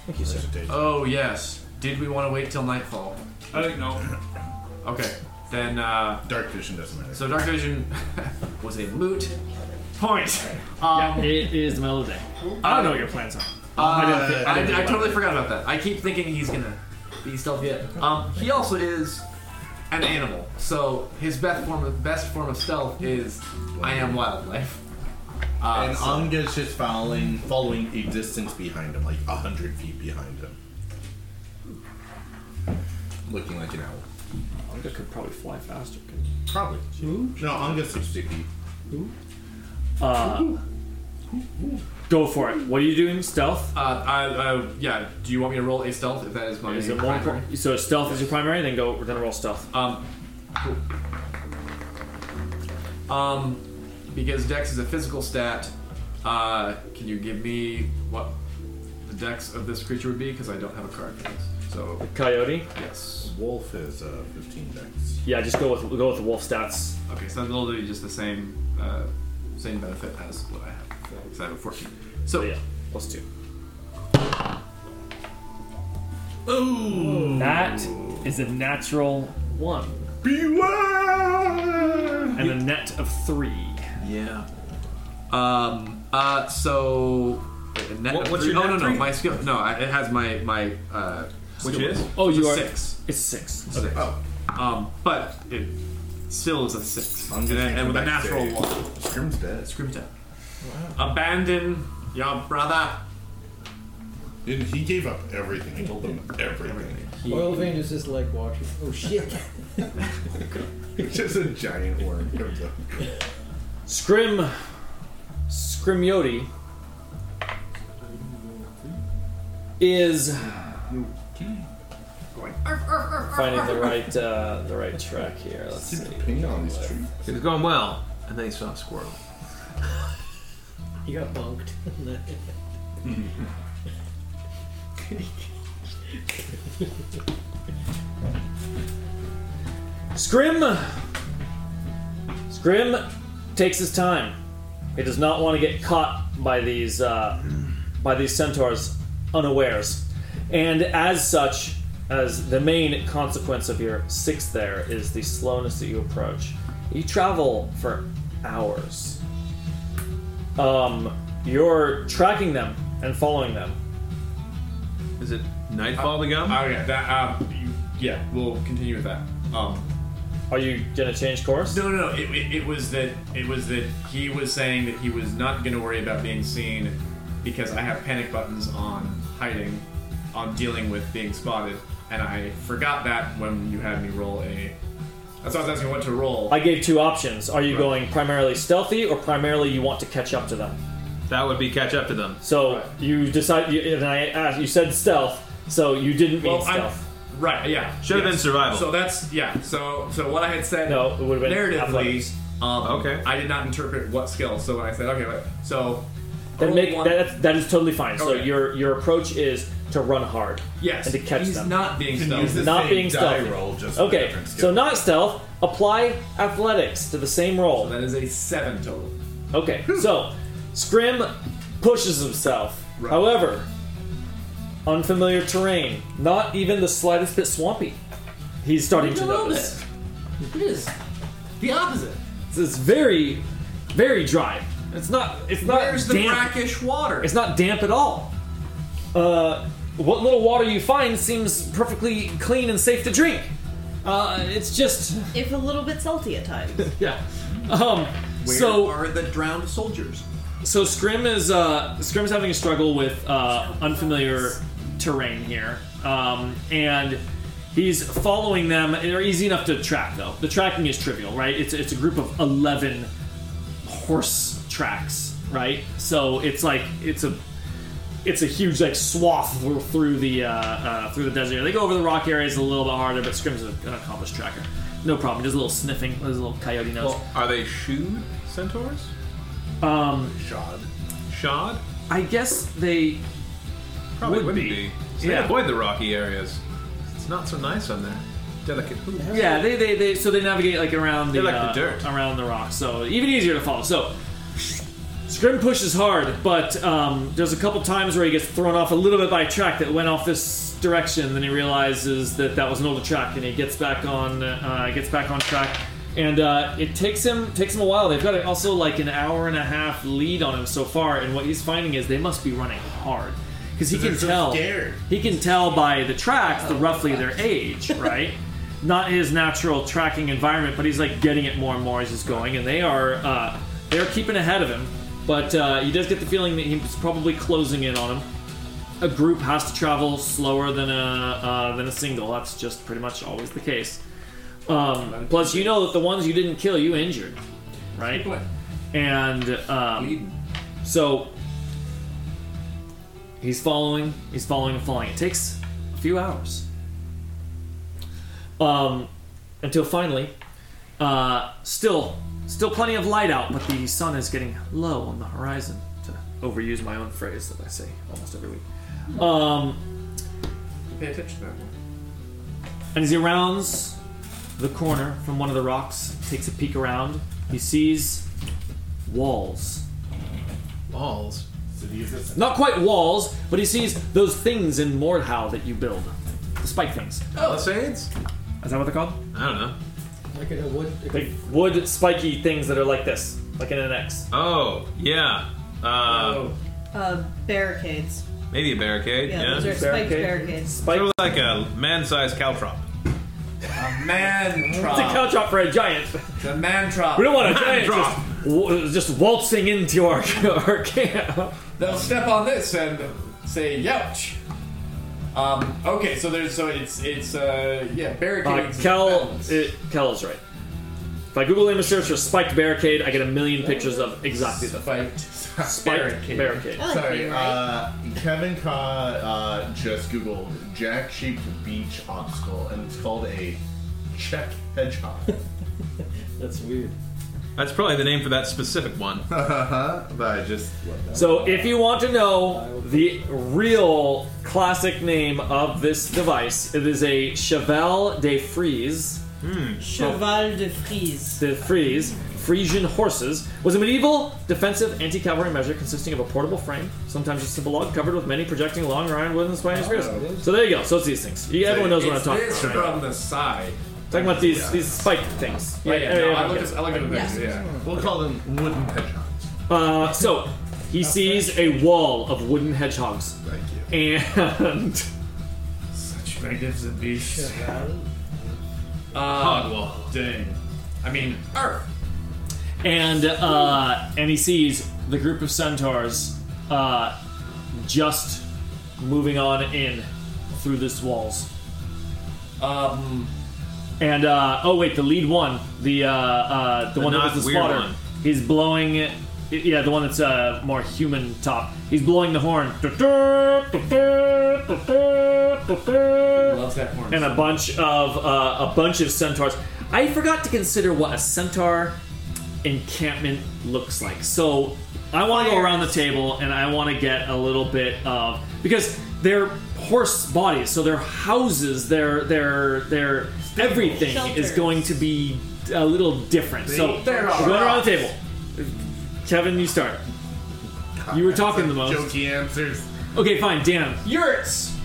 [SPEAKER 8] Thank you, sir.
[SPEAKER 7] oh yes, did we want to wait till nightfall?
[SPEAKER 9] I think no.
[SPEAKER 7] Okay, then. Uh,
[SPEAKER 8] Dark vision doesn't matter.
[SPEAKER 7] so dark vision was a moot point. Um,
[SPEAKER 2] it is the middle of the day. I don't know what your plans are.
[SPEAKER 7] I,
[SPEAKER 8] didn't think- I
[SPEAKER 7] Uh, I,
[SPEAKER 8] didn't think
[SPEAKER 7] totally forgot about that. I keep thinking he's gonna be stealthy. Um, he also is an animal, so his best form of best form of stealth is I am wildlife. Uh,
[SPEAKER 8] and
[SPEAKER 7] so-
[SPEAKER 8] Anga's just following, following a distance behind him, like a hundred feet behind him, looking like an owl.
[SPEAKER 2] Anka could probably fly faster.
[SPEAKER 8] Probably. No, Anga's sixty feet.
[SPEAKER 2] Go for it. What are you doing? Stealth.
[SPEAKER 7] uh, I, uh, yeah. Do you want me to roll a stealth if that is my
[SPEAKER 2] Is it more
[SPEAKER 7] primary?
[SPEAKER 2] so stealth is your primary? Then go. Then roll stealth.
[SPEAKER 7] Um, cool. um, because Dex is a physical stat. Uh, can you give me what the Dex of this creature would be? Because I don't have a card for this. So
[SPEAKER 2] Coyote.
[SPEAKER 7] yes.
[SPEAKER 8] Wolf is uh, fifteen dex.
[SPEAKER 2] Yeah, just go with go with the wolf stats.
[SPEAKER 7] Okay, so that'll do just the same uh, same benefit as what I have. Because I have a 14. So,
[SPEAKER 2] Oh, yeah, plus two. Ooh. That is a natural one. Beware! And a net of three.
[SPEAKER 7] yeah. Um, uh, so. wait, a net
[SPEAKER 9] What-
[SPEAKER 7] of
[SPEAKER 9] what's
[SPEAKER 7] three-
[SPEAKER 9] your
[SPEAKER 7] oh,
[SPEAKER 9] net
[SPEAKER 7] no, no,
[SPEAKER 9] three?
[SPEAKER 7] my skill. No, I, it has my. my uh,
[SPEAKER 9] Which
[SPEAKER 7] skill
[SPEAKER 9] is?
[SPEAKER 7] level.
[SPEAKER 2] Oh,
[SPEAKER 7] It's
[SPEAKER 2] you
[SPEAKER 7] a
[SPEAKER 2] are-
[SPEAKER 7] Six.
[SPEAKER 2] It's six.
[SPEAKER 7] Six.
[SPEAKER 8] Oh,
[SPEAKER 7] Um, but it still is a six.
[SPEAKER 8] I'm
[SPEAKER 7] And,
[SPEAKER 8] just
[SPEAKER 7] then- and with a
[SPEAKER 8] back to-
[SPEAKER 7] natural one.
[SPEAKER 8] Scrim's dead.
[SPEAKER 7] Scrim down. Abandon your brother.
[SPEAKER 8] Dude, he gave up everything. He told them everything.
[SPEAKER 10] Oil vein is just like watching. Oh shit!
[SPEAKER 8] just a giant worm comes up.
[SPEAKER 2] Scrim. Scrimyoti. Is
[SPEAKER 8] Going,
[SPEAKER 2] finding the right uh, the right track here. Let's see.
[SPEAKER 8] Pain on these trees.
[SPEAKER 9] It was going well, and then he saw a squirrel.
[SPEAKER 10] You got bunked.
[SPEAKER 2] Scrim. Scrim takes his time. He does not want to get caught by these uh, by these centaurs unawares, and as such, as the main consequence of your sixth there is the slowness that you approach. You travel for hours. Um, you're tracking them and following them.
[SPEAKER 9] Is it nightfall to go?
[SPEAKER 7] Oh yeah, that. Um, you, yeah, we'll continue with that. Um,
[SPEAKER 2] Are you gonna change course?
[SPEAKER 7] no, no, no. It, it, it was that. It was that he was saying that he was not going to worry about being seen because I have panic buttons on hiding, on dealing with being spotted, and I forgot that when you had me roll a. That's why I was asking what to roll.
[SPEAKER 2] I gave two options. Are you
[SPEAKER 7] Right.
[SPEAKER 2] going primarily stealthy, or primarily you want to catch up to them?
[SPEAKER 9] That would be catch up to them.
[SPEAKER 2] So you decide, you, and I asked, you said stealth, so you didn't mean
[SPEAKER 7] Well, I'm-
[SPEAKER 2] stealth.
[SPEAKER 7] Right. Yeah.
[SPEAKER 9] Should have been survival.
[SPEAKER 7] So that's yeah. So so what I had said.
[SPEAKER 2] No, it would've been
[SPEAKER 7] narratively.
[SPEAKER 2] athletics.
[SPEAKER 7] Um,
[SPEAKER 9] Okay.
[SPEAKER 7] I did not interpret what skill. So when I said okay, wait, so
[SPEAKER 2] That
[SPEAKER 7] roll
[SPEAKER 2] make
[SPEAKER 7] one-
[SPEAKER 2] that, that is totally fine. So
[SPEAKER 7] Okay.
[SPEAKER 2] your your approach is to run hard,
[SPEAKER 7] yes,
[SPEAKER 2] and to catch
[SPEAKER 7] he's
[SPEAKER 2] them.
[SPEAKER 7] not being
[SPEAKER 8] You can use
[SPEAKER 7] stealthy.
[SPEAKER 8] the
[SPEAKER 2] Not
[SPEAKER 8] same
[SPEAKER 2] being
[SPEAKER 8] die
[SPEAKER 2] stealthy.
[SPEAKER 8] roll, just with a
[SPEAKER 2] okay,
[SPEAKER 8] different
[SPEAKER 2] so
[SPEAKER 8] skill.
[SPEAKER 2] not stealth. Apply athletics to the same roll.
[SPEAKER 7] That Hmm. is a seven total.
[SPEAKER 2] Okay, so Scrim pushes himself.
[SPEAKER 7] Right.
[SPEAKER 2] However, unfamiliar terrain, not even the slightest bit swampy. He's starting to notice.
[SPEAKER 5] It is the opposite.
[SPEAKER 2] It's very, very dry. It's not. It's not
[SPEAKER 7] Where's the
[SPEAKER 2] damp.
[SPEAKER 7] brackish water?
[SPEAKER 2] It's not damp at all. Uh, what little water you find seems perfectly clean and safe to drink. Uh, it's just,
[SPEAKER 6] If a little bit salty at times.
[SPEAKER 2] yeah. Um,
[SPEAKER 5] Where
[SPEAKER 2] so
[SPEAKER 5] are the drowned soldiers?
[SPEAKER 2] so Scrim is uh, Scrim's having a struggle with uh, unfamiliar terrain here, um, and he's following them. They're easy enough to track, though. The tracking is trivial, right? It's it's a group of eleven horse tracks, right? So it's like it's a it's a huge like swath through- through the uh, uh, through the desert. They go over the rock areas a little bit harder, but Scrim's an accomplished tracker. No problem. Does a little sniffing, does a little coyote nose.
[SPEAKER 9] Well, are they shoed centaurs?
[SPEAKER 2] um,
[SPEAKER 8] Shod.
[SPEAKER 9] Shod?
[SPEAKER 2] I guess they
[SPEAKER 9] Probably
[SPEAKER 2] Would
[SPEAKER 9] would
[SPEAKER 2] be.
[SPEAKER 9] be. So
[SPEAKER 2] Yeah.
[SPEAKER 9] They avoid the rocky areas. It's not so nice on there. Delicate hoops.
[SPEAKER 2] Yeah, they, they, they so they navigate like around the,
[SPEAKER 9] They're like the
[SPEAKER 2] uh,
[SPEAKER 9] dirt.
[SPEAKER 2] around the rocks, so even easier to follow. So Scrim pushes hard, but um, there's a couple times where he gets thrown off a little bit by a track that went off this direction. Then he realizes that that was an older track, and he gets back on uh, gets back on track. And uh, it takes him takes him a while. They've got also like an hour and a half lead on him so far, and what he's finding is they must be running hard because he
[SPEAKER 8] They're
[SPEAKER 2] can
[SPEAKER 8] so
[SPEAKER 2] tell
[SPEAKER 8] scared.
[SPEAKER 2] he can tell by the tracks the roughly their age, right? Not his natural tracking environment, but he's like getting it more and more as he's going, and they are uh, they are keeping ahead of him. But uh, he does get the feeling that he's probably closing in on him. A group has to travel slower than a uh, than a single. That's just pretty much always the case. Um, plus, you know that the ones you didn't kill, you injured, right? And um, so he's following, he's following and following. It takes a few hours. Um, until finally, uh, still, still plenty of light out, but the sun is getting low on the horizon. To overuse my own phrase that I say almost every week. Um,
[SPEAKER 7] Pay attention to that one.
[SPEAKER 2] and as he rounds the corner from one of the rocks, takes a peek around, he sees walls.
[SPEAKER 7] Balls.
[SPEAKER 8] So do you use this?
[SPEAKER 2] Not quite walls, but he sees those things in Mordhau that you build. The spike things.
[SPEAKER 9] Oh. Palisades?
[SPEAKER 2] Is that what they're called?
[SPEAKER 9] I don't know.
[SPEAKER 10] Like a wood. Like
[SPEAKER 2] Big wood spiky things that are like this, like in an X.
[SPEAKER 9] Oh, yeah. Uh,
[SPEAKER 6] Uh, barricades.
[SPEAKER 9] Maybe a barricade.
[SPEAKER 6] Yeah,
[SPEAKER 9] Yeah.
[SPEAKER 6] those are
[SPEAKER 9] Sort
[SPEAKER 6] spiked
[SPEAKER 2] Barricade.
[SPEAKER 6] barricades.
[SPEAKER 2] Spike.
[SPEAKER 9] of like a man-sized caltrop.
[SPEAKER 7] Man
[SPEAKER 2] It's a
[SPEAKER 9] Oh.
[SPEAKER 2] cow
[SPEAKER 7] trop.
[SPEAKER 2] chop for a giant.
[SPEAKER 7] The man trop.
[SPEAKER 2] We don't want a giant
[SPEAKER 9] drop.
[SPEAKER 2] just, w- just waltzing into our, our camp. Uh,
[SPEAKER 7] They'll step on this and say youch. Um, okay, so there's so it's it's uh yeah
[SPEAKER 2] Uh,
[SPEAKER 7] barricading.
[SPEAKER 2] Kel, it, Kel is right. If I Google image search for spiked barricade, I get a million pictures of exactly the
[SPEAKER 7] fight.
[SPEAKER 2] spiked barricade.
[SPEAKER 7] barricade.
[SPEAKER 6] I like
[SPEAKER 8] Sorry,
[SPEAKER 6] being right.
[SPEAKER 8] uh, Kevin Ka uh, just googled jack shaped beach obstacle, and it's called a check hedgehog.
[SPEAKER 10] that's weird.
[SPEAKER 9] That's probably the name for that specific one.
[SPEAKER 8] Uh-huh, but I just love that.
[SPEAKER 2] So, if you want to know the real classic name of this device, it is a Cheval de Frise.
[SPEAKER 6] Cheval de Frise.
[SPEAKER 2] The Frise, Frisian horses, was a medieval defensive anti cavalry measure consisting of a portable frame, sometimes a simple log covered with many projecting long iron wooden spines and spears. So there you go. So it's these things. You, everyone knows what I'm
[SPEAKER 7] Oh, It's
[SPEAKER 2] talking
[SPEAKER 7] this
[SPEAKER 2] about. right?
[SPEAKER 7] from the side.
[SPEAKER 2] Talking about these these spike things.
[SPEAKER 7] Oh, Yeah,
[SPEAKER 2] Right?
[SPEAKER 7] yeah. No,
[SPEAKER 2] Everyone
[SPEAKER 7] I look
[SPEAKER 2] gets
[SPEAKER 7] at
[SPEAKER 2] it.
[SPEAKER 7] I look at the picture. Yeah.
[SPEAKER 8] We'll call them wooden hedgehogs.
[SPEAKER 2] Uh, so he sees a wall of wooden hedgehogs,
[SPEAKER 8] Thank you.
[SPEAKER 2] and
[SPEAKER 3] Such magnificent beasts.
[SPEAKER 7] Uh,
[SPEAKER 9] Hogwall.
[SPEAKER 3] Dang.
[SPEAKER 7] I mean, Earth.
[SPEAKER 2] and uh, and he sees the group of centaurs uh, just moving on in through this walls.
[SPEAKER 7] Um,
[SPEAKER 2] And uh, oh wait, the lead one, the uh, uh, the, one that
[SPEAKER 9] not
[SPEAKER 2] was the
[SPEAKER 9] weird
[SPEAKER 2] spotter,
[SPEAKER 9] one.
[SPEAKER 2] he's blowing. it- Yeah, the one that's uh, more human top. He's blowing the horn.
[SPEAKER 7] loves that horn.
[SPEAKER 2] and a bunch of uh, a bunch of centaurs. I forgot to consider what a centaur encampment looks like. So I want to go around the table and I want to get a little bit of because they're horse bodies, so their houses, their their their everything is
[SPEAKER 6] Shelters.
[SPEAKER 2] going to be a little different. so
[SPEAKER 7] They're
[SPEAKER 2] we're
[SPEAKER 7] all
[SPEAKER 2] going around
[SPEAKER 7] rocks.
[SPEAKER 2] the table. Kevin, you start. You were talking the most.
[SPEAKER 8] Jokey answers.
[SPEAKER 2] Okay, fine. Dan,
[SPEAKER 7] Yurts.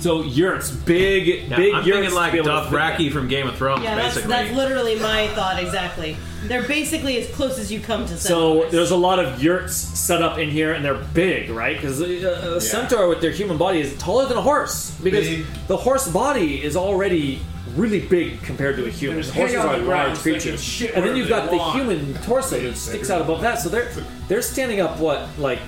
[SPEAKER 2] so yurts, big,
[SPEAKER 9] Yeah,
[SPEAKER 2] big
[SPEAKER 9] I'm
[SPEAKER 2] yurts.
[SPEAKER 9] thinking like
[SPEAKER 2] to be able to fit in.
[SPEAKER 9] Dothraki from Game of Thrones,
[SPEAKER 6] Yeah, that's,
[SPEAKER 9] basically.
[SPEAKER 6] that's literally my thought exactly. They're basically as close as you come to
[SPEAKER 2] So
[SPEAKER 6] centaurs.
[SPEAKER 2] there's a lot of yurts set up in here, and they're big, right? Because a, a centaur with their human body is taller than a horse because
[SPEAKER 8] Big.
[SPEAKER 2] the horse body is already really big compared to a human.
[SPEAKER 7] There's
[SPEAKER 2] Horses
[SPEAKER 7] hay on
[SPEAKER 2] are
[SPEAKER 7] the ground
[SPEAKER 2] large
[SPEAKER 7] so they can
[SPEAKER 2] creatures,
[SPEAKER 7] shit
[SPEAKER 2] and then
[SPEAKER 7] wherever
[SPEAKER 2] you've
[SPEAKER 7] they
[SPEAKER 2] got the
[SPEAKER 7] want.
[SPEAKER 2] human torso that sticks out above that. So they're they're standing up what like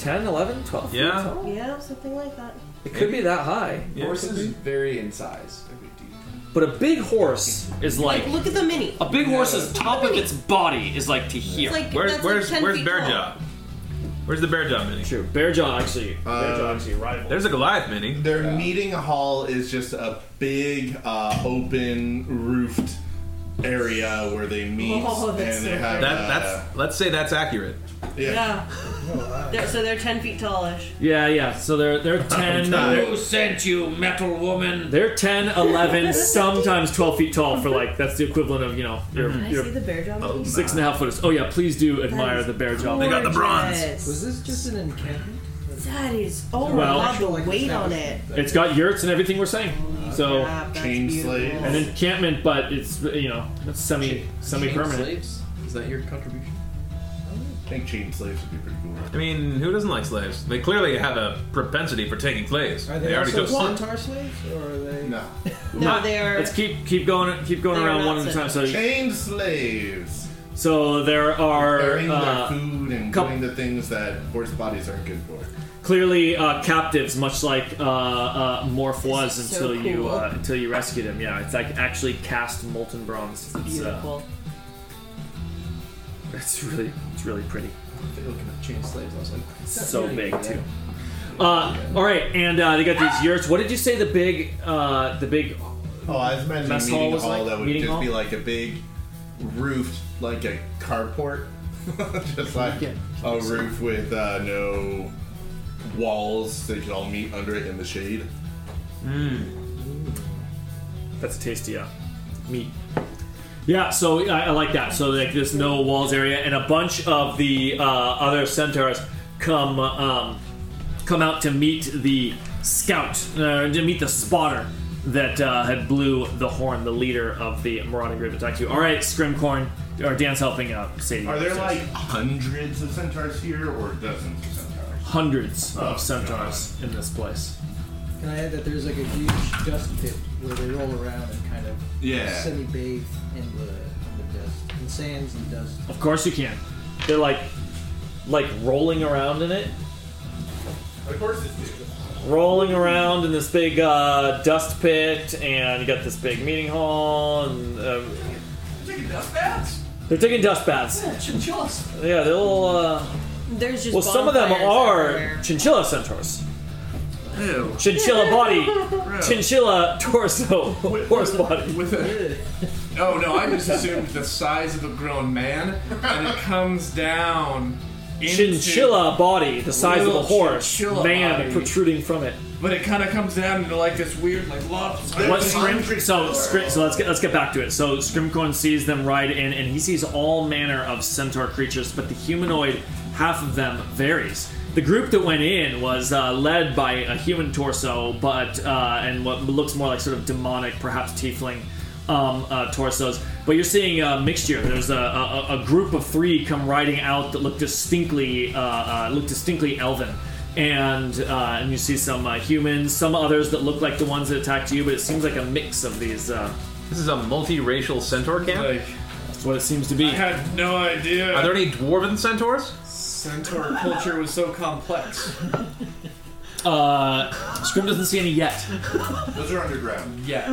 [SPEAKER 2] 10, 11, 12 feet
[SPEAKER 9] Yeah.
[SPEAKER 2] tall?
[SPEAKER 6] yeah, something like that.
[SPEAKER 2] It could be that high,
[SPEAKER 7] Horses vary in size. They're big dudes.
[SPEAKER 2] but a big horse is like.
[SPEAKER 6] Like, look at the mini.
[SPEAKER 2] a big horse's top of its body is like to here.
[SPEAKER 6] It's like
[SPEAKER 9] Where,
[SPEAKER 6] that's
[SPEAKER 9] where's
[SPEAKER 6] like 10
[SPEAKER 9] where's
[SPEAKER 6] feet
[SPEAKER 9] Bear
[SPEAKER 6] tall.
[SPEAKER 9] Jaw? Where's the Bear Jaw mini?
[SPEAKER 2] True. Bear Jaw actually. Bear Jaw
[SPEAKER 8] Uh,
[SPEAKER 2] actually rival.
[SPEAKER 9] There's a Goliath mini.
[SPEAKER 8] Their meeting hall is just a big uh, open roofed area where they meet
[SPEAKER 6] Oh,
[SPEAKER 8] and
[SPEAKER 6] that's
[SPEAKER 8] they
[SPEAKER 6] so
[SPEAKER 8] have
[SPEAKER 9] That,
[SPEAKER 8] uh,
[SPEAKER 9] that's let's say that's accurate.
[SPEAKER 8] yeah.
[SPEAKER 6] Yeah. They're- so they're 10 feet tallish.
[SPEAKER 2] Yeah, yeah. So they're they're 10 they're,
[SPEAKER 3] Who sent you, metal woman?
[SPEAKER 2] they're 10, 11, sometimes 12 feet tall for like that's the equivalent of, you know, your,
[SPEAKER 6] Mm-hmm. I
[SPEAKER 2] your
[SPEAKER 6] see the bear jaw. mini.
[SPEAKER 2] six and a half footers. Oh yeah, please do admire
[SPEAKER 6] is
[SPEAKER 2] the bear jaw.
[SPEAKER 9] They got the bronze.
[SPEAKER 6] Gorgeous.
[SPEAKER 10] Was this just an encampment?
[SPEAKER 6] That is oh my
[SPEAKER 2] Well-
[SPEAKER 6] god, the weight on it.
[SPEAKER 2] It's got yurts and everything we're saying. So
[SPEAKER 6] Crap, that's
[SPEAKER 8] chain
[SPEAKER 6] beautiful.
[SPEAKER 8] slate.
[SPEAKER 2] an encampment, but it's you know, it's semi semi permanent.
[SPEAKER 7] Slaves? Is that your contribution?
[SPEAKER 8] I think chain slaves would be pretty cool.
[SPEAKER 9] I mean, who doesn't like slaves? They clearly have a propensity for taking slaves.
[SPEAKER 10] Are they,
[SPEAKER 9] already
[SPEAKER 10] also
[SPEAKER 9] took one.
[SPEAKER 10] centaur slaves, or are they?
[SPEAKER 8] No.
[SPEAKER 6] no, they're
[SPEAKER 2] Let's keep keep going keep going
[SPEAKER 6] They're
[SPEAKER 2] around one at
[SPEAKER 6] not
[SPEAKER 2] a time. So
[SPEAKER 8] Chain slaves.
[SPEAKER 2] so there are
[SPEAKER 8] Preparing
[SPEAKER 2] uh,
[SPEAKER 8] their food and
[SPEAKER 2] couple-
[SPEAKER 8] doing the things that horse bodies aren't good for.
[SPEAKER 2] clearly uh, captives, much like uh, uh, Morph was
[SPEAKER 6] This is
[SPEAKER 2] until
[SPEAKER 6] so
[SPEAKER 2] you
[SPEAKER 6] cool.
[SPEAKER 2] uh, until you rescued him. Yeah, it's like actually cast molten bronze. It's, uh,
[SPEAKER 6] beautiful.
[SPEAKER 2] it's really it's really pretty.
[SPEAKER 7] They look at chain slaves. I was like,
[SPEAKER 2] So
[SPEAKER 7] really
[SPEAKER 2] big
[SPEAKER 7] bad.
[SPEAKER 2] too. Uh, all right, and uh, they got these yurts. What did you say the big uh, the big?
[SPEAKER 8] Oh, I was imagining
[SPEAKER 2] Mess hall
[SPEAKER 8] meeting hall,
[SPEAKER 2] was like-
[SPEAKER 8] that would
[SPEAKER 2] meeting
[SPEAKER 8] just
[SPEAKER 2] hall?
[SPEAKER 8] be like a big roofed, like a carport, just like
[SPEAKER 2] Yeah.
[SPEAKER 8] a roof with uh, no walls. They could all meet under it in the shade.
[SPEAKER 2] That's a tasty uh, meat. Yeah, so I, I like that. So like this no walls area, and a bunch of the uh, other centaurs come um, come out to meet the scout, uh, to meet the spotter that uh, had blew the horn, the leader of the marauding group attack you. All right, Scrimcorn or Dan's helping uh, out. Sadie,
[SPEAKER 8] Are there like hundreds of centaurs here, or dozens of centaurs?
[SPEAKER 2] hundreds
[SPEAKER 8] Oh,
[SPEAKER 2] of centaurs in this place?
[SPEAKER 10] Can I add that there's like a huge dust pit where they roll around and kind of
[SPEAKER 8] Yeah.
[SPEAKER 10] semi bathe in the, in the dust, in sands and dust.
[SPEAKER 2] Of course you can. They're like like rolling around in it.
[SPEAKER 8] Of course it's do.
[SPEAKER 2] rolling around in this big uh, dust pit, and you got this big meeting hall, and uh,
[SPEAKER 7] Taking dust baths?
[SPEAKER 2] they're taking dust baths.
[SPEAKER 7] Yeah, chinchillas.
[SPEAKER 2] Yeah, they're little. Uh,
[SPEAKER 6] There's just
[SPEAKER 2] well, some of them
[SPEAKER 6] bonfires
[SPEAKER 2] are
[SPEAKER 6] everywhere.
[SPEAKER 2] chinchilla centaurs.
[SPEAKER 7] Ew.
[SPEAKER 2] Chinchilla body, chinchilla torso, horse body.
[SPEAKER 7] With a, oh no, I just assumed the size of a grown man, and it comes down. into-
[SPEAKER 2] Chinchilla body, the size of a
[SPEAKER 7] Little
[SPEAKER 2] horse,
[SPEAKER 7] chinchilla
[SPEAKER 2] man
[SPEAKER 7] body.
[SPEAKER 2] protruding from it.
[SPEAKER 7] But it kind of comes down into like this weird, like lobster.
[SPEAKER 2] What Scrim? So, Scrim, so let's get let's get back to it. So Scrimcorn sees them ride in, and he sees all manner of centaur creatures, but the humanoid half of them varies. The group that went in was uh, led by a human torso, but uh, and what looks more like sort of demonic, perhaps tiefling um, uh, torsos. But you're seeing a mixture. There's a, a, a group of three come riding out that look distinctly uh, uh, look distinctly elven and uh, and you see some uh, humans, some others that look like the ones that attacked you, but it seems like a mix of these. Uh,
[SPEAKER 5] This is a multiracial centaur camp.
[SPEAKER 7] Like,
[SPEAKER 2] that's what it seems to be.
[SPEAKER 7] I had no
[SPEAKER 5] Are
[SPEAKER 7] idea.
[SPEAKER 5] there any dwarven centaurs?
[SPEAKER 7] Centaur culture was so complex.
[SPEAKER 2] Uh, Scrim doesn't see any yet.
[SPEAKER 8] Those are underground.
[SPEAKER 7] Yet.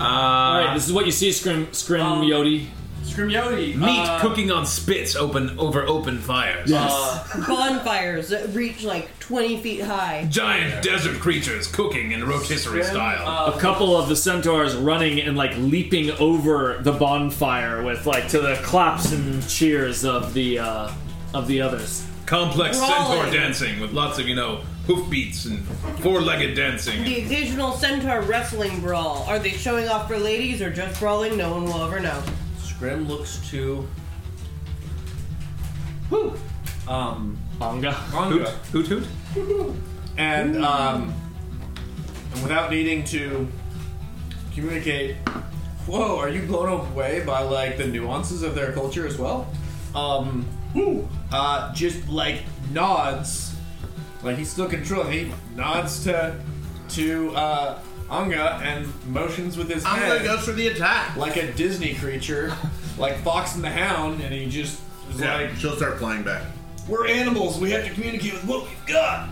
[SPEAKER 2] All right, this is what you see, Scrim. Scrim
[SPEAKER 7] Um,
[SPEAKER 2] Yodi.
[SPEAKER 7] Scrimyoti.
[SPEAKER 9] Meat
[SPEAKER 7] uh,
[SPEAKER 9] cooking on spits open over open fires.
[SPEAKER 6] Bonfires that reach like 20 feet high.
[SPEAKER 9] Giant desert creatures cooking in rotisserie style.
[SPEAKER 8] uh,
[SPEAKER 2] a couple of the centaurs running and like leaping over the bonfire with like to the claps and cheers of the uh, of the others.
[SPEAKER 9] Complex
[SPEAKER 6] Brawling.
[SPEAKER 9] centaur dancing with lots of, you know, hoof beats and four legged dancing.
[SPEAKER 6] The occasional centaur wrestling brawl. Are they showing off for ladies or just brawling? No one will ever know.
[SPEAKER 7] Scrim looks to. Woo. Um.
[SPEAKER 2] Bonga.
[SPEAKER 7] Onga.
[SPEAKER 9] Hoot hoot?
[SPEAKER 7] And um, and without needing to communicate, whoa, are you blown away by like the nuances of their culture as well? Um, woo, uh, just like nods, like he's still controlling. He nods to to uh, Anga and motions with his
[SPEAKER 8] I'm
[SPEAKER 7] head
[SPEAKER 8] gonna go for the attack.
[SPEAKER 7] like a Disney creature, like Fox and the Hound, and he just is like,
[SPEAKER 8] Yeah, she'll start flying back.
[SPEAKER 7] we're animals. We have to communicate with what we've got.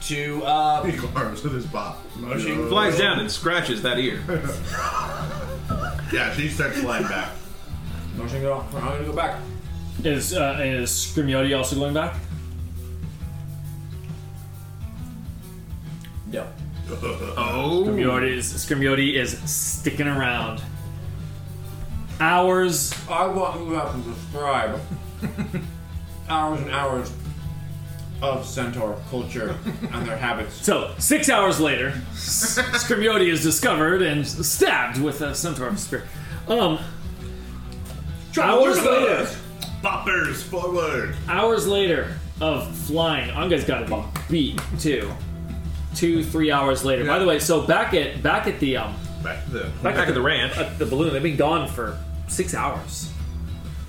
[SPEAKER 7] To uh,
[SPEAKER 8] Big arms with his bop.
[SPEAKER 7] Motion
[SPEAKER 9] Flies down and scratches that ear.
[SPEAKER 8] Yeah, she starts flying back.
[SPEAKER 7] motion go. I'm gonna go back.
[SPEAKER 2] Is uh, is Scrim Yodi also going back?
[SPEAKER 7] No.
[SPEAKER 9] Oh.
[SPEAKER 2] Scrimyodi is, Scrimyodi is sticking around. Hours
[SPEAKER 7] I want you to have to describe hours and hours of centaur culture and their habits.
[SPEAKER 2] So, six hours later, S- Scrimyoti is discovered and stabbed with a centaur spear. Um, hours later,
[SPEAKER 8] Boppers forward.
[SPEAKER 2] hours later of flying, Anga's got to be beat too. Two, three hours later. By the way, so back at back at the um
[SPEAKER 8] Back to the.
[SPEAKER 2] back,
[SPEAKER 5] Back at the ranch.
[SPEAKER 2] at the balloon, they've been gone for six hours.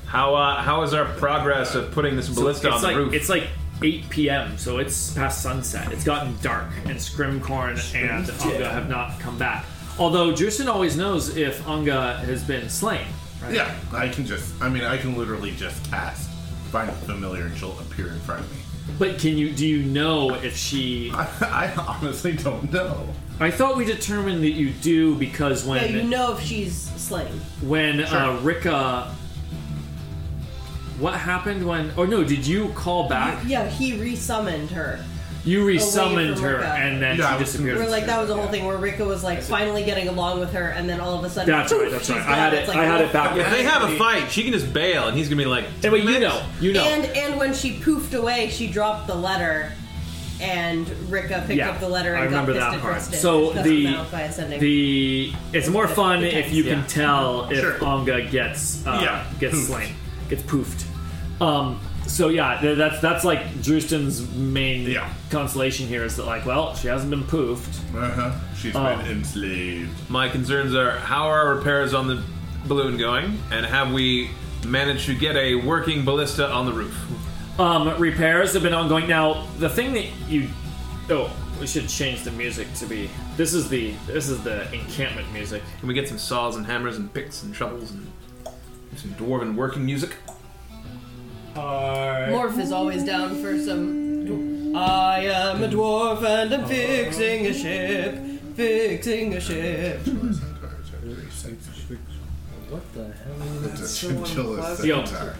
[SPEAKER 5] How uh, how is our progress of putting this ballista
[SPEAKER 2] it's
[SPEAKER 5] on
[SPEAKER 2] like,
[SPEAKER 5] the roof?
[SPEAKER 2] It's like 8 p.m., so it's past sunset. It's gotten dark, and Scrimcorn and Anga have not come back. Although Drusen always knows if Anga has been slain.
[SPEAKER 8] Yeah, I can just. I mean, I can literally just cast find a familiar and she'll appear in front of me.
[SPEAKER 2] But can you do you know if she?
[SPEAKER 8] I, I honestly don't know.
[SPEAKER 2] I thought we determined that you do because
[SPEAKER 6] Yeah,
[SPEAKER 2] when
[SPEAKER 6] you know if she's slain.
[SPEAKER 2] when uh, Rika. What happened when? Or no, did you call back?
[SPEAKER 6] Yeah, he resummoned her.
[SPEAKER 2] You
[SPEAKER 6] Away
[SPEAKER 2] resummoned
[SPEAKER 6] from
[SPEAKER 2] her,
[SPEAKER 6] Rika.
[SPEAKER 2] and then
[SPEAKER 8] Yeah, I
[SPEAKER 2] she
[SPEAKER 8] was-
[SPEAKER 2] disappeared.
[SPEAKER 6] Where like that was the whole thing where Rika was like finally getting along with her, and then all of a sudden,
[SPEAKER 2] That's right. That's
[SPEAKER 6] "Oh, she's
[SPEAKER 2] right. I
[SPEAKER 6] gone.
[SPEAKER 2] had
[SPEAKER 6] It's
[SPEAKER 2] it.
[SPEAKER 6] like, "Oh,
[SPEAKER 2] I had it back.
[SPEAKER 5] if they have a fight, she can just bail, and he's gonna be like,
[SPEAKER 2] Hey, wait, you know, you know.
[SPEAKER 6] And and when she poofed away, she dropped the letter, and Rika picked
[SPEAKER 2] Yeah,
[SPEAKER 6] up the letter and
[SPEAKER 2] I remember
[SPEAKER 6] got
[SPEAKER 2] that
[SPEAKER 6] pissed and
[SPEAKER 2] part.
[SPEAKER 6] twisted.
[SPEAKER 2] So
[SPEAKER 6] That's
[SPEAKER 2] the-
[SPEAKER 6] what that was by ascending.
[SPEAKER 2] The it's more fun if you
[SPEAKER 5] Yeah.
[SPEAKER 2] can tell if
[SPEAKER 8] Sure.
[SPEAKER 2] Onga gets uh,
[SPEAKER 8] Yeah,
[SPEAKER 2] gets
[SPEAKER 8] poofed.
[SPEAKER 2] slain, gets poofed. Um, so yeah, th- that's that's like Drustin's main
[SPEAKER 8] Yeah.
[SPEAKER 2] consolation here is that like, well, she hasn't been poofed.
[SPEAKER 8] Uh huh. She's
[SPEAKER 2] Oh.
[SPEAKER 8] been enslaved.
[SPEAKER 5] my concerns are how are our repairs on the balloon going, and have we managed to get a working ballista on the roof?
[SPEAKER 2] Um, repairs have been ongoing. Now the thing that you oh, we should change the music to be this is the this is the encampment music.
[SPEAKER 5] Can we get some saws and hammers and picks and shovels and some dwarven working music?
[SPEAKER 6] Morph is always down for some. I am a dwarf and I'm fixing a ship, fixing a ship.
[SPEAKER 10] What the hell?
[SPEAKER 8] It's a chinchilla
[SPEAKER 2] Yo.
[SPEAKER 8] centaur.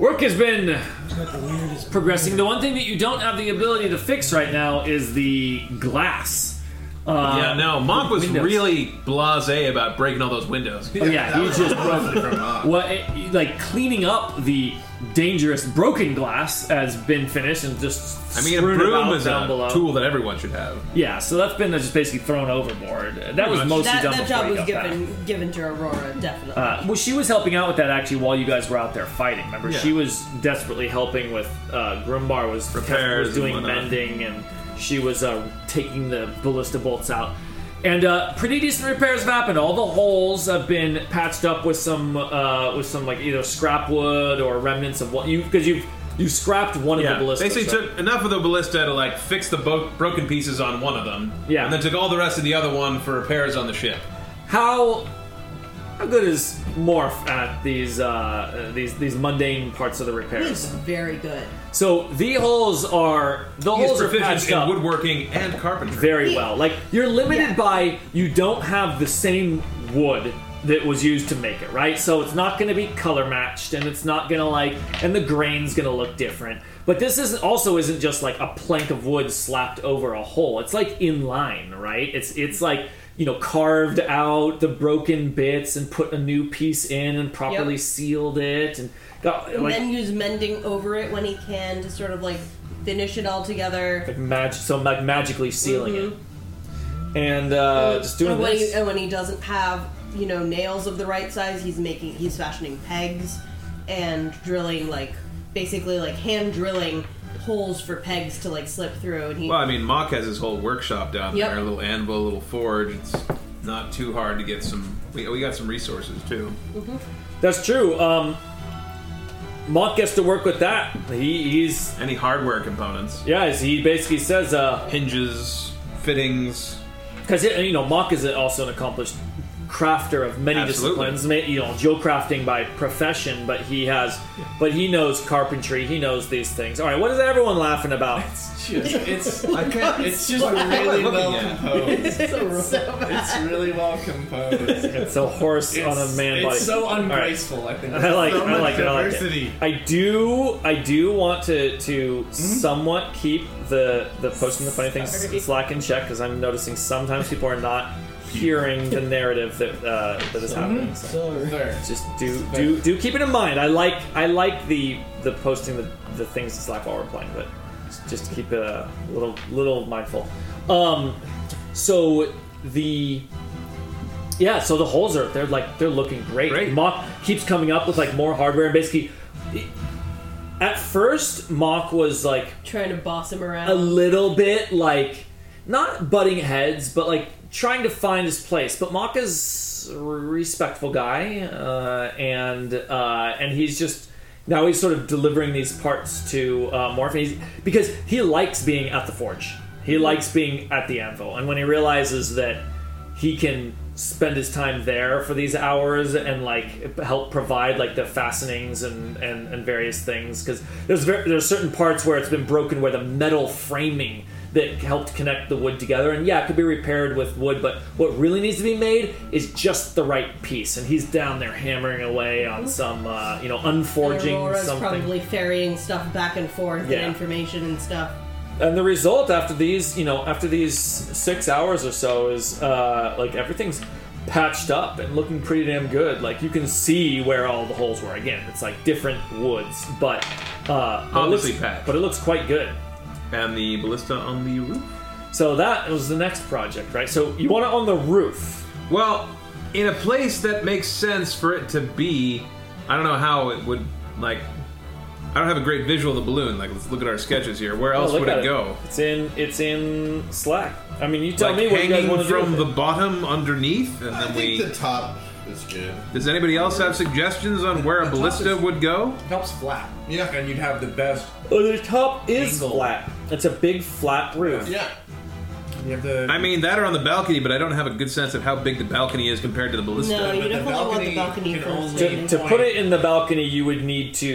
[SPEAKER 2] Work has been
[SPEAKER 10] like the weirdest.
[SPEAKER 2] progressing. The one thing that you don't have the ability to fix right now is the glass. Uh,
[SPEAKER 9] yeah, no, Monk was
[SPEAKER 2] windows.
[SPEAKER 9] really blasé about breaking all those windows.
[SPEAKER 2] Oh, yeah, he just broke.
[SPEAKER 8] from Mark.
[SPEAKER 2] Well, it, like cleaning up the dangerous broken glass has been finished and just.
[SPEAKER 9] I mean, a
[SPEAKER 2] strewn
[SPEAKER 9] broom
[SPEAKER 2] about
[SPEAKER 9] is
[SPEAKER 2] down
[SPEAKER 9] a
[SPEAKER 2] below.
[SPEAKER 9] tool that everyone should have.
[SPEAKER 2] Yeah, so that's been just basically thrown overboard. That was
[SPEAKER 9] much.
[SPEAKER 2] mostly
[SPEAKER 6] That,
[SPEAKER 2] done
[SPEAKER 6] that
[SPEAKER 2] before
[SPEAKER 6] job
[SPEAKER 2] you
[SPEAKER 6] was
[SPEAKER 2] got back.
[SPEAKER 6] given given to Aurora, definitely.
[SPEAKER 2] Uh, well, she was helping out with that actually while you guys were out there fighting. Remember, she was desperately helping with uh, Grimbar was
[SPEAKER 9] Repairs
[SPEAKER 2] was doing
[SPEAKER 9] and whatnot.
[SPEAKER 2] mending, and she was uh, taking the ballista bolts out. And uh, pretty decent repairs have happened. All the holes have been patched up with some uh, with some like either scrap wood or remnants of what you because you've you scrapped one of
[SPEAKER 9] Yeah,
[SPEAKER 2] the ballistas.
[SPEAKER 9] basically
[SPEAKER 2] right?
[SPEAKER 9] took enough of the ballista to like fix the bo- broken pieces on one of them.
[SPEAKER 2] Yeah.
[SPEAKER 9] and then took all the rest of the other one for repairs on the ship.
[SPEAKER 2] how how good is Morph at these uh, these these mundane parts of the repairs?
[SPEAKER 6] He's very good.
[SPEAKER 2] So the holes are the
[SPEAKER 9] He's
[SPEAKER 2] holes are
[SPEAKER 9] proficient
[SPEAKER 2] patched
[SPEAKER 9] in
[SPEAKER 2] up
[SPEAKER 9] woodworking and carpentry.
[SPEAKER 2] very well. Like you're limited
[SPEAKER 6] Yeah.
[SPEAKER 2] by you don't have the same wood that was used to make it, right? So it's not going to be color matched, and it's not going to like, and the grain's going to look different. But this isn't also isn't just like a plank of wood slapped over a hole. It's like in line, right? It's it's like you know carved out the broken bits and put a new piece in and properly
[SPEAKER 6] Yep.
[SPEAKER 2] sealed it and got
[SPEAKER 6] And
[SPEAKER 2] like
[SPEAKER 6] then use mending over it when he can to sort of like finish it all together.
[SPEAKER 2] Like mag- so like magically sealing it. And uh, just doing
[SPEAKER 6] Mm-hmm. and when
[SPEAKER 2] this.
[SPEAKER 6] he and when he doesn't have you know nails of the right size, he's making he's fashioning pegs and drilling like basically like hand drilling holes for pegs to like slip through. And he
[SPEAKER 9] Well, I mean, Mock has his whole workshop down
[SPEAKER 6] Yep.
[SPEAKER 9] there, a little anvil, a little forge. It's not too hard to get some. We, we got some resources too.
[SPEAKER 2] That's true. Um, Monk gets to work with that. He, he's
[SPEAKER 9] Any hardware components,
[SPEAKER 2] yeah. as He basically says because
[SPEAKER 9] hinges, fittings.
[SPEAKER 2] you know Monk is also an accomplished crafter of many
[SPEAKER 9] Absolutely.
[SPEAKER 2] disciplines. Ma- You know, Joe crafting by profession, but he has, but he knows carpentry. He knows these things. All right, what is everyone laughing about?
[SPEAKER 7] It's I can't, it's just
[SPEAKER 3] really
[SPEAKER 9] looking
[SPEAKER 3] well
[SPEAKER 9] at?
[SPEAKER 3] composed.
[SPEAKER 6] so,
[SPEAKER 3] It's really well composed. It's,
[SPEAKER 2] It's a horse on a man
[SPEAKER 3] it's
[SPEAKER 2] body.
[SPEAKER 3] so ungraceful, I think.
[SPEAKER 2] I like,
[SPEAKER 8] So
[SPEAKER 2] I
[SPEAKER 8] much
[SPEAKER 2] like it. I like it.
[SPEAKER 8] diversity. Mm-hmm.
[SPEAKER 2] I do, I do want to to somewhat keep the the posting the funny things slack in check because I'm noticing sometimes people are not hearing the narrative that uh, that
[SPEAKER 8] Mm-hmm.
[SPEAKER 2] is happening. So
[SPEAKER 10] Sorry.
[SPEAKER 3] There.
[SPEAKER 2] just do do do keep it in mind. I like I like the the posting the the things to slack while we're playing, but just keep it a little little mindful. Um, so the yeah, so the holes are they're like they're looking great.
[SPEAKER 9] Great.
[SPEAKER 2] Mock keeps coming up with like more hardware and basically at first Mock was like
[SPEAKER 6] trying to boss him around.
[SPEAKER 2] a little bit like not butting heads, but like trying to find his place. But Maka's a respectful guy, uh, and uh, and he's just now he's sort of delivering these parts to uh, Morph, and he's, because he likes being at the forge. He likes being at the anvil, and when he realizes that he can spend his time there for these hours and like help provide like the fastenings and and, and various things because there's ver- there's certain parts where it's been broken where the metal framing that helped connect the wood together and yeah it could be repaired with wood but what really needs to be made is just the right piece and he's down there hammering away on some uh, you know
[SPEAKER 6] And
[SPEAKER 2] unforging
[SPEAKER 6] Aurora's
[SPEAKER 2] something
[SPEAKER 6] probably ferrying stuff back and forth
[SPEAKER 2] Yeah.
[SPEAKER 6] and information and stuff.
[SPEAKER 2] and the result after these you know after these six hours or so is uh, like everything's patched up and looking pretty damn good like you can see where all the holes were again it's like different woods but uh but it looks-
[SPEAKER 9] Obviously patched.
[SPEAKER 2] but it looks quite good
[SPEAKER 9] And the ballista on the roof.
[SPEAKER 2] so that was the next project right so you want it on the roof
[SPEAKER 9] Well, in a place that makes sense for it to be, I don't know how it would like. I don't have a great visual of the balloon. Like, let's look at our sketches here. Where else
[SPEAKER 2] Oh, look
[SPEAKER 9] would
[SPEAKER 2] at
[SPEAKER 9] it, go?
[SPEAKER 2] it's in it's in slack i mean you tell
[SPEAKER 9] like
[SPEAKER 2] me what you guys
[SPEAKER 9] hanging
[SPEAKER 2] want to do
[SPEAKER 9] from
[SPEAKER 2] with
[SPEAKER 9] the
[SPEAKER 2] it.
[SPEAKER 9] bottom underneath, and
[SPEAKER 8] I
[SPEAKER 9] then
[SPEAKER 8] think
[SPEAKER 9] we.
[SPEAKER 8] the top is good.
[SPEAKER 9] Does anybody else have suggestions on where a
[SPEAKER 7] The top
[SPEAKER 9] ballista
[SPEAKER 7] is-
[SPEAKER 9] would go?
[SPEAKER 7] helps flat.
[SPEAKER 8] Yeah.
[SPEAKER 7] and you'd have the best.
[SPEAKER 2] oh, the top is
[SPEAKER 7] Angle.
[SPEAKER 2] flat it's a big flat roof
[SPEAKER 8] Yeah.
[SPEAKER 7] You have the.
[SPEAKER 9] I mean, that are on the balcony, but I don't have a good sense of how big the balcony is compared to the ballista.
[SPEAKER 6] No, you
[SPEAKER 7] the
[SPEAKER 6] definitely want
[SPEAKER 7] balcony
[SPEAKER 6] the balcony
[SPEAKER 7] can
[SPEAKER 6] first.
[SPEAKER 7] only-
[SPEAKER 2] to, to put it in the balcony, you would need to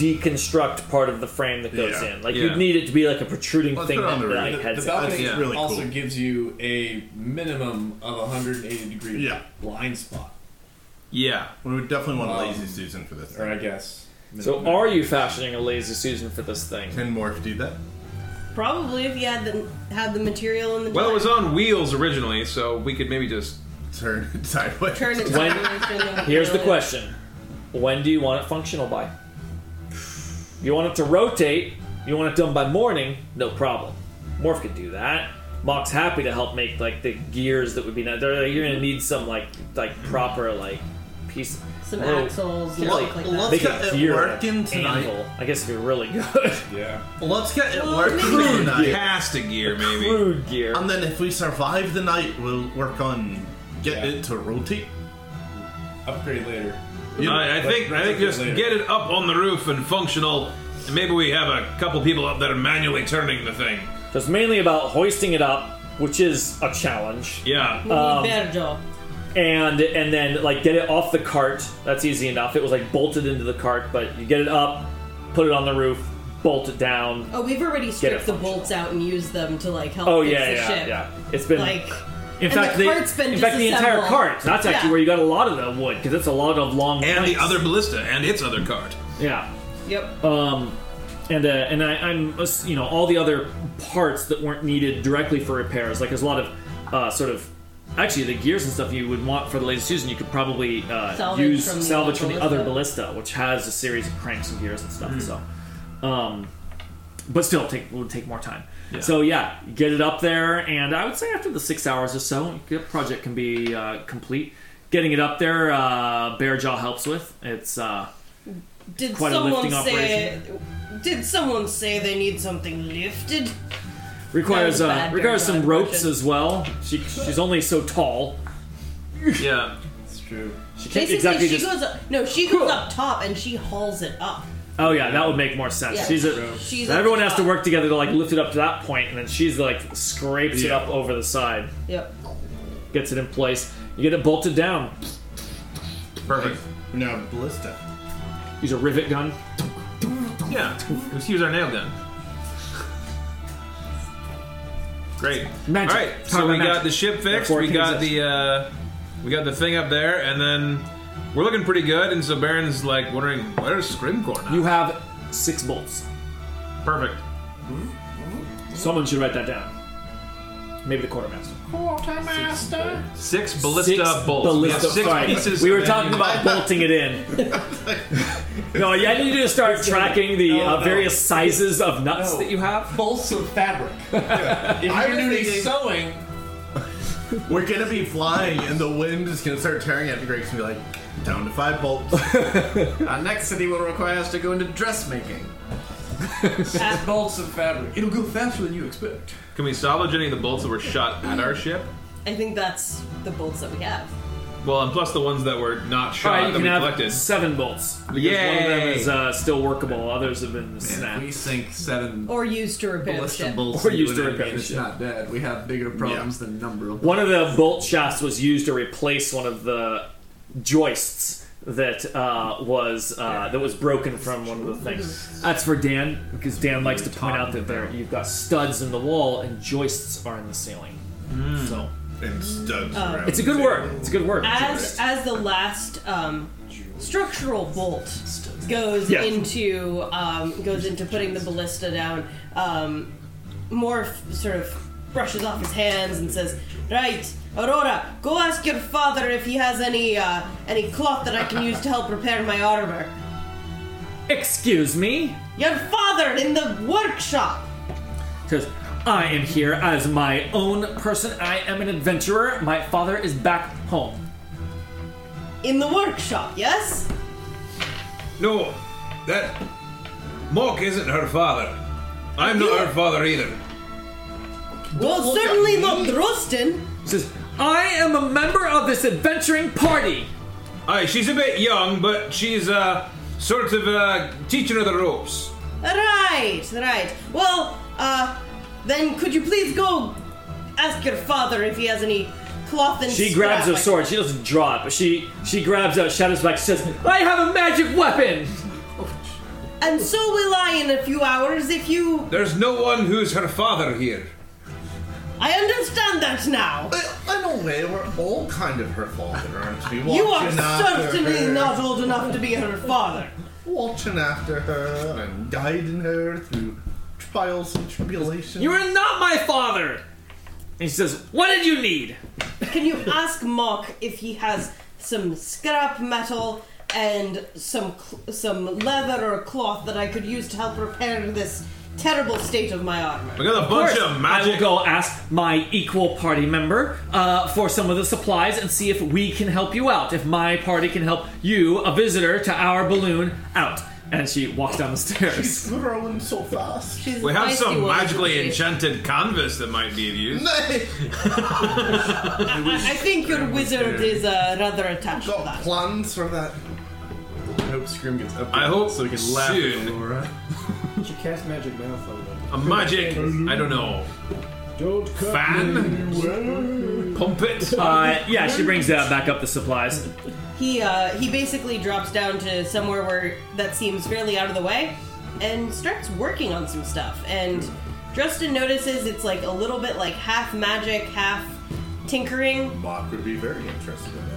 [SPEAKER 2] deconstruct part of the frame that goes
[SPEAKER 8] Yeah.
[SPEAKER 2] in. Like
[SPEAKER 9] Yeah.
[SPEAKER 2] you'd need it to be like a protruding
[SPEAKER 8] Let's
[SPEAKER 2] thing
[SPEAKER 8] put it on
[SPEAKER 2] that
[SPEAKER 8] the roof.
[SPEAKER 2] like,
[SPEAKER 8] The-
[SPEAKER 2] heads
[SPEAKER 3] The balcony
[SPEAKER 9] Yeah.
[SPEAKER 8] really
[SPEAKER 3] also
[SPEAKER 8] cool.
[SPEAKER 3] gives you a minimum of 180 degree
[SPEAKER 8] Yeah.
[SPEAKER 3] blind spot.
[SPEAKER 9] Yeah.
[SPEAKER 8] We would definitely want
[SPEAKER 3] Um,
[SPEAKER 8] lazy Susan for this.
[SPEAKER 3] Or I guess.
[SPEAKER 2] So, are you fashioning a lazy Susan for this thing?
[SPEAKER 8] Can Morph do that?
[SPEAKER 6] Probably if you had the had the material and the
[SPEAKER 9] Well, it
[SPEAKER 6] time.
[SPEAKER 9] was on wheels originally, so we could maybe just
[SPEAKER 8] turn it sideways.
[SPEAKER 6] turn it
[SPEAKER 2] When-
[SPEAKER 6] sideways.
[SPEAKER 2] Here's the question When do you want it functional by? You want it to rotate, you want it done by morning, no problem. Morph could do that. Mock's happy to help make like the gears that would be ne- they're- You're gonna need some like like proper like piece
[SPEAKER 6] Some
[SPEAKER 2] little-
[SPEAKER 6] axles and
[SPEAKER 2] Well,
[SPEAKER 6] stuff like that.
[SPEAKER 8] let's
[SPEAKER 2] Make
[SPEAKER 8] get
[SPEAKER 2] a
[SPEAKER 8] it
[SPEAKER 2] gear out of
[SPEAKER 8] working
[SPEAKER 2] an
[SPEAKER 8] tonight.
[SPEAKER 2] anvil. I guess if you're really good.
[SPEAKER 3] Yeah.
[SPEAKER 8] Let's get it
[SPEAKER 6] Well,
[SPEAKER 8] working
[SPEAKER 6] maybe-
[SPEAKER 8] tonight.
[SPEAKER 9] cast a gear, maybe.
[SPEAKER 2] Crude gear.
[SPEAKER 8] And then if we survive the night, we'll work on get
[SPEAKER 3] Yeah.
[SPEAKER 8] it to rotate.
[SPEAKER 3] Upgrade later.
[SPEAKER 8] You know,
[SPEAKER 9] I, I think I think just get it up on the roof and functional. And maybe we have a couple people up there manually turning the thing.
[SPEAKER 2] So it's mainly about hoisting it up, which is a challenge.
[SPEAKER 9] Yeah.
[SPEAKER 2] Um,
[SPEAKER 6] Berjo.
[SPEAKER 2] and and then like get it off the cart. That's easy enough. It was like bolted into the cart, but you get it up, put it on the roof, bolt it down.
[SPEAKER 6] Oh, we've already stripped the
[SPEAKER 2] functional.
[SPEAKER 6] bolts out and used them to like help
[SPEAKER 2] Oh
[SPEAKER 6] fix
[SPEAKER 2] yeah,
[SPEAKER 6] the
[SPEAKER 2] yeah,
[SPEAKER 6] ship.
[SPEAKER 2] yeah. It's been
[SPEAKER 6] Like,
[SPEAKER 2] in
[SPEAKER 6] and
[SPEAKER 2] fact
[SPEAKER 6] the
[SPEAKER 2] they-
[SPEAKER 6] cart's been
[SPEAKER 2] in fact the entire
[SPEAKER 6] disassembled.
[SPEAKER 2] cart. That's actually
[SPEAKER 6] Yeah.
[SPEAKER 2] where you got a lot of the wood because it's a lot of long
[SPEAKER 9] And the
[SPEAKER 2] planks.
[SPEAKER 9] other ballista and its other cart.
[SPEAKER 2] yeah.
[SPEAKER 6] yep.
[SPEAKER 2] Um, and uh, and I, I'm ass- you know all the other parts that weren't needed directly for repairs. Like there's a lot of uh, sort of actually the gears and stuff you would want for the laser Susan. You could probably uh,
[SPEAKER 6] Salvage
[SPEAKER 2] use
[SPEAKER 6] from the
[SPEAKER 2] salvage from the other
[SPEAKER 6] ballista.
[SPEAKER 2] ballista, which has a series of cranks and gears and stuff. So, um, but still take would take more time. So yeah, get it up there, and I would say after the six hours or so, the project can be uh, complete. Getting it up there, uh, Bear Jaw helps with. It's uh,
[SPEAKER 6] Did
[SPEAKER 2] quite a
[SPEAKER 6] someone
[SPEAKER 2] lifting
[SPEAKER 6] say? Did someone say they need something lifted?
[SPEAKER 2] Requires
[SPEAKER 6] That was a
[SPEAKER 2] uh,
[SPEAKER 6] bad
[SPEAKER 2] requires
[SPEAKER 6] Bear
[SPEAKER 2] some
[SPEAKER 6] Jaw
[SPEAKER 2] ropes
[SPEAKER 6] impression.
[SPEAKER 2] as well. She she's only so tall.
[SPEAKER 9] Yeah.
[SPEAKER 3] It's true.
[SPEAKER 2] She can't
[SPEAKER 6] Basically,
[SPEAKER 2] exactly
[SPEAKER 6] she
[SPEAKER 2] just.
[SPEAKER 6] goes up. No, she goes up top and she hauls it up.
[SPEAKER 2] oh yeah, that would make more sense.
[SPEAKER 6] Yeah.
[SPEAKER 2] She's a.
[SPEAKER 6] She's up
[SPEAKER 2] Everyone has to
[SPEAKER 6] top.
[SPEAKER 2] work together to like lift it up to that point, and then she's like scrapes it up over the side,
[SPEAKER 6] Yep.
[SPEAKER 2] gets it in place. You get it bolted down.
[SPEAKER 9] Perfect.
[SPEAKER 8] No, ballista.
[SPEAKER 2] Use a rivet gun.
[SPEAKER 9] Yeah. Let's use our nail gun. Great.
[SPEAKER 2] Magic.
[SPEAKER 9] All right.
[SPEAKER 2] Power
[SPEAKER 9] So we
[SPEAKER 2] magic.
[SPEAKER 9] got the ship fixed.
[SPEAKER 2] Therefore, it
[SPEAKER 9] We
[SPEAKER 2] can
[SPEAKER 9] got
[SPEAKER 2] exist.
[SPEAKER 9] the uh, we got the thing up there, and then we're looking pretty good. And so Baron's like wondering where's Scrimcorn. at?"
[SPEAKER 2] You have six bolts.
[SPEAKER 9] Perfect.
[SPEAKER 2] Someone should write that down. Maybe the quartermaster.
[SPEAKER 9] Six ballista
[SPEAKER 2] six
[SPEAKER 9] bolts. We have
[SPEAKER 2] ballista-
[SPEAKER 9] six
[SPEAKER 2] sorry.
[SPEAKER 9] pieces.
[SPEAKER 2] We were
[SPEAKER 9] and
[SPEAKER 2] talking
[SPEAKER 9] you-
[SPEAKER 2] about bolting it in. no, yeah, I need you to start tracking the
[SPEAKER 6] Oh,
[SPEAKER 2] uh, various sizes of nuts that you have.
[SPEAKER 7] Bolts of fabric.
[SPEAKER 3] If you're doing sewing,
[SPEAKER 8] We're gonna be flying, and the wind is gonna start tearing at the Greg's and be like, down to five bolts.
[SPEAKER 7] Our next city will require us to go into dressmaking.
[SPEAKER 3] bolts of fabric.
[SPEAKER 7] It'll go faster than you expect.
[SPEAKER 9] Can we salvage any of the bolts that were shot at our ship?
[SPEAKER 6] I think that's the bolts that we have.
[SPEAKER 9] Well, and plus the ones that were not
[SPEAKER 2] All
[SPEAKER 9] shot
[SPEAKER 2] right, you
[SPEAKER 9] that
[SPEAKER 2] can
[SPEAKER 9] we
[SPEAKER 2] have
[SPEAKER 9] collected.
[SPEAKER 2] seven bolts. Because One of them
[SPEAKER 9] Yay.
[SPEAKER 2] is uh, still workable. Others have been snapped.
[SPEAKER 7] We sink seven
[SPEAKER 6] Or used to repair the
[SPEAKER 7] ballista
[SPEAKER 6] ship.
[SPEAKER 7] bolts.
[SPEAKER 2] Or
[SPEAKER 7] into
[SPEAKER 2] used
[SPEAKER 7] an
[SPEAKER 2] to
[SPEAKER 7] enemy
[SPEAKER 2] repair the
[SPEAKER 7] that's
[SPEAKER 2] ship.
[SPEAKER 7] not dead. We have bigger problems than number of.
[SPEAKER 2] One of the bolt shafts was used to replace one of the joists that uh, was uh, that was broken from one of the things. That's for Dan because Dan likes to point out that there you've got studs in the wall and joists are in the ceiling. So
[SPEAKER 8] and studs around.
[SPEAKER 2] it's a good word. It's a good word.
[SPEAKER 6] As as the last um, structural bolt goes
[SPEAKER 2] Yeah.
[SPEAKER 6] into um, goes into putting the ballista down, um, Morph sort of brushes off his hands and says, "Right, Aurora, go ask your father if he has any uh, any cloth that I can use to help repair my armor."
[SPEAKER 2] Excuse me,
[SPEAKER 6] Your father in the workshop.
[SPEAKER 2] because I am here as my own person. I am an adventurer. My father is back home.
[SPEAKER 6] In the workshop, yes?
[SPEAKER 9] No, that Mock isn't her father. I'm not her father either.
[SPEAKER 6] well, certainly not Drosten.
[SPEAKER 2] He says, "I am a member of this adventuring party."
[SPEAKER 9] Aye, she's a bit young, but she's uh, sort of uh, teaching her the ropes.
[SPEAKER 6] Right, right. Well, uh, then could you please go ask your father if he has any cloth and
[SPEAKER 2] She grabs her
[SPEAKER 6] scrap?
[SPEAKER 2] sword. She doesn't draw it, but she she grabs out Shadow's back. She says, "I have a magic weapon."
[SPEAKER 6] And so will I in a few hours if you.
[SPEAKER 9] There's no one who's her father here.
[SPEAKER 6] I understand that now.
[SPEAKER 8] But in a way, we're all kind of her father, aren't we?
[SPEAKER 6] You are
[SPEAKER 8] Watching after
[SPEAKER 6] certainly
[SPEAKER 8] her.
[SPEAKER 6] not old enough to be her father.
[SPEAKER 8] watching after her and guiding her through trials and tribulations.
[SPEAKER 2] You are not my father! And she says, What did you need?
[SPEAKER 6] Can you ask Mock if he has some scrap metal and some cl- some leather or cloth that I could use to help repair this terrible state of my armor?
[SPEAKER 9] I got a
[SPEAKER 2] Of course,
[SPEAKER 9] bunch of
[SPEAKER 2] I will
[SPEAKER 9] magic.
[SPEAKER 2] go ask my equal party member uh, for some of the supplies and see if we can help you out. If my party can help you, a visitor to our balloon, out. And she walks down the stairs.
[SPEAKER 8] She's growing so fast.
[SPEAKER 6] She's
[SPEAKER 9] We have
[SPEAKER 6] feisty
[SPEAKER 9] some
[SPEAKER 6] woman,
[SPEAKER 9] magically
[SPEAKER 6] isn't she?
[SPEAKER 9] enchanted canvas that might be of use.
[SPEAKER 8] Nay,
[SPEAKER 6] I, I think your wizard is uh, rather attached to
[SPEAKER 8] got
[SPEAKER 6] that.
[SPEAKER 8] plans for that.
[SPEAKER 7] I hope Scrim gets up.
[SPEAKER 9] I hope
[SPEAKER 7] so he can laugh at
[SPEAKER 9] soon.
[SPEAKER 7] Laura.
[SPEAKER 10] She cast magic mouth on them.
[SPEAKER 9] A magic, I don't know,
[SPEAKER 10] Don't cut
[SPEAKER 9] fan? Pumpet?
[SPEAKER 2] Uh, yeah, she brings that back up the supplies.
[SPEAKER 6] He uh, he basically drops down to somewhere where that seems fairly out of the way, and starts working on some stuff. And Dresden notices it's like a little bit like half magic, half tinkering.
[SPEAKER 8] Mock would be very interested in that.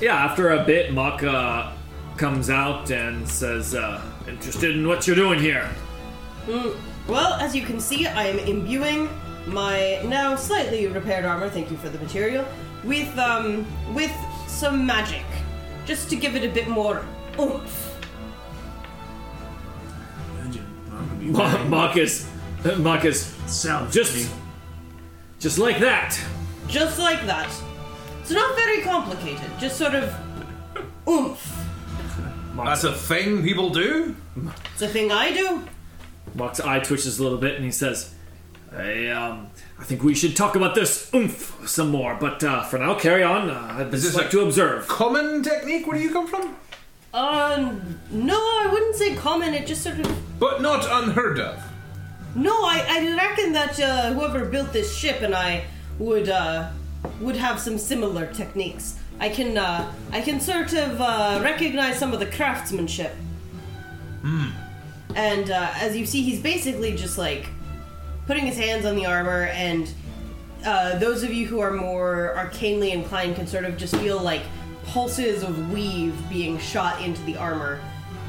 [SPEAKER 2] Yeah, after a bit, Mock uh, comes out and says, uh, Interested in what you're doing here.
[SPEAKER 6] Well, as you can see, I am imbuing my now slightly repaired armor, thank you for the material, with um with some magic. Just to give it a bit more oomph.
[SPEAKER 2] Ma- Mock is. Mock is. Just. Just like that.
[SPEAKER 6] Just like that. It's not very complicated, just sort of oomph.
[SPEAKER 9] That's a thing people do?
[SPEAKER 6] It's a thing I do.
[SPEAKER 2] Mock's eye twitches a little bit and he says, I, um, I think we should talk about this oomph some more, but uh, for now, carry on. Uh, I'd
[SPEAKER 9] this
[SPEAKER 2] just like
[SPEAKER 9] a-
[SPEAKER 2] to observe.
[SPEAKER 9] Common technique? Where do you come from?
[SPEAKER 6] Um no, I wouldn't say common, it just sort of
[SPEAKER 9] But not unheard of.
[SPEAKER 6] No, I, I reckon that uh, whoever built this ship and I would uh, would have some similar techniques. I can uh, I can sort of uh, recognize some of the craftsmanship. And uh, as you see, he's basically just like putting his hands on the armor, and uh, those of you who are more arcanely inclined can sort of just feel like pulses of weave being shot into the armor,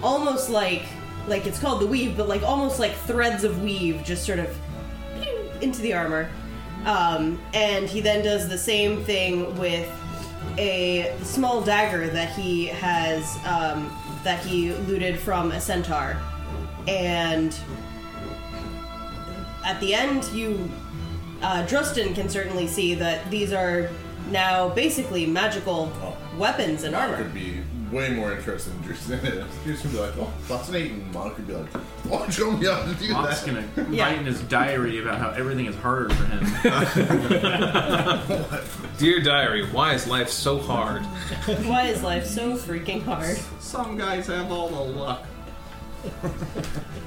[SPEAKER 6] almost like like it's called the weave, but like almost like threads of weave just sort of pew into the armor. Um, and he then does the same thing with a small dagger that he has um, that he looted from a centaur, and at the end, you, uh, Drustin can certainly see that these are now basically magical weapons and
[SPEAKER 8] Mark
[SPEAKER 6] armor.
[SPEAKER 8] would be way more interested in Drew's than it. Drew's would be like, oh, fascinating. And Mark would be like, oh, show me how to do
[SPEAKER 5] Mock's
[SPEAKER 8] that.
[SPEAKER 5] gonna write
[SPEAKER 6] Yeah.
[SPEAKER 5] in his diary about how everything is harder for him.
[SPEAKER 9] Dear diary, why is life so hard?
[SPEAKER 6] Why is life so freaking hard?
[SPEAKER 7] Some guys have all the luck.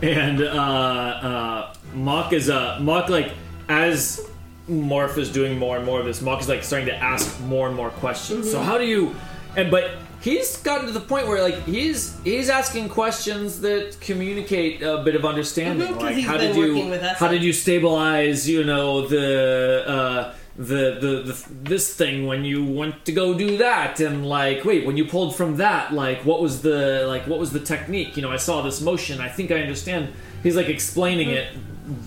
[SPEAKER 2] And uh, uh, Mock is uh, Mock like as Morph is doing more and more of this. Mock is like starting to ask more and more questions.
[SPEAKER 6] Mm-hmm.
[SPEAKER 2] So how do you? And but he's gotten to the point where like he's he's asking questions that communicate a bit of understanding.
[SPEAKER 6] Mhm, 'cause
[SPEAKER 2] like
[SPEAKER 6] he's
[SPEAKER 2] how
[SPEAKER 6] been
[SPEAKER 2] did you
[SPEAKER 6] working with us.
[SPEAKER 2] how did you stabilize? You know the. Uh, the, the the this thing when you went to go do that and like wait when you pulled from that like what was the like what was the technique you know i saw this motion i think i understand he's like explaining it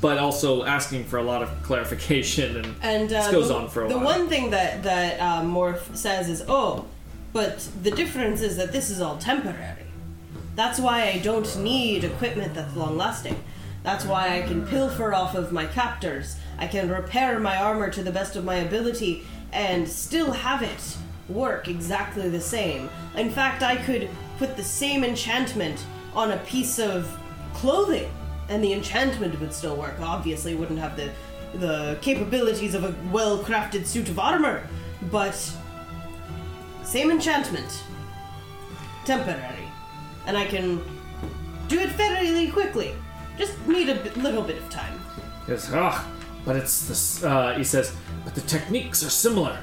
[SPEAKER 2] but also asking for a lot of clarification and
[SPEAKER 6] And uh,
[SPEAKER 2] this goes
[SPEAKER 6] the,
[SPEAKER 2] on for a
[SPEAKER 6] the
[SPEAKER 2] while
[SPEAKER 6] one thing that that uh, Morph says is, "Oh, but the difference is that this is all temporary. That's why I don't need equipment that's long lasting. That's why I can pilfer off of my captors. I can repair my armor to the best of my ability and still have it work exactly the same. In fact, I could put the same enchantment on a piece of clothing and the enchantment would still work. Obviously, it wouldn't have the the capabilities of a well-crafted suit of armor, but same enchantment. Temporary and I can do it fairly quickly. Just need a bit- little bit of time.
[SPEAKER 2] Yes, ah, but it's this. Uh, he says, but the techniques are similar.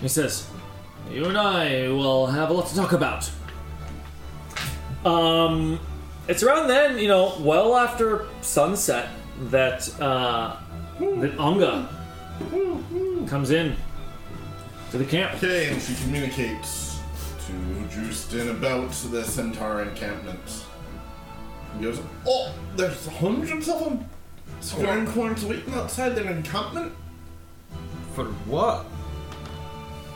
[SPEAKER 2] He says, you and I will have a lot to talk about. Um, it's around then, you know, well after sunset, that uh, that Unga comes in to the camp.
[SPEAKER 8] Okay, and she communicates to who juiced in about the centaur encampment. He goes, Oh, there's hundreds of them! Squaring corns waiting outside their encampment?
[SPEAKER 9] For what?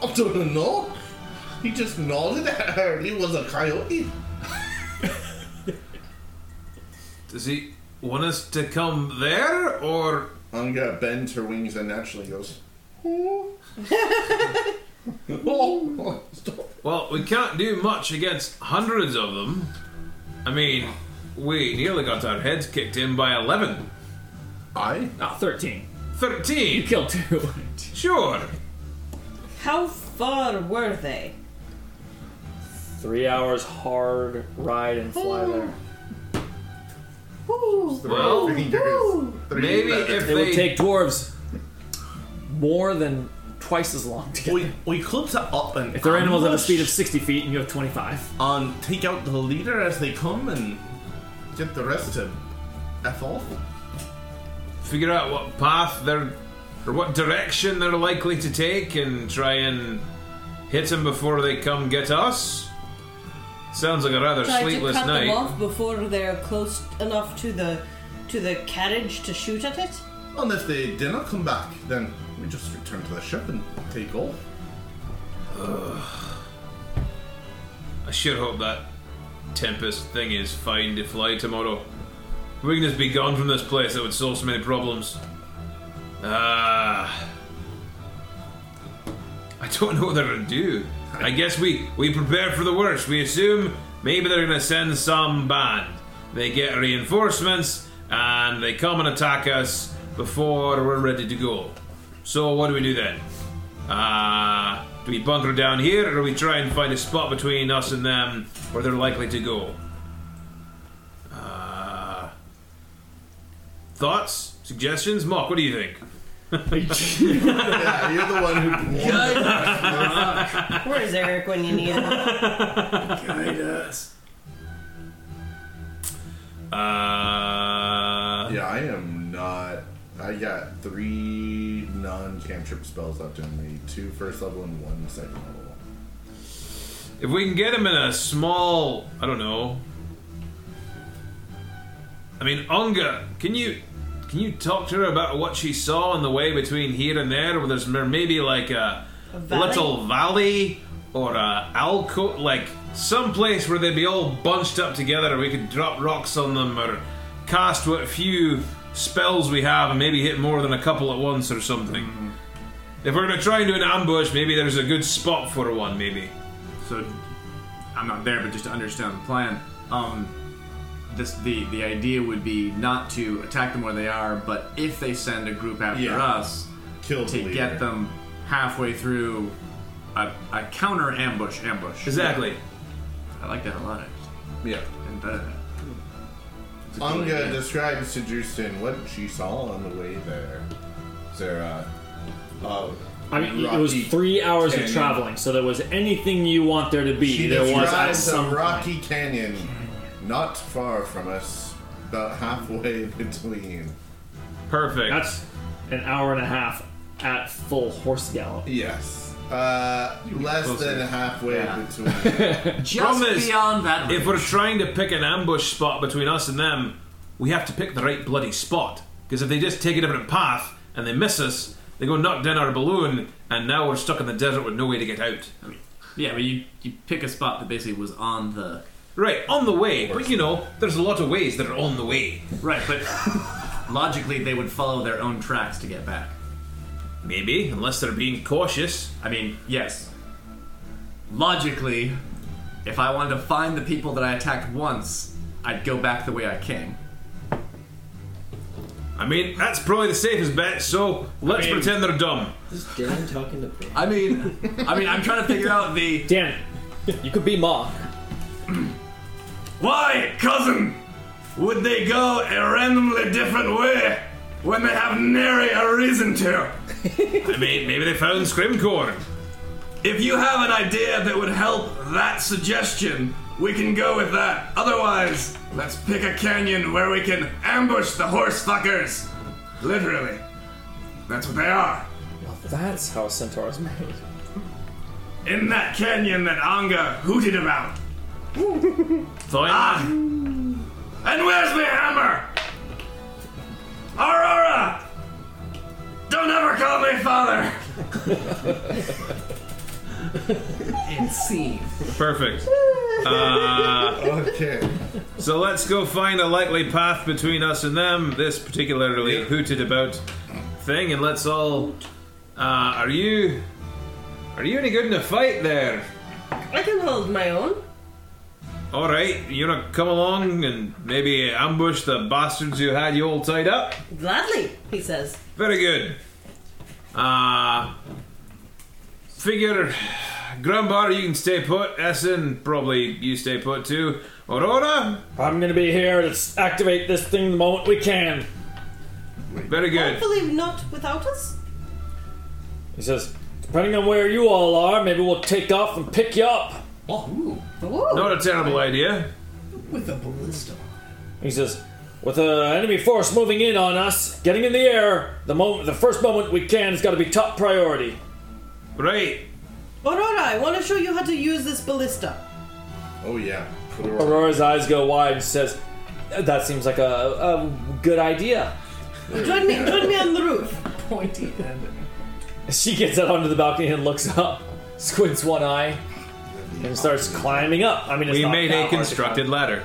[SPEAKER 8] I don't know. He just nodded at her. He was a coyote.
[SPEAKER 9] Does he want us to come there or
[SPEAKER 8] Anga bends her wings and naturally goes, Oh. oh, stop.
[SPEAKER 9] Well, we can't do much against hundreds of them. I mean, we nearly got our heads kicked in by 11.
[SPEAKER 8] I?
[SPEAKER 2] Ah, 13. You
[SPEAKER 9] 13!
[SPEAKER 2] killed two.
[SPEAKER 9] Sure!
[SPEAKER 6] How far were they?
[SPEAKER 2] Three hours hard ride and fly there.
[SPEAKER 9] Well, maybe if
[SPEAKER 2] It would
[SPEAKER 9] they.
[SPEAKER 2] take dwarves more than twice as long to get.
[SPEAKER 8] We, we clip that up and
[SPEAKER 2] If they're animals at a
[SPEAKER 8] ambush
[SPEAKER 2] speed of 60 feet and you have 25.
[SPEAKER 8] and take out the leader as they come and get the rest to F off.
[SPEAKER 9] figure out what path they're. or what direction they're likely to take and try and hit them before they come get us? Sounds like a rather
[SPEAKER 6] Try
[SPEAKER 9] sleepless
[SPEAKER 6] to cut
[SPEAKER 9] night.
[SPEAKER 6] them off before they're close enough to the to the carriage to shoot at it.
[SPEAKER 8] And if they did not come back, then we just return to the ship and take off.
[SPEAKER 9] I sure hope that Tempest thing is fine to fly tomorrow. We can just be gone from this place that would solve so many problems. Ah. I don't know what they're gonna do. I guess we, we prepare for the worst. We assume maybe they're gonna send some band. They get reinforcements and they come and attack us before we're ready to go. So what do we do then? Uh, do we bunker down here, or do we try and find a spot between us and them where they're likely to go? Uh, thoughts? Suggestions? Mock, what do you think?
[SPEAKER 8] yeah, you're the one who.
[SPEAKER 6] Where's Eric when you need him?
[SPEAKER 9] Uh,
[SPEAKER 8] yeah, I am not. I got three non cantrip spells left in me two first level and one second level.
[SPEAKER 9] If we can get him in a small, I don't know. I mean, Unga, can you can you talk to her about what she saw on the way between here and there? Where there's mer- maybe like a,
[SPEAKER 6] valley?
[SPEAKER 9] little valley or a alcove, like some place where they'd be all bunched up together, and we could drop rocks on them or cast what few spells we have, and maybe hit more than a couple at once or something. If we're gonna try and do an ambush, maybe there's a good spot for one. Maybe.
[SPEAKER 7] So I'm not there, but just to understand the plan, um, this the the idea would be not to attack them where they are, but if they send a group after
[SPEAKER 8] Yeah.
[SPEAKER 7] us,
[SPEAKER 8] Kill the
[SPEAKER 7] to
[SPEAKER 8] leader.
[SPEAKER 7] get them halfway through a, a counter ambush ambush.
[SPEAKER 9] Exactly.
[SPEAKER 7] I like that a lot. actually.
[SPEAKER 8] Yeah.
[SPEAKER 7] Didn't better than that. It's a cool
[SPEAKER 8] Anga
[SPEAKER 7] idea.
[SPEAKER 8] describes to Justin what she saw on the way there. Is there a. Uh,
[SPEAKER 2] I mean, it was three hours of
[SPEAKER 8] canyon.
[SPEAKER 2] traveling, so there was anything you want there to be.
[SPEAKER 8] She
[SPEAKER 2] there was at
[SPEAKER 8] describes a
[SPEAKER 2] some
[SPEAKER 8] rocky canyon not far from us, about halfway between.
[SPEAKER 9] Perfect.
[SPEAKER 2] That's an hour and a half at full horse gallop.
[SPEAKER 8] Yes. Uh, less than halfway
[SPEAKER 7] Yeah.
[SPEAKER 8] between.
[SPEAKER 7] Just
[SPEAKER 9] Problem is,
[SPEAKER 7] beyond that.
[SPEAKER 9] if
[SPEAKER 7] range.
[SPEAKER 9] we're trying to pick an ambush spot between us and them, we have to pick the right bloody spot. Because if they just take a different path and they miss us, they go knock down our balloon, and now we're stuck in the desert with no way to get out.
[SPEAKER 7] yeah, but you you pick a spot that basically was on the
[SPEAKER 9] Right, on the way. But you know, there's a lot of ways that are on the way.
[SPEAKER 7] right, but logically they would follow their own tracks to get back.
[SPEAKER 9] Maybe, unless they're being cautious.
[SPEAKER 7] I mean, yes. Logically, if I wanted to find the people that I attacked once, I'd go back the way I came.
[SPEAKER 9] I mean, that's probably the safest bet, so let's
[SPEAKER 2] mean-
[SPEAKER 9] pretend they're dumb.
[SPEAKER 10] Is Dan talking to Brad?
[SPEAKER 7] I mean, I mean, I'm trying to figure out the
[SPEAKER 2] Dan, you could be Mock.
[SPEAKER 7] why, cousin, would they go a randomly different way when they have nary a reason to?
[SPEAKER 9] I mean, maybe they found Scrimcorn.
[SPEAKER 7] If you have an idea that would help that suggestion, we can go with that. Otherwise, let's pick a canyon where we can ambush the horse fuckers. Literally. That's what they are.
[SPEAKER 2] That's how a centaur is made.
[SPEAKER 3] in that canyon that Anga hooted about.
[SPEAKER 9] Thoin,
[SPEAKER 3] Ah! And where's my hammer? Aurora! Don't ever call me father!
[SPEAKER 5] And see.
[SPEAKER 9] perfect. Uh,
[SPEAKER 8] Okay.
[SPEAKER 9] so let's go find a likely path between us and them. This particularly hooted about thing, and let's all. Uh, are you? Are you any good in a fight there?
[SPEAKER 6] I can hold my own.
[SPEAKER 9] All right, you wanna come along and maybe ambush the bastards who had you all tied up?
[SPEAKER 6] Gladly, he says.
[SPEAKER 9] Very good. Uh, figure, Grumbar, you can stay put. Essen, probably you stay put too. Aurora,
[SPEAKER 2] I'm gonna be here. Let's activate this thing the moment we can.
[SPEAKER 9] very good.
[SPEAKER 6] Hopefully not without us.
[SPEAKER 2] He says, depending on where you all are, maybe we'll take off and pick you up.
[SPEAKER 6] Ooh.
[SPEAKER 9] Not a terrible idea.
[SPEAKER 5] With a ballista.
[SPEAKER 2] He says, with the enemy force moving in on us, getting in the air, the moment, the first moment we can has got to be top priority.
[SPEAKER 9] Right.
[SPEAKER 6] Aurora, I want to show you how to use this ballista.
[SPEAKER 8] Oh yeah. Fedora.
[SPEAKER 2] Aurora's eyes go wide and says, that seems like a, a good idea.
[SPEAKER 6] Join me, join me on the roof.
[SPEAKER 5] Pointy end.
[SPEAKER 2] She gets out onto the balcony and looks up, squints one eye, and starts climbing up. I mean, it's
[SPEAKER 9] We
[SPEAKER 2] not
[SPEAKER 9] made
[SPEAKER 2] that
[SPEAKER 9] a
[SPEAKER 2] hard to
[SPEAKER 9] constructed
[SPEAKER 2] climb.
[SPEAKER 9] ladder.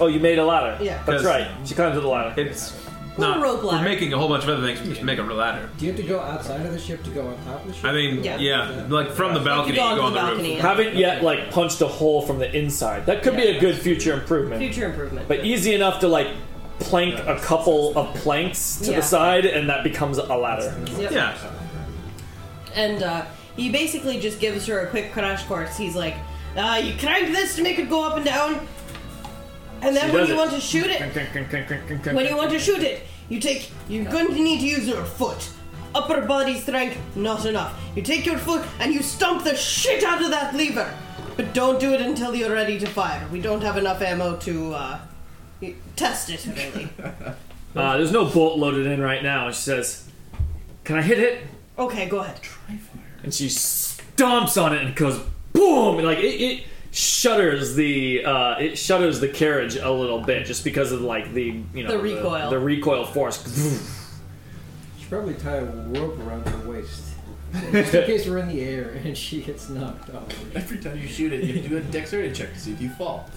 [SPEAKER 2] Oh, you made a ladder.
[SPEAKER 6] Yeah.
[SPEAKER 2] that's
[SPEAKER 9] 'Cause-
[SPEAKER 2] right. She climbs to the ladder.
[SPEAKER 9] It's
[SPEAKER 6] Or a
[SPEAKER 9] not.
[SPEAKER 6] rope
[SPEAKER 9] We're
[SPEAKER 6] ladder.
[SPEAKER 9] making a whole bunch of other things. We just make a ladder.
[SPEAKER 10] Do you have to go outside of the ship to go on top of the ship?
[SPEAKER 9] I mean,
[SPEAKER 6] Yeah.
[SPEAKER 9] yeah, like from the balcony,
[SPEAKER 6] go
[SPEAKER 9] you
[SPEAKER 6] onto
[SPEAKER 9] go on
[SPEAKER 6] the
[SPEAKER 9] the
[SPEAKER 6] balcony.
[SPEAKER 9] roof.
[SPEAKER 2] Haven't yet like punched a hole from the inside. That could be a good future improvement.
[SPEAKER 6] Future improvement.
[SPEAKER 2] But easy enough to like plank a couple of planks to
[SPEAKER 6] Yeah.
[SPEAKER 2] the side, and that becomes a ladder.
[SPEAKER 6] Yep.
[SPEAKER 9] Yeah.
[SPEAKER 6] And uh, he basically just gives her a quick crash course. He's like, uh, you cranked this to make it go up and down, and then
[SPEAKER 2] She
[SPEAKER 6] when
[SPEAKER 2] does
[SPEAKER 6] you
[SPEAKER 2] it.
[SPEAKER 6] want to shoot it, when you want to shoot it, you take. You're going to need to use your foot. Upper body strength, not enough. You take your foot and you stomp the shit out of that lever. But don't do it until you're ready to fire. We don't have enough ammo to uh, y- test it, really.
[SPEAKER 2] Uh, there's no bolt loaded in right now. She says, "Can I hit it?"
[SPEAKER 6] okay, go ahead.
[SPEAKER 2] and she stomps on it and goes boom and like it, it shudders the uh, it shudders the carriage a little bit just because of like the you know
[SPEAKER 6] The recoil.
[SPEAKER 2] the, recoil force
[SPEAKER 10] You should probably tie a rope around her waist. Just in case we're in the air and she gets knocked off.
[SPEAKER 5] Every time you shoot it, you have to do a dexterity check to see if you fall.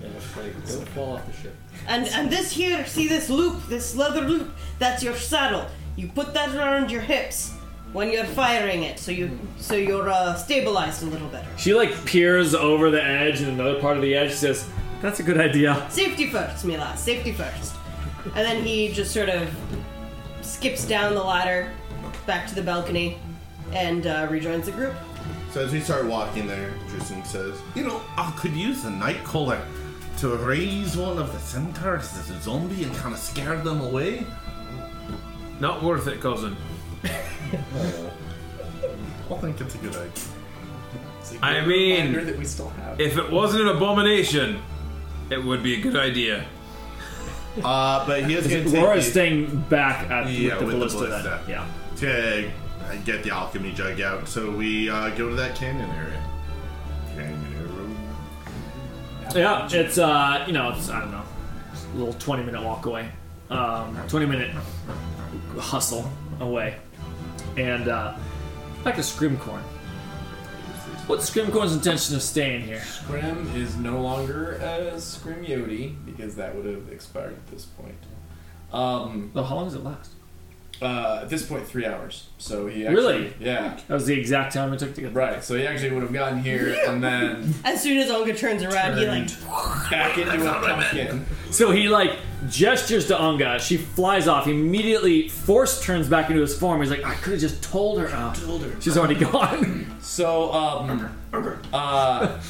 [SPEAKER 10] Yeah, it's like, don't fall off the ship.
[SPEAKER 6] And and this here, see this loop, this leather loop, that's your saddle. You put that around your hips when you're firing it, so you so you're uh, stabilized a little better.
[SPEAKER 2] she like peers over the edge and another part of the edge says that's a good idea
[SPEAKER 6] Safety first, Mila. Safety first. And then he just sort of skips down the ladder back to the balcony and uh, rejoins the group.
[SPEAKER 8] So as we start walking there, Tristan says, "You know, I could use a night caller to raise one of the centaurs as a zombie and kind of scare them away."
[SPEAKER 9] Not worth it, cousin.
[SPEAKER 8] I think it's a good idea.
[SPEAKER 9] I mean,
[SPEAKER 5] that we still have.
[SPEAKER 9] if it wasn't an abomination, it would be a good idea.
[SPEAKER 8] Uh, but he is going to take
[SPEAKER 2] Laura's
[SPEAKER 8] the-
[SPEAKER 2] staying back at
[SPEAKER 8] Yeah,
[SPEAKER 2] with the
[SPEAKER 8] with the
[SPEAKER 2] ballista,
[SPEAKER 8] ballista.
[SPEAKER 2] then. yeah
[SPEAKER 8] to uh, get the alchemy jug out. So we uh, go to that canyon area. Canyon area.
[SPEAKER 2] yeah it's uh you know it's I don't know it's a little 20 minute walk away um 20 minute hustle away and uh back to Scrimcorn What's Scrimcorn's intention of staying here?
[SPEAKER 5] Scrim is no longer a Scrim Yodi because that would have expired at this point. Um,
[SPEAKER 2] Well, how long does it last?
[SPEAKER 5] uh, at this point, three hours. So he actually,
[SPEAKER 2] Really?
[SPEAKER 5] yeah,
[SPEAKER 2] That was the exact time it took to get
[SPEAKER 5] right. So he actually would have gotten here and then
[SPEAKER 6] As soon as Olga turns around, he like
[SPEAKER 5] back into a pumpkin.
[SPEAKER 2] So he like gestures to Unga. She flies off immediately. Force turns back into his form. He's like, I could have just told her. Oh, She's already gone.
[SPEAKER 5] So, um, uh,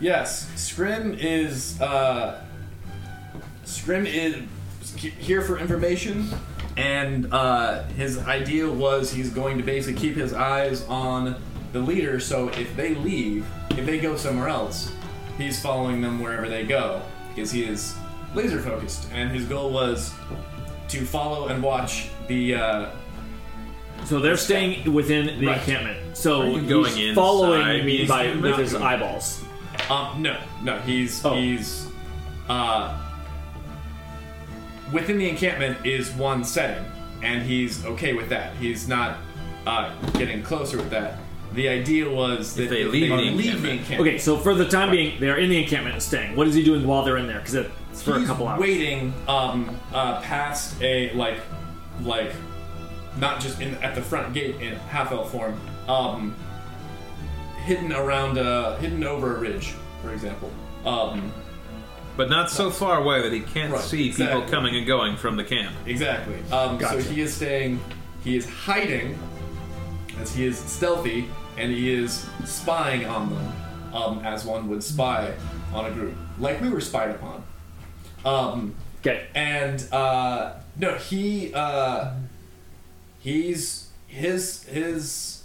[SPEAKER 5] yes, Scrim is, uh, Scrim is here for information, and, uh, his idea was he's going to basically keep his eyes on the leader, so if they leave, if they go somewhere else, he's following them wherever they go, because he is laser focused, and his goal was to follow and watch the, uh,
[SPEAKER 2] So they're staying within the encampment. So
[SPEAKER 9] Are you
[SPEAKER 2] he's
[SPEAKER 9] going
[SPEAKER 2] following
[SPEAKER 9] inside?
[SPEAKER 2] me
[SPEAKER 9] He's
[SPEAKER 2] by
[SPEAKER 9] in the
[SPEAKER 2] with his
[SPEAKER 9] mountain.
[SPEAKER 2] eyeballs.
[SPEAKER 7] Um, no, no, he's he's uh within the encampment is one setting, and he's okay with that. He's not uh getting closer with that. The idea was that
[SPEAKER 9] they
[SPEAKER 7] if
[SPEAKER 9] leave the
[SPEAKER 7] leave the
[SPEAKER 9] encampment.
[SPEAKER 7] encampment.
[SPEAKER 2] Okay, so for the time being, they're in the encampment and staying. What is he doing while they're in there? Because it's for a
[SPEAKER 7] He's
[SPEAKER 2] couple hours.
[SPEAKER 7] Waiting um uh past a like like not just in at the front gate in half elf form, um hidden around uh hidden over a ridge, for example. Um
[SPEAKER 9] But not so far away that he can't
[SPEAKER 7] Right,
[SPEAKER 9] see
[SPEAKER 7] exactly.
[SPEAKER 9] people coming and going from the camp.
[SPEAKER 7] Exactly. Um, So he is staying. He is hiding, as he is stealthy, and he is spying on them, um, as one would spy on a group, like we were spied upon. Um,
[SPEAKER 2] Okay.
[SPEAKER 7] and uh, no, he uh, he's his his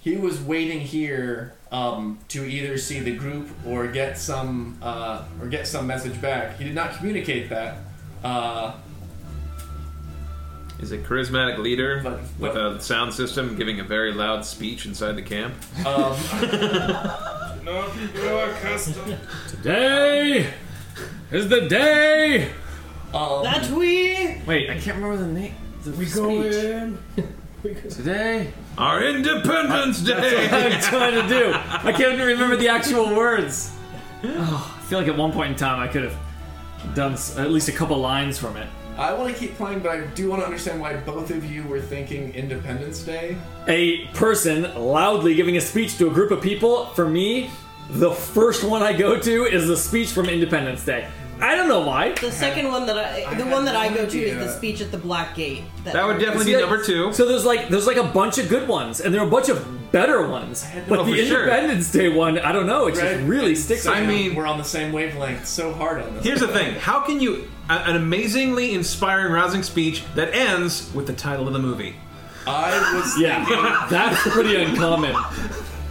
[SPEAKER 7] he was waiting here um, to either see the group or get some uh, or get some message back. He did not communicate that. Uh,
[SPEAKER 9] Is a charismatic leader
[SPEAKER 7] But-
[SPEAKER 9] with a sound system giving a very loud speech inside the camp.
[SPEAKER 7] um,
[SPEAKER 3] No, people are accustomed.
[SPEAKER 2] Today is the day.
[SPEAKER 7] um,
[SPEAKER 6] That we
[SPEAKER 2] Wait, I can't remember the name. The we
[SPEAKER 10] in.
[SPEAKER 2] today.
[SPEAKER 9] Our Independence Day.
[SPEAKER 2] I'm trying to do. I can't even remember the actual words. Oh, I feel like at one point in time I could have done s- at least a couple lines from it.
[SPEAKER 7] I want to keep playing, but I do want to understand why both of you were thinking Independence Day.
[SPEAKER 2] A person loudly giving a speech to a group of people. For me, the first one I go to is the speech from Independence Day. I don't know why.
[SPEAKER 6] the second one that I the
[SPEAKER 7] had
[SPEAKER 6] one that I
[SPEAKER 7] no
[SPEAKER 6] go to is
[SPEAKER 7] idea.
[SPEAKER 6] the speech at the Black Gate.
[SPEAKER 9] That would definitely be
[SPEAKER 2] Yeah.
[SPEAKER 9] number two.
[SPEAKER 2] So there's like there's like a bunch of good ones, and there are a bunch of better ones. But
[SPEAKER 9] Oh,
[SPEAKER 2] the
[SPEAKER 9] for sure.
[SPEAKER 2] Independence Day one, I don't know. It just
[SPEAKER 7] Right.
[SPEAKER 2] really
[SPEAKER 7] And
[SPEAKER 2] sticks.
[SPEAKER 7] so
[SPEAKER 9] I mean-
[SPEAKER 7] we're on the same wavelength so hard on this.
[SPEAKER 9] Here's the thing: How can you a- an amazingly inspiring, rousing speech that ends with the title of the movie?
[SPEAKER 7] I was
[SPEAKER 2] Yeah, that's pretty uncommon.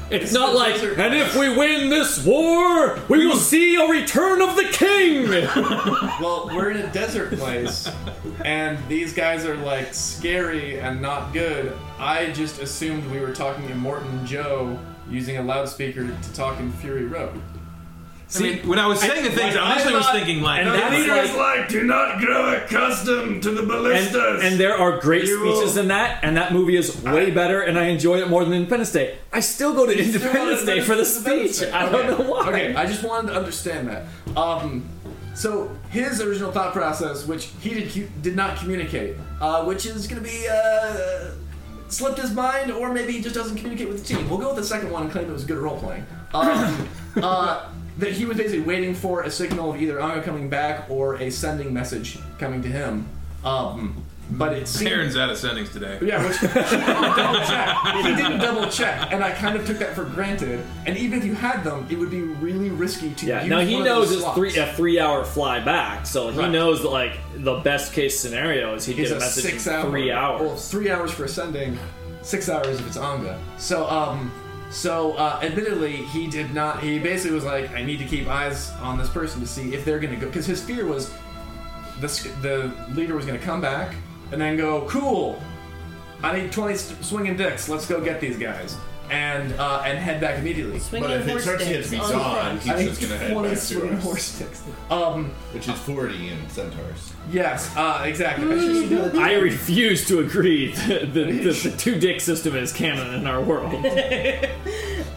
[SPEAKER 2] It's not like,
[SPEAKER 7] desert.
[SPEAKER 2] and if we win this war, we will see a return of the king.
[SPEAKER 7] Well, we're in a desert place, and these guys are like scary and not good. I just assumed we were talking to Morton Joe using a loudspeaker to talk in Fury Road.
[SPEAKER 9] I mean, when I was saying the things, I honestly was thinking like,
[SPEAKER 2] and
[SPEAKER 9] that-
[SPEAKER 2] that's
[SPEAKER 3] Leaders
[SPEAKER 2] like-
[SPEAKER 3] like do not grow accustomed to the
[SPEAKER 2] and,
[SPEAKER 3] ballistas.
[SPEAKER 2] and there are great
[SPEAKER 3] You will-
[SPEAKER 2] speeches in that, and that movie is way better, and I enjoy it more than Independence Day. I still go to Independence Day for the speech. I don't know why.
[SPEAKER 7] Okay, I just wanted to understand that. Um, so his original thought process, which he did, did not communicate, uh, which is going to be uh, slipped his mind, or maybe he just doesn't communicate with the team. We'll go with the second one and claim it was good role playing. Um, uh, that he was basically waiting for a signal of either Anga coming back or a sending message coming to him. Um, but it seemed
[SPEAKER 9] Aaron's out of sendings today.
[SPEAKER 7] yeah, which he didn't double check. He didn't double check, and I kind of took that for granted. And even if you had them, it would be really risky to
[SPEAKER 2] Yeah.
[SPEAKER 7] use.
[SPEAKER 2] Now he
[SPEAKER 7] one of those
[SPEAKER 2] knows it's
[SPEAKER 7] slots.
[SPEAKER 2] three a three hour fly back, so he
[SPEAKER 7] Right.
[SPEAKER 2] knows that like the best case scenario is he
[SPEAKER 7] It's
[SPEAKER 2] gets
[SPEAKER 7] a
[SPEAKER 2] a message
[SPEAKER 7] six
[SPEAKER 2] in
[SPEAKER 7] hour,
[SPEAKER 2] three hours.
[SPEAKER 7] Well, three hours for ascending, six hours if it's Anga. So, um, so uh, admittedly, he did not. He basically was like, I need to keep eyes on this person to see if they're gonna go, because his fear was the sc- the leader was gonna come back and then go, cool, I need twenty st- swinging dicks. Let's go get these guys and uh, and head back immediately.
[SPEAKER 6] swinging
[SPEAKER 8] But if it
[SPEAKER 6] horse
[SPEAKER 8] starts to get
[SPEAKER 6] sticks
[SPEAKER 8] to be
[SPEAKER 6] on the
[SPEAKER 8] dawn,
[SPEAKER 6] front.
[SPEAKER 8] he's just gonna head
[SPEAKER 7] Twenty
[SPEAKER 8] back
[SPEAKER 7] swinging
[SPEAKER 8] to
[SPEAKER 7] horse
[SPEAKER 8] us,
[SPEAKER 7] sticks. Um,
[SPEAKER 8] which is forty in centaurs.
[SPEAKER 7] yes, uh, exactly.
[SPEAKER 8] Mm-hmm.
[SPEAKER 7] I should-
[SPEAKER 2] I refuse to agree that the, the, the two dick system is canon in our world.
[SPEAKER 6] I,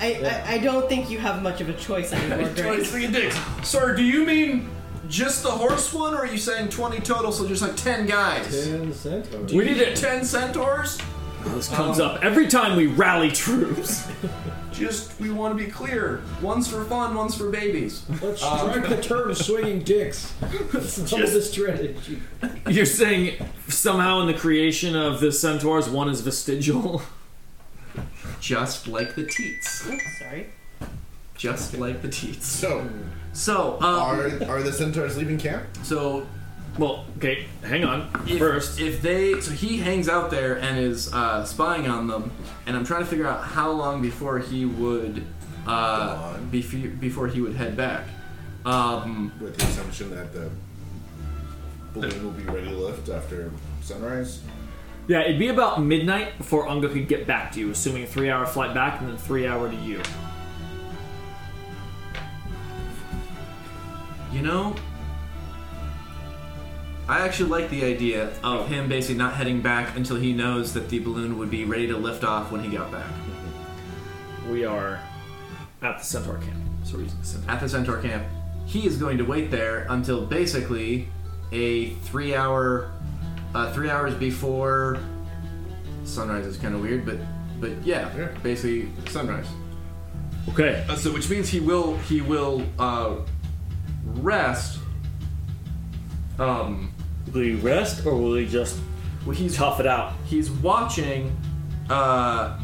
[SPEAKER 6] I I don't think you have much of a choice anymore.
[SPEAKER 7] Twenty
[SPEAKER 6] Drake.
[SPEAKER 7] swinging dicks. Sir, do you mean just the horse one, or are you saying 20 total, so just like 10 guys?
[SPEAKER 10] In the center.
[SPEAKER 2] We need it.
[SPEAKER 7] 10 centaurs?
[SPEAKER 2] This comes up every time we rally troops.
[SPEAKER 7] Just, we want to be clear. One's for fun, one's for babies.
[SPEAKER 10] Let's strike the term swinging dicks. That's all the strategy.
[SPEAKER 2] You're saying somehow in the creation of the centaurs, one is vestigial.
[SPEAKER 7] Just like the teats.
[SPEAKER 6] Sorry.
[SPEAKER 7] Just like the teats.
[SPEAKER 8] So
[SPEAKER 7] So, um,
[SPEAKER 8] are are the centaurs leaving camp?
[SPEAKER 7] so
[SPEAKER 2] Well, okay, hang on.
[SPEAKER 7] if,
[SPEAKER 2] First,
[SPEAKER 7] if they, so he hangs out there and is uh, spying on them, and I'm trying to figure out how long before he would, uh,
[SPEAKER 8] Dawn.
[SPEAKER 7] before, before he would head back. Um,
[SPEAKER 8] With the assumption that the balloon will be ready to lift after sunrise.
[SPEAKER 2] Yeah, it'd be about midnight before Unga could get back to you, assuming a three hour flight back and then three hour to you.
[SPEAKER 7] You know, I actually like the idea of him basically not heading back until he knows that the balloon would be ready to lift off when he got back.
[SPEAKER 2] We are at the Centaur camp. So we're using the Centaur.
[SPEAKER 7] At the Centaur camp, he is going to wait there until basically a three hour, uh, three hours before sunrise is kind of weird, but but yeah, basically sunrise.
[SPEAKER 2] Okay.
[SPEAKER 7] Uh, so which means he will he will uh, rest. Um,
[SPEAKER 16] Will he rest or will he just
[SPEAKER 7] well, he's
[SPEAKER 16] tough it out?
[SPEAKER 7] he's watching uh,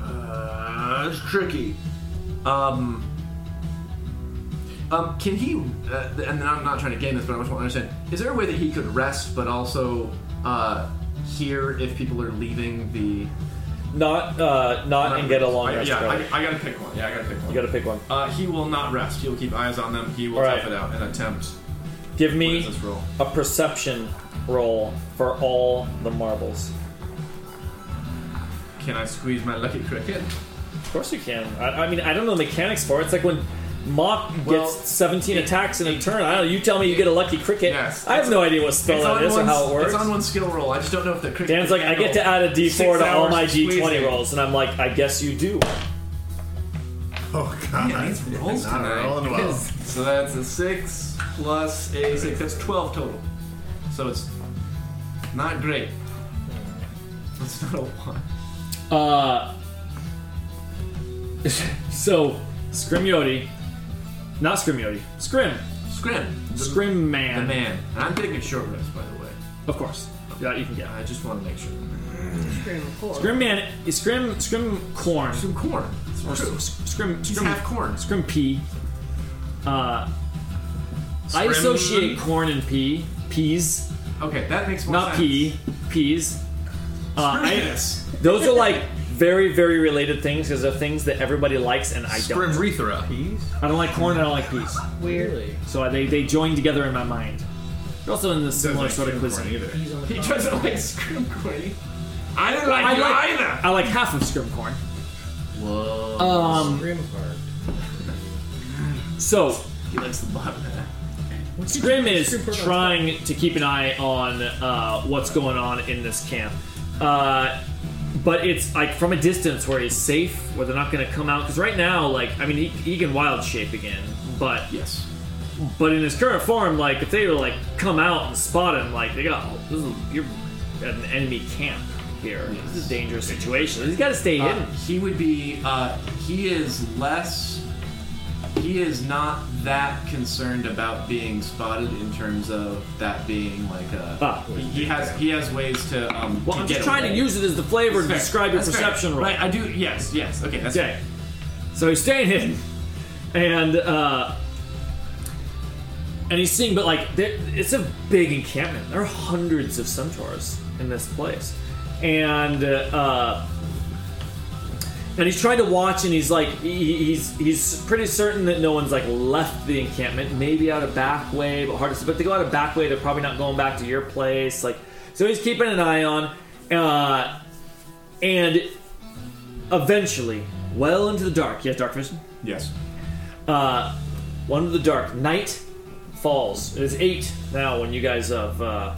[SPEAKER 7] uh it's tricky um um can he uh, and i'm not trying to game this but i just want to understand is there a way that he could rest but also uh hear if people are leaving the
[SPEAKER 16] Not uh not and get a long
[SPEAKER 7] I,
[SPEAKER 16] rest.
[SPEAKER 7] yeah
[SPEAKER 16] bro.
[SPEAKER 7] I, I gotta pick one yeah i gotta pick one
[SPEAKER 16] you gotta pick one.
[SPEAKER 7] uh he will not rest he will keep eyes on them he will
[SPEAKER 16] All right.
[SPEAKER 7] tough it out and attempt
[SPEAKER 16] Give me
[SPEAKER 7] this roll
[SPEAKER 16] a perception roll for all the marbles.
[SPEAKER 7] can i squeeze my lucky cricket
[SPEAKER 16] Of course you can. I, I mean, I don't know the mechanics for it. It's like when Mop gets
[SPEAKER 7] Well,
[SPEAKER 16] 17
[SPEAKER 7] it-
[SPEAKER 16] attacks in a turn. I don't know. You tell me you get a lucky cricket.
[SPEAKER 7] Yes.
[SPEAKER 16] I have no idea what spell
[SPEAKER 7] It's
[SPEAKER 16] that
[SPEAKER 7] on
[SPEAKER 16] is or
[SPEAKER 7] one-
[SPEAKER 16] how it works.
[SPEAKER 7] It's on one skill roll. I just don't know if the cricket.
[SPEAKER 16] Dan's like, I get to add a
[SPEAKER 7] Six
[SPEAKER 16] d4 to all
[SPEAKER 7] hours
[SPEAKER 16] my
[SPEAKER 7] to squeeze
[SPEAKER 16] d20
[SPEAKER 7] it.
[SPEAKER 16] rolls. And I'm like, I guess you do.
[SPEAKER 8] Oh god,
[SPEAKER 7] these rolls
[SPEAKER 8] not
[SPEAKER 7] tonight.
[SPEAKER 8] rolling well.
[SPEAKER 7] So that's a six plus a six. That's twelve total. So it's not great. It's not a one.
[SPEAKER 2] Uh, so, Scrimyoti. Not Scrimyoti. Scrim.
[SPEAKER 7] Scrim, the,
[SPEAKER 2] Scrim
[SPEAKER 7] the
[SPEAKER 2] man.
[SPEAKER 7] man. And I'm taking a short rest, by the way.
[SPEAKER 2] Of course. Yeah, you can get.
[SPEAKER 7] I just want to make sure.
[SPEAKER 6] Scrim, of course.
[SPEAKER 2] Scrim man. Scrim. Scrim corn.
[SPEAKER 7] Some corn. It's
[SPEAKER 2] Or
[SPEAKER 7] true.
[SPEAKER 2] s- scrim.
[SPEAKER 7] He's
[SPEAKER 2] Scrim.
[SPEAKER 7] half corn.
[SPEAKER 2] Scrim pea. Uh, I
[SPEAKER 7] Scrim-
[SPEAKER 2] associate corn and pea. Peas.
[SPEAKER 7] Okay, that makes more
[SPEAKER 2] Not
[SPEAKER 7] sense.
[SPEAKER 2] pea. Peas. Uh, I,
[SPEAKER 7] Yes.
[SPEAKER 16] Those are like very, very related things because they're things that everybody likes and I don't.
[SPEAKER 9] Scrimrethra.
[SPEAKER 2] I don't like corn. I don't like peas.
[SPEAKER 10] Really?
[SPEAKER 2] So I, they, they join together in my mind. They're also in the similar sort of cuisine.
[SPEAKER 10] He's on the
[SPEAKER 7] He
[SPEAKER 10] phone.
[SPEAKER 7] doesn't like scrim corn. I don't like
[SPEAKER 2] I
[SPEAKER 7] you
[SPEAKER 2] like-
[SPEAKER 7] either.
[SPEAKER 2] I like half of scrim corn.
[SPEAKER 7] Whoa.
[SPEAKER 2] Um,
[SPEAKER 10] Grim card.
[SPEAKER 2] so
[SPEAKER 7] he likes the bottom of that.
[SPEAKER 2] Scrim is trying to keep an eye on uh, what's going on in this camp. Uh, but it's like from a distance where he's safe, where they're not going to come out. Because right now, like, I mean, he, he can wild shape again, but
[SPEAKER 7] Yes.
[SPEAKER 2] but in his current form, like, if they were like come out and spot him, like, they got oh, this is, you're at an enemy camp here. This is a dangerous situation. He's got to stay
[SPEAKER 7] Uh,
[SPEAKER 2] hidden.
[SPEAKER 7] he would be. Uh, he is less. He is not that concerned about being spotted in terms of that being like a.
[SPEAKER 2] Ah.
[SPEAKER 7] he, he has he has ways to. Um,
[SPEAKER 2] Well,
[SPEAKER 7] to
[SPEAKER 2] I'm
[SPEAKER 7] get
[SPEAKER 2] just trying
[SPEAKER 7] away.
[SPEAKER 2] to use it as the flavor to
[SPEAKER 7] That's fair.
[SPEAKER 2] describe your
[SPEAKER 7] That's fair.
[SPEAKER 2] perception roll.
[SPEAKER 7] Right. I do. Yes. Yes. Okay. That's
[SPEAKER 2] Okay. So he's staying hidden, and uh, and he's seeing, but like there- it's a big encampment. There are hundreds of centaurs in this place, and uh, and he's trying to watch, and he's like he, he's he's pretty certain that no one's like left the encampment. Maybe out a back way, but hard to. But if they go out a back way, they're probably not going back to your place. Like so, he's keeping an eye on. Uh, and eventually, well into the dark, he has dark vision.
[SPEAKER 7] Yes.
[SPEAKER 2] Uh, one of the dark night falls. It is eight now. When you guys have uh,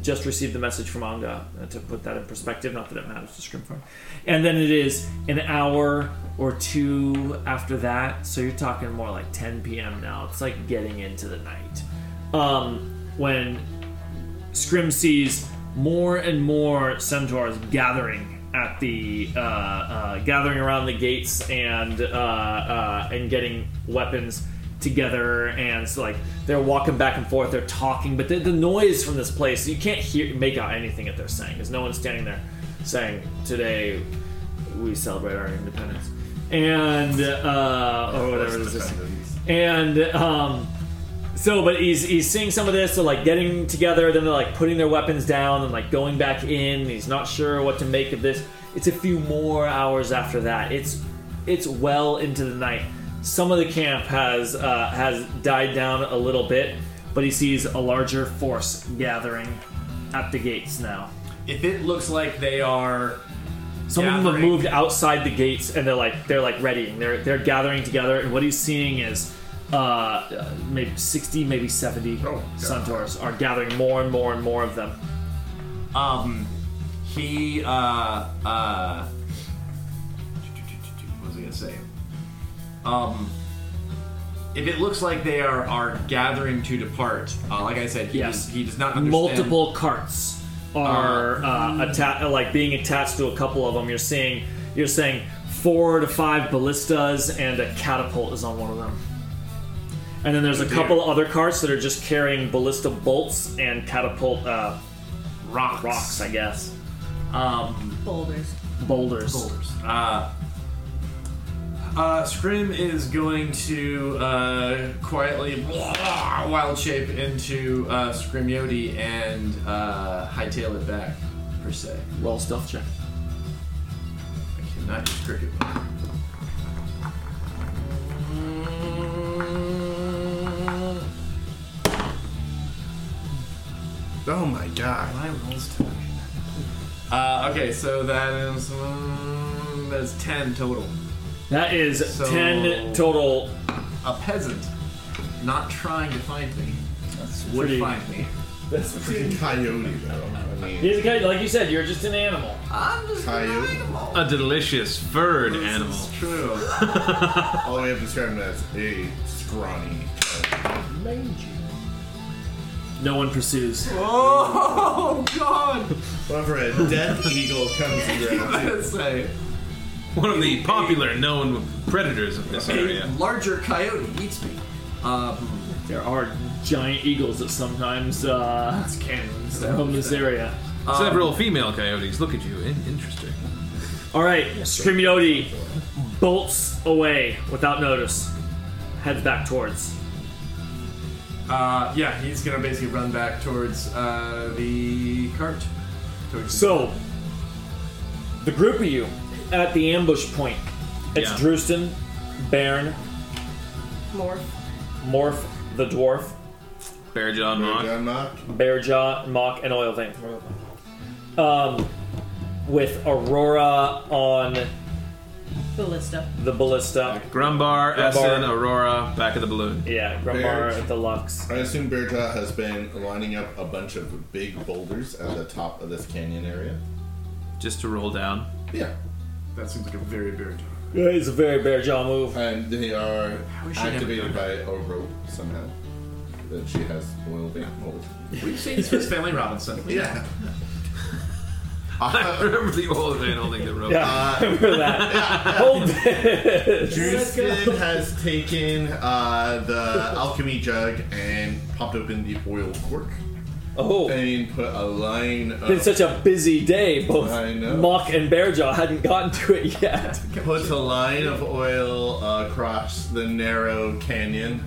[SPEAKER 2] just received the message from Anga uh, to put that in perspective, not that it matters to Scrimfarm. And then it is an hour or two after that. So you're talking more like 10 p.m. now. It's like getting into the night. Um, when Scrim sees more and more centaurs gathering at the uh, uh, gathering around the gates and uh, uh, and getting weapons together and so like they're walking back and forth they're talking but the, the noise from this place you can't hear make out anything that they're saying there's no one standing there saying today we celebrate our independence and uh, or whatever it is they're saying. and um so, but he's he's seeing some of this, so like getting together, then they're like putting their weapons down and like going back in. He's not sure what to make of this. It's a few more hours after that. It's it's well into the night. Some of the camp has uh, has died down a little bit, but he sees a larger force gathering at the gates now.
[SPEAKER 7] if it looks like they are
[SPEAKER 2] Some of them have
[SPEAKER 7] gathering-
[SPEAKER 2] moved outside the gates, and they're like they're like readying. They're they're gathering together, and what he's seeing is uh, uh, maybe sixty, maybe seventy
[SPEAKER 7] Oh,
[SPEAKER 2] centaurs are gathering more and more and more of them.
[SPEAKER 7] Um, he uh uh. What was I gonna say? Um, if it looks like they are are gathering to depart, uh, like I said, he
[SPEAKER 2] Yes.
[SPEAKER 7] does, he does not understand.
[SPEAKER 2] Multiple carts are uh, atta- like being attached to a couple of them. You're seeing you're saying four to five ballistas and a catapult is on one of them. And then there's a couple other carts that are just carrying ballista bolts and catapult uh,
[SPEAKER 7] rocks.
[SPEAKER 2] rocks, I guess.
[SPEAKER 7] Um,
[SPEAKER 6] Boulders.
[SPEAKER 2] Boulders.
[SPEAKER 7] Uh, uh, Scrim is going to uh, quietly wild shape into uh, Scrimyodi and uh, hightail it back, per se.
[SPEAKER 2] Roll stealth check.
[SPEAKER 7] I cannot use cricket.
[SPEAKER 8] Oh my god.
[SPEAKER 7] My rolls talk. Uh, okay, so that is mm, that's ten total.
[SPEAKER 2] That is
[SPEAKER 7] So-
[SPEAKER 2] ten total.
[SPEAKER 7] A peasant, not trying to find me, would
[SPEAKER 2] pretty-
[SPEAKER 7] find me.
[SPEAKER 8] That's pretty coyote, though. I mean,
[SPEAKER 2] He's a guy- like you said, you're just an animal.
[SPEAKER 7] I'm just
[SPEAKER 8] coyote.
[SPEAKER 9] A delicious furred animal.
[SPEAKER 7] It's true.
[SPEAKER 8] All the way up to describing him as a scrawny.
[SPEAKER 2] No one pursues.
[SPEAKER 7] oh God!
[SPEAKER 8] Whenever a dead eagle comes
[SPEAKER 7] I
[SPEAKER 8] around,
[SPEAKER 7] would say
[SPEAKER 9] One of the popular known predators of this
[SPEAKER 7] a
[SPEAKER 9] area.
[SPEAKER 7] larger coyote eats me. Um,
[SPEAKER 2] There are giant eagles that sometimes uh,
[SPEAKER 7] it's cannons.
[SPEAKER 2] roam this area.
[SPEAKER 9] Several female coyotes look at you. In- interesting.
[SPEAKER 2] All right, Scrimyodi bolts away without notice. Heads back towards.
[SPEAKER 7] Uh, yeah, he's gonna basically run back towards uh, the cart. Towards
[SPEAKER 2] So, the group of you at the ambush point. It's
[SPEAKER 9] Yeah.
[SPEAKER 2] Drewston, Bairn,
[SPEAKER 6] Morph.
[SPEAKER 2] Morph, the dwarf,
[SPEAKER 9] Bear John Mock.
[SPEAKER 8] John Mock.
[SPEAKER 2] Bearjaw, Mock, and Oil Vein. Um, with Aurora on
[SPEAKER 6] Ballista.
[SPEAKER 2] the ballista.
[SPEAKER 9] Grumbar, Essen, Aurora, back of the balloon.
[SPEAKER 2] Yeah, Grumbar
[SPEAKER 8] Bears.
[SPEAKER 2] at the Lux.
[SPEAKER 8] I assume Bearjaw has been lining up a bunch of big boulders at the top of this canyon area.
[SPEAKER 9] Just to roll down.
[SPEAKER 8] Yeah.
[SPEAKER 7] that seems like a very bear job.
[SPEAKER 2] It's a very Bearjaw move.
[SPEAKER 8] And they are
[SPEAKER 7] is she never
[SPEAKER 8] activated by a rope somehow that she has oil being hold.
[SPEAKER 7] We've seen Swiss Family Robinson.
[SPEAKER 8] Yeah.
[SPEAKER 9] I remember the old man holding the rope.
[SPEAKER 2] Yeah, remember that. Hold this.
[SPEAKER 8] Drewston has taken uh, the alchemy jug and popped open the oil cork
[SPEAKER 2] Oh,
[SPEAKER 8] and put a line of
[SPEAKER 2] been such a busy day. Both
[SPEAKER 8] I know.
[SPEAKER 2] Mock and Bearjaw hadn't gotten to it yet.
[SPEAKER 8] put a line of oil uh, across the narrow canyon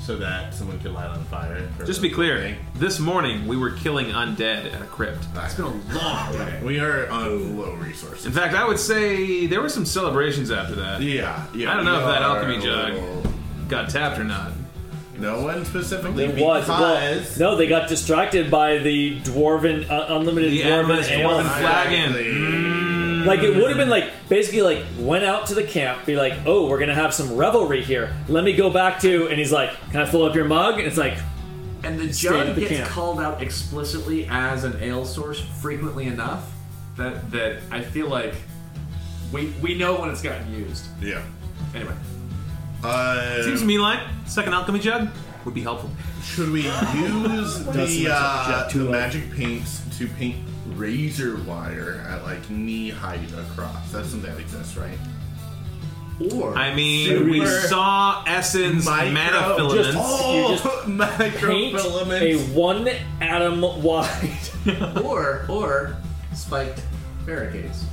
[SPEAKER 8] so that someone could light on fire. for
[SPEAKER 9] Just to be clear,
[SPEAKER 8] everything.
[SPEAKER 9] this morning we were killing undead at a crypt.
[SPEAKER 8] It's been a long day. We are on low resources.
[SPEAKER 9] In fact, I would say there were some celebrations after that.
[SPEAKER 8] Yeah, yeah.
[SPEAKER 9] I don't
[SPEAKER 8] we
[SPEAKER 9] know if that
[SPEAKER 8] are
[SPEAKER 9] alchemy
[SPEAKER 8] a
[SPEAKER 9] jug-
[SPEAKER 8] little-
[SPEAKER 9] Got tapped or not.
[SPEAKER 8] No one specifically
[SPEAKER 2] It was. Well,
[SPEAKER 8] because
[SPEAKER 2] no, they got distracted by the dwarven uh, unlimited
[SPEAKER 9] The
[SPEAKER 2] dwarven
[SPEAKER 9] Amherst
[SPEAKER 2] ale.
[SPEAKER 9] Dwarven flagon. Mm.
[SPEAKER 2] Like it would have been like basically like went out to the camp, be like, oh, we're gonna have some revelry here. Let me go back to, and he's like, can I fill up your mug? And it's like,
[SPEAKER 7] And the
[SPEAKER 2] Stayed at
[SPEAKER 7] jug
[SPEAKER 2] the
[SPEAKER 7] gets
[SPEAKER 2] camp.
[SPEAKER 7] called out explicitly as an ale source frequently enough that that I feel like we we know when it's gotten used.
[SPEAKER 8] Yeah.
[SPEAKER 7] Anyway,
[SPEAKER 8] Uh,
[SPEAKER 9] Seems to me like second alchemy jug would be helpful.
[SPEAKER 8] should we use the, uh, the magic paints to paint razor wire at like knee height across? That's something that exists, right? Or
[SPEAKER 9] I mean, we
[SPEAKER 8] super
[SPEAKER 9] saw Essen's
[SPEAKER 8] micro-
[SPEAKER 9] manafilaments.
[SPEAKER 2] just-
[SPEAKER 8] Oh,
[SPEAKER 2] You just paint a
[SPEAKER 8] microfilaments.
[SPEAKER 2] one atom wide.
[SPEAKER 7] or or spiked barricades,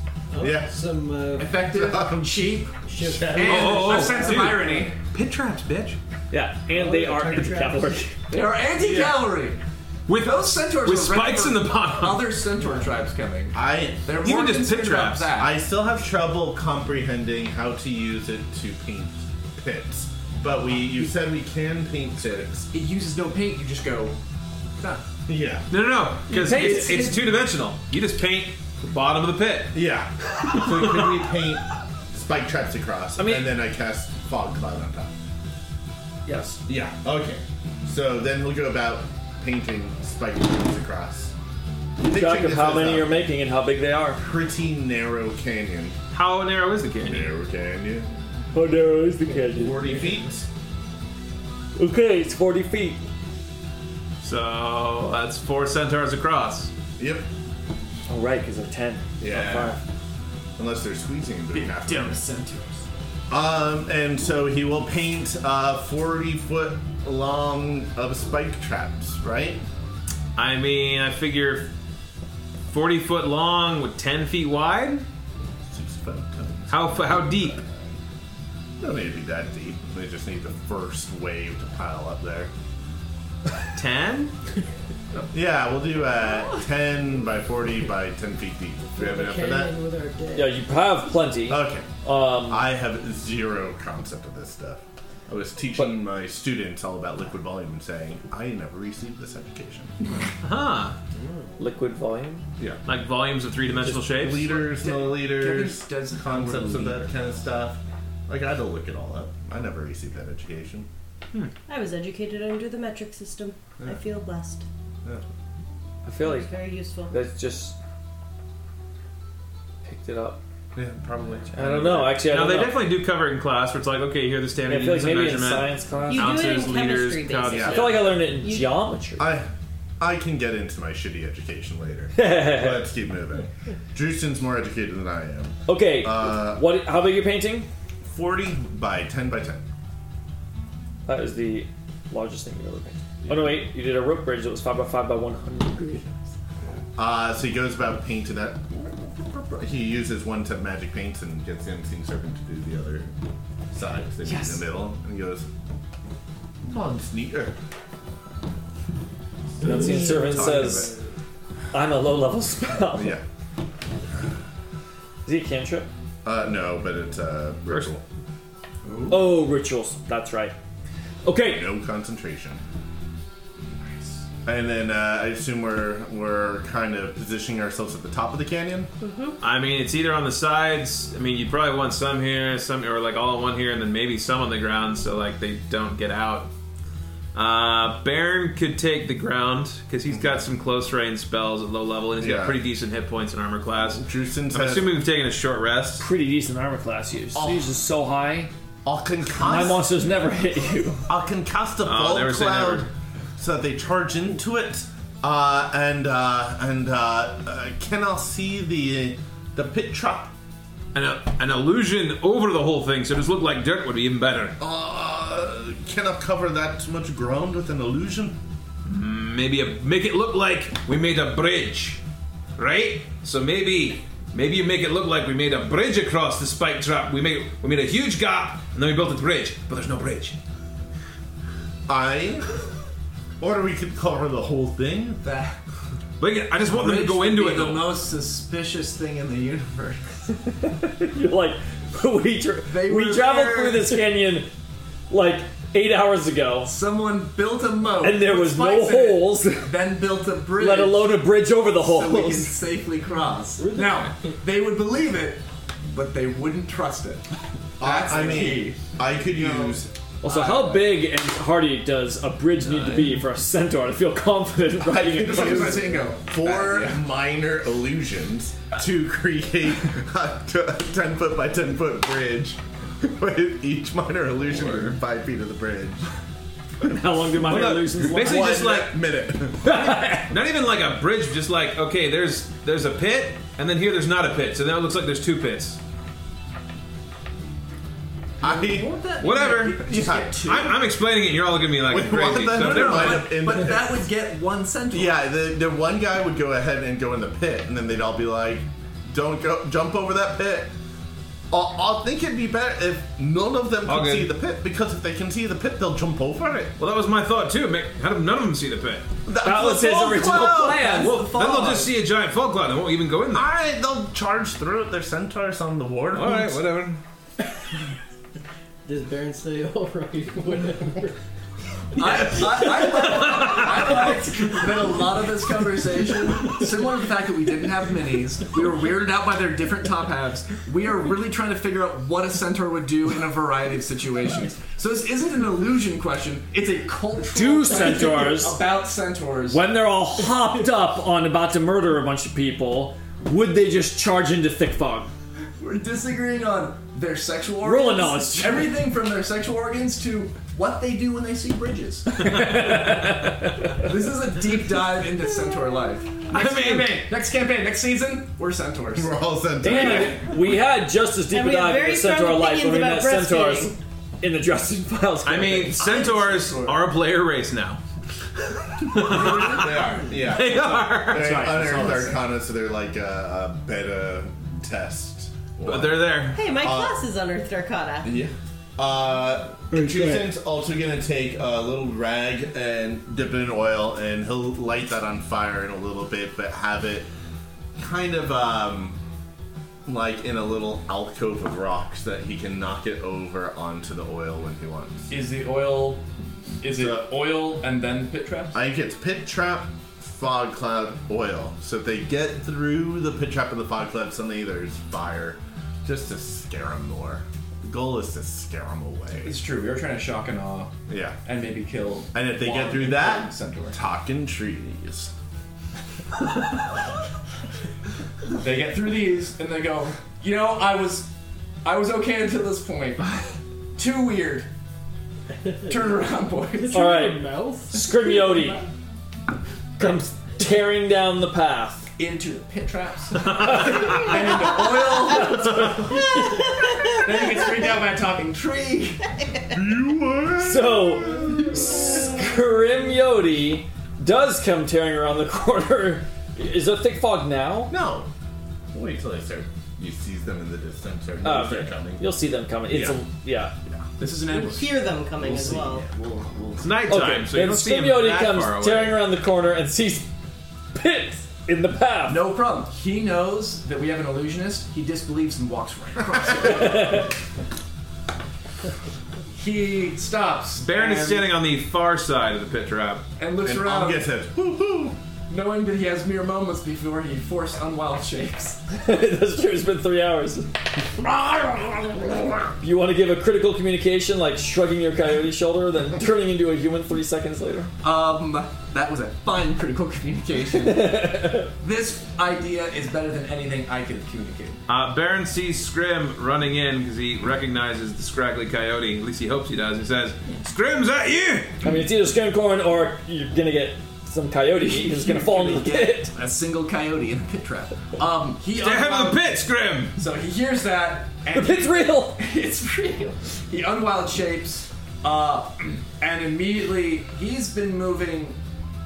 [SPEAKER 8] Yeah.
[SPEAKER 10] Some uh,
[SPEAKER 7] effective,
[SPEAKER 8] Um,
[SPEAKER 7] cheap,
[SPEAKER 10] ship.
[SPEAKER 7] and
[SPEAKER 9] Oh, oh,
[SPEAKER 7] a sense
[SPEAKER 9] dude.
[SPEAKER 7] of irony.
[SPEAKER 9] Pit traps, bitch.
[SPEAKER 2] yeah, and they
[SPEAKER 10] yeah,
[SPEAKER 2] are
[SPEAKER 10] time
[SPEAKER 2] anti-cavalry.
[SPEAKER 7] They are anti-calorie.
[SPEAKER 9] With
[SPEAKER 7] Those centaurs
[SPEAKER 9] with
[SPEAKER 7] were
[SPEAKER 9] spikes in
[SPEAKER 7] ready for
[SPEAKER 9] the bottom.
[SPEAKER 7] Other centaur tribes coming.
[SPEAKER 8] I
[SPEAKER 7] They're
[SPEAKER 9] Even
[SPEAKER 7] more
[SPEAKER 9] just pit
[SPEAKER 7] concerned about
[SPEAKER 9] traps.
[SPEAKER 7] That.
[SPEAKER 8] I still have trouble comprehending how to use it to paint pits, but we you said we can paint pits.
[SPEAKER 7] it uses no paint. You just go
[SPEAKER 8] Yeah.
[SPEAKER 9] No, no, no. Because
[SPEAKER 2] Paint
[SPEAKER 9] it's,
[SPEAKER 2] it.
[SPEAKER 9] it's two dimensional. You just paint the bottom of the pit.
[SPEAKER 8] Yeah. so could we paint spike traps across,
[SPEAKER 9] mean-
[SPEAKER 8] and then I cast fog cloud on top?
[SPEAKER 17] Yes.
[SPEAKER 8] Yeah. Okay. So then we'll go about painting spike traps across.
[SPEAKER 2] Track
[SPEAKER 8] Picturing
[SPEAKER 2] of
[SPEAKER 8] this
[SPEAKER 2] how
[SPEAKER 8] as
[SPEAKER 2] many
[SPEAKER 8] a
[SPEAKER 2] you're making and how big they are.
[SPEAKER 8] Pretty narrow canyon.
[SPEAKER 9] How narrow is the canyon?
[SPEAKER 8] Narrow canyon.
[SPEAKER 2] How narrow is the canyon?
[SPEAKER 8] Forty feet.
[SPEAKER 2] Okay, it's 40 feet.
[SPEAKER 9] So that's four centaurs across.
[SPEAKER 8] Yep.
[SPEAKER 2] Oh, right, because of 10.
[SPEAKER 8] Yeah. Unless they're squeezing, but half.
[SPEAKER 18] Damn centaurs.
[SPEAKER 8] Um, and so he will paint uh, 40 foot long of spike traps, right?
[SPEAKER 9] I mean, I figure 40 foot long with 10 feet wide?
[SPEAKER 8] Six foot cones.
[SPEAKER 9] How, f- how deep?
[SPEAKER 8] Don't need to be that deep. They just need the first wave to pile up there.
[SPEAKER 9] 10?
[SPEAKER 8] Yeah, we'll do uh, 10 by 40 by 10 feet deep. Do we have enough for that?
[SPEAKER 6] Canyon with our dick.
[SPEAKER 2] Yeah, you have plenty.
[SPEAKER 8] Okay.
[SPEAKER 2] Um,
[SPEAKER 8] I have zero concept of this stuff. I was teaching my students all about liquid volume and saying, I never received this education.
[SPEAKER 9] Huh.
[SPEAKER 2] liquid volume.
[SPEAKER 8] Yeah.
[SPEAKER 9] Like volumes of three dimensional shapes?
[SPEAKER 8] Liters, milliliters,
[SPEAKER 7] Kevin does
[SPEAKER 8] concepts of
[SPEAKER 7] leader.
[SPEAKER 8] that kind of stuff. Like, I had to look it all up. I never received that education.
[SPEAKER 6] I was educated under the metric system. I feel blessed.
[SPEAKER 2] I feel
[SPEAKER 6] It
[SPEAKER 2] like
[SPEAKER 6] was very useful.
[SPEAKER 2] that's just picked it up.
[SPEAKER 8] Yeah, probably.
[SPEAKER 2] I don't know. Actually, I
[SPEAKER 9] No,
[SPEAKER 2] don't
[SPEAKER 9] they
[SPEAKER 2] know.
[SPEAKER 9] definitely do cover it in class where it's like, okay, here are the
[SPEAKER 2] I
[SPEAKER 9] standard
[SPEAKER 2] feel like
[SPEAKER 9] units of
[SPEAKER 2] maybe in
[SPEAKER 9] measurement.
[SPEAKER 2] science class.
[SPEAKER 6] You do it
[SPEAKER 9] ounces,
[SPEAKER 6] in
[SPEAKER 9] liters,
[SPEAKER 6] chemistry,
[SPEAKER 9] cups.
[SPEAKER 6] basically.
[SPEAKER 8] Yeah.
[SPEAKER 2] I feel like I learned it in
[SPEAKER 6] You-
[SPEAKER 2] geometry.
[SPEAKER 8] I I can get into my shitty education later. Let's keep moving. Drewston's more educated than I am.
[SPEAKER 2] okay,
[SPEAKER 8] Uh,
[SPEAKER 2] what? How big are you painting?
[SPEAKER 8] 40 by 10 by 10.
[SPEAKER 2] That is the largest thing you've ever painted. Oh no, wait! You did a rope bridge that was five by five by one hundred.
[SPEAKER 8] Uh, so he goes about painting that. He uses one tip of magic paints and gets the unseen serpent to do the other side. So he's in the middle and he goes, Come on, sneaker.
[SPEAKER 2] The unseen servant
[SPEAKER 8] Talking
[SPEAKER 2] says, "I'm a low-level spell."
[SPEAKER 8] about- Yeah.
[SPEAKER 2] Is he a cantrip?
[SPEAKER 8] Uh, no, but it's uh, ritual.
[SPEAKER 2] Oh, rituals. That's right. Okay.
[SPEAKER 8] No concentration. And then uh, I assume we're we're kind of positioning ourselves at the top of the canyon.
[SPEAKER 9] I mean, it's either on the sides. I mean, you probably want some here, some or like all in one here, and then maybe some on the ground, so like they don't get out. Uh, Baron could take the ground because he's got some close range spells at low level, and he's
[SPEAKER 8] Yeah.
[SPEAKER 9] got pretty decent hit points and armor class.
[SPEAKER 8] Drewston
[SPEAKER 9] I'm
[SPEAKER 8] says,
[SPEAKER 9] assuming we've taken a short rest.
[SPEAKER 2] Pretty decent armor class use.
[SPEAKER 8] Oh.
[SPEAKER 2] Use is so high.
[SPEAKER 8] I can
[SPEAKER 2] My
[SPEAKER 8] cast,
[SPEAKER 2] monsters never hit you.
[SPEAKER 8] I can cast a fog
[SPEAKER 9] Oh, never say
[SPEAKER 8] cloud
[SPEAKER 9] never.
[SPEAKER 8] so that they charge into it, uh, and uh, and uh, uh, can I see the the pit trap?
[SPEAKER 9] An, an illusion over the whole thing, so it just looked like dirt would be even better.
[SPEAKER 8] Uh, can I cover that much ground with an illusion?
[SPEAKER 9] Maybe a, make it look like we made a bridge, right? So maybe maybe you make it look like we made a bridge across the spike trap. We made we made a huge gap and then we built a bridge, but there's no bridge.
[SPEAKER 8] I, or we could cover the whole thing.
[SPEAKER 7] That
[SPEAKER 9] But again, I just want them to go into it.
[SPEAKER 7] The
[SPEAKER 9] Though.
[SPEAKER 7] most suspicious thing in the universe.
[SPEAKER 2] You're like, we tra-
[SPEAKER 7] They
[SPEAKER 2] we
[SPEAKER 7] were
[SPEAKER 2] traveled
[SPEAKER 7] there.
[SPEAKER 2] through this canyon like eight hours ago,
[SPEAKER 7] Someone built a moat,
[SPEAKER 2] and there was
[SPEAKER 7] with
[SPEAKER 2] no
[SPEAKER 7] spikes in it,
[SPEAKER 2] holes,
[SPEAKER 7] Then built a bridge,
[SPEAKER 2] let alone a bridge over the
[SPEAKER 7] so we can
[SPEAKER 2] holes.
[SPEAKER 7] safely cross. Now they would believe it, but they wouldn't trust it. That's
[SPEAKER 8] I
[SPEAKER 7] the
[SPEAKER 8] mean,
[SPEAKER 7] key.
[SPEAKER 8] I could use
[SPEAKER 2] also, how big and hardy does a bridge need to be for a centaur to feel confident riding it?
[SPEAKER 8] I could
[SPEAKER 7] Using a-
[SPEAKER 8] four
[SPEAKER 7] Uh, yeah.
[SPEAKER 8] minor illusions to create a t- 10 foot by 10 foot bridge with each minor illusion within five feet of the bridge.
[SPEAKER 2] How long do my
[SPEAKER 9] Well,
[SPEAKER 2] illusions
[SPEAKER 9] look,
[SPEAKER 2] last?
[SPEAKER 9] basically, just like
[SPEAKER 8] minute.
[SPEAKER 9] not even like a bridge, just like okay, there's there's a pit, and then here there's not a pit, so now it looks like there's two pits.
[SPEAKER 8] I,
[SPEAKER 9] Whatever.
[SPEAKER 8] yeah,
[SPEAKER 9] I'm, I'm explaining it. You're all gonna be like
[SPEAKER 8] Wait, what
[SPEAKER 9] crazy.
[SPEAKER 8] the
[SPEAKER 9] so
[SPEAKER 8] hell?
[SPEAKER 9] never mind.
[SPEAKER 8] Might have been-
[SPEAKER 7] But, but that would get one sentence.
[SPEAKER 8] yeah the, the one guy would go ahead and go in the pit, and then they'd all be like, don't go, jump over that pit. I'll, i think it'd be better if none of them could
[SPEAKER 9] All good.
[SPEAKER 8] see the pit, because if they can see the pit, they'll jump over it.
[SPEAKER 9] Well, that was my thought too. Make, how did none of them see the pit?
[SPEAKER 8] That's
[SPEAKER 2] That was his
[SPEAKER 8] the
[SPEAKER 2] original
[SPEAKER 8] cloud.
[SPEAKER 2] plan.
[SPEAKER 9] Well, then they'll just see a giant fog cloud and won't even go in there.
[SPEAKER 8] All right, they'll charge through it. Their centaurs on the ward.
[SPEAKER 9] All right, whatever.
[SPEAKER 10] Does Baron say, alright, whatever?
[SPEAKER 7] I liked that a lot of this conversation, similar to the fact that we didn't have minis, we were weirded out by their different top halves. We are really trying to figure out what a centaur would do in a variety of situations. So this isn't an illusion question; it's a cultural
[SPEAKER 2] Do
[SPEAKER 7] question
[SPEAKER 2] centaurs-
[SPEAKER 7] about centaurs.
[SPEAKER 2] When they're all hopped up on about to murder a bunch of people, would they just charge into thick fog?
[SPEAKER 7] We're disagreeing on their sexual organs.
[SPEAKER 2] Roll a knowledge.
[SPEAKER 7] Everything from their sexual organs to what they do when they see bridges. this is a deep dive into centaur life. Next campaign, next campaign, next season, we're centaurs.
[SPEAKER 8] We're all sent
[SPEAKER 2] Damn it. We had just as deep
[SPEAKER 6] And
[SPEAKER 2] a
[SPEAKER 6] we have
[SPEAKER 2] dive
[SPEAKER 6] very
[SPEAKER 2] into centaur
[SPEAKER 6] strong
[SPEAKER 2] life when we met
[SPEAKER 6] opinions about
[SPEAKER 2] centaurs
[SPEAKER 6] breastfeeding.
[SPEAKER 2] in the Justin Files.
[SPEAKER 9] I mean, centaurs are a player race now.
[SPEAKER 8] They are, yeah.
[SPEAKER 9] They are,
[SPEAKER 8] They're
[SPEAKER 2] right, that's all
[SPEAKER 8] unearthed
[SPEAKER 2] that's-
[SPEAKER 8] arcana, so they're like a, a beta test.
[SPEAKER 9] but they're there.
[SPEAKER 6] Hey, my class is unearthed arcana.
[SPEAKER 8] Yeah. Uh, Justin's
[SPEAKER 19] good.
[SPEAKER 8] also gonna take a little rag and dip it in oil, and he'll light that on fire in a little bit, but have it kind of um, like in a little alcove of rocks that he can knock it over onto the oil when he wants.
[SPEAKER 20] Is the oil? Is it
[SPEAKER 8] So-
[SPEAKER 20] oil and then pit traps?
[SPEAKER 8] I think it's pit trap, fog cloud, oil. So if they get through the pit trap and the fog cloud, suddenly there's fire, just to scare them more. The goal is to scare them away.
[SPEAKER 20] It's true. We were trying to shock and awe
[SPEAKER 8] Yeah.
[SPEAKER 20] and maybe kill.
[SPEAKER 8] And if they
[SPEAKER 20] one
[SPEAKER 8] get through that,
[SPEAKER 20] important centaur.
[SPEAKER 8] talking trees.
[SPEAKER 20] They get through these and they go, you know, I was I was okay until this point. Too weird. Turn around, boys.
[SPEAKER 2] All right,
[SPEAKER 10] Mouth?
[SPEAKER 2] Scrimioti comes tearing down the path.
[SPEAKER 20] Into the pit traps. and into oil. then he gets freaked out by a talking tree.
[SPEAKER 2] So, Scrimioti does come tearing around the corner. Is there thick fog now?
[SPEAKER 8] No. Wait till they start. You seize them in the distance. Or
[SPEAKER 2] Oh,
[SPEAKER 8] oh,
[SPEAKER 2] okay.
[SPEAKER 8] they're coming.
[SPEAKER 2] You'll see them coming. It's yeah. A, yeah.
[SPEAKER 7] This is an
[SPEAKER 6] You
[SPEAKER 7] ambush.
[SPEAKER 6] hear them coming as well.
[SPEAKER 9] It's nighttime,
[SPEAKER 2] Okay.
[SPEAKER 9] so you
[SPEAKER 2] then
[SPEAKER 9] don't see them
[SPEAKER 2] Scrimioti
[SPEAKER 9] that
[SPEAKER 2] comes
[SPEAKER 9] far away.
[SPEAKER 2] tearing around the corner and sees pits in the path.
[SPEAKER 7] No problem. He knows that we have an illusionist. He disbelieves and walks right across.
[SPEAKER 20] He stops.
[SPEAKER 9] Baron
[SPEAKER 20] and,
[SPEAKER 9] is standing on the far side of the pit trap.
[SPEAKER 20] and looks
[SPEAKER 8] And
[SPEAKER 20] around,
[SPEAKER 8] I'll get it.
[SPEAKER 20] knowing that he has mere moments before he force unwild shapes.
[SPEAKER 2] That's true. It's been three hours. You want to give a critical communication, like shrugging your coyote shoulder, then turning into a human three seconds later?
[SPEAKER 7] Um, that was a fine critical communication. this idea is better than anything I could have communicated.
[SPEAKER 9] Uh, Baron sees Scrim running in because he recognizes the scraggly coyote. At least he hopes he does. He says, "Scrim's at you!"
[SPEAKER 2] I mean, it's either skin corn or you're gonna get some coyote. You're just gonna fall into the pit.
[SPEAKER 7] A single coyote in a pit trap. Um, he
[SPEAKER 9] Down
[SPEAKER 7] unwound-
[SPEAKER 9] the pit, Scrim.
[SPEAKER 7] So he hears that,
[SPEAKER 2] The
[SPEAKER 7] and
[SPEAKER 2] pit's real.
[SPEAKER 7] it's real. He unwild shapes, uh, and immediately he's been moving.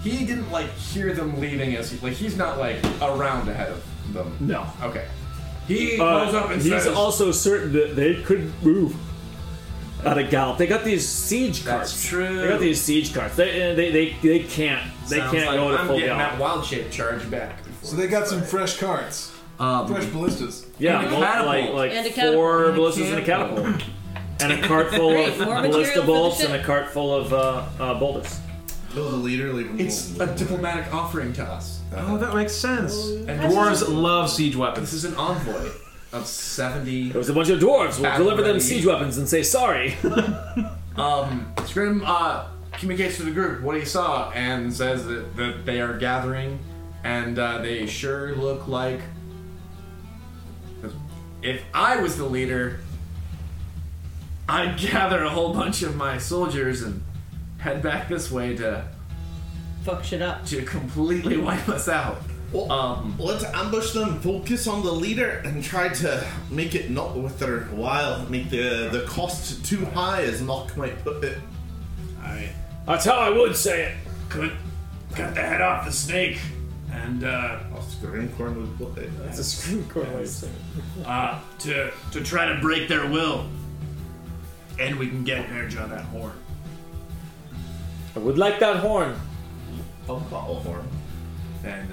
[SPEAKER 7] He didn't like hear them leaving as he like he's not like around ahead of them.
[SPEAKER 19] No.
[SPEAKER 7] Okay. He
[SPEAKER 2] Uh,
[SPEAKER 7] goes up and
[SPEAKER 2] he's
[SPEAKER 7] says,
[SPEAKER 2] also certain that they couldn't move at a gallop. They got these siege carts.
[SPEAKER 7] That's true.
[SPEAKER 2] They got these siege carts. They uh, they they, they can't they
[SPEAKER 7] Sounds
[SPEAKER 2] can't
[SPEAKER 7] like
[SPEAKER 2] go to
[SPEAKER 7] I'm
[SPEAKER 2] full
[SPEAKER 7] getting
[SPEAKER 2] gallop.
[SPEAKER 7] that wild shape charge back. Um,
[SPEAKER 21] So they got some fresh carts, fresh ballistas.
[SPEAKER 2] Yeah,
[SPEAKER 7] And a
[SPEAKER 2] well, like
[SPEAKER 7] catapult.
[SPEAKER 2] like
[SPEAKER 6] And a catapult.
[SPEAKER 2] four
[SPEAKER 6] And a
[SPEAKER 2] ballistas and a catapult, and a cart full
[SPEAKER 6] Great,
[SPEAKER 2] of
[SPEAKER 6] more material
[SPEAKER 2] ballista
[SPEAKER 6] for the
[SPEAKER 2] bolts
[SPEAKER 6] ship.
[SPEAKER 2] and a cart full of uh, uh, boulders.
[SPEAKER 8] Build a leader, leave him
[SPEAKER 7] It's a diplomatic offering to us.
[SPEAKER 9] Oh, that makes sense.
[SPEAKER 7] And this
[SPEAKER 9] Dwarves
[SPEAKER 7] is-
[SPEAKER 9] love siege
[SPEAKER 7] This
[SPEAKER 9] weapons.
[SPEAKER 7] is an envoy of 70.
[SPEAKER 2] It was a bunch of dwarves. We'll
[SPEAKER 7] Back
[SPEAKER 2] deliver them
[SPEAKER 7] ready.
[SPEAKER 2] siege weapons and say sorry.
[SPEAKER 7] Um, Scrim uh, communicates to the group what he saw and says that, that they are gathering and uh, they sure look like. If I was the leader, I'd gather a whole bunch of my soldiers and head back this way to,
[SPEAKER 6] Fuck shit up.
[SPEAKER 7] to completely wipe us out.
[SPEAKER 8] Well,
[SPEAKER 7] Um,
[SPEAKER 8] let's ambush them, focus on the leader, and try to make it not worth their while. Make the the cost too high, as Mock might put it.
[SPEAKER 22] I
[SPEAKER 2] That's how I would say it.
[SPEAKER 22] cut, cut the head off the snake, and uh,
[SPEAKER 8] Grimcorn would put it.
[SPEAKER 2] It's a screen corner.
[SPEAKER 22] uh, to to try to break their will, and we can get marriage on that horn.
[SPEAKER 2] I would like that horn.
[SPEAKER 8] A bottle horn.
[SPEAKER 7] and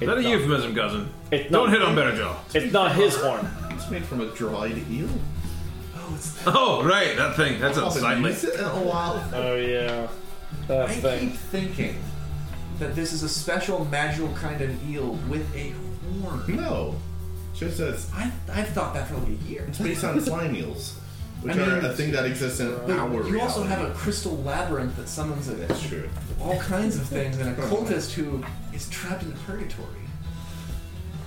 [SPEAKER 9] Is that a euphemism, cousin?
[SPEAKER 2] It's not,
[SPEAKER 9] Don't hit on Better Jaw.
[SPEAKER 2] It's not his horn.
[SPEAKER 8] It's made from a dried eel. what's that?
[SPEAKER 9] Oh, right, that thing. That's a slightly.
[SPEAKER 8] Is it in a while?
[SPEAKER 2] Oh yeah. That
[SPEAKER 7] I
[SPEAKER 2] thing.
[SPEAKER 7] keep thinking that this is a special magical kind of eel with a horn.
[SPEAKER 8] No. Just says
[SPEAKER 7] I, I've thought that for like a year.
[SPEAKER 8] it's based on slime eels, which
[SPEAKER 7] I mean,
[SPEAKER 8] are a thing that exists in our
[SPEAKER 7] But you
[SPEAKER 8] reality.
[SPEAKER 7] also have a crystal labyrinth that summons a,
[SPEAKER 8] That's true.
[SPEAKER 7] all kinds of things, and a cultist who is trapped in purgatory.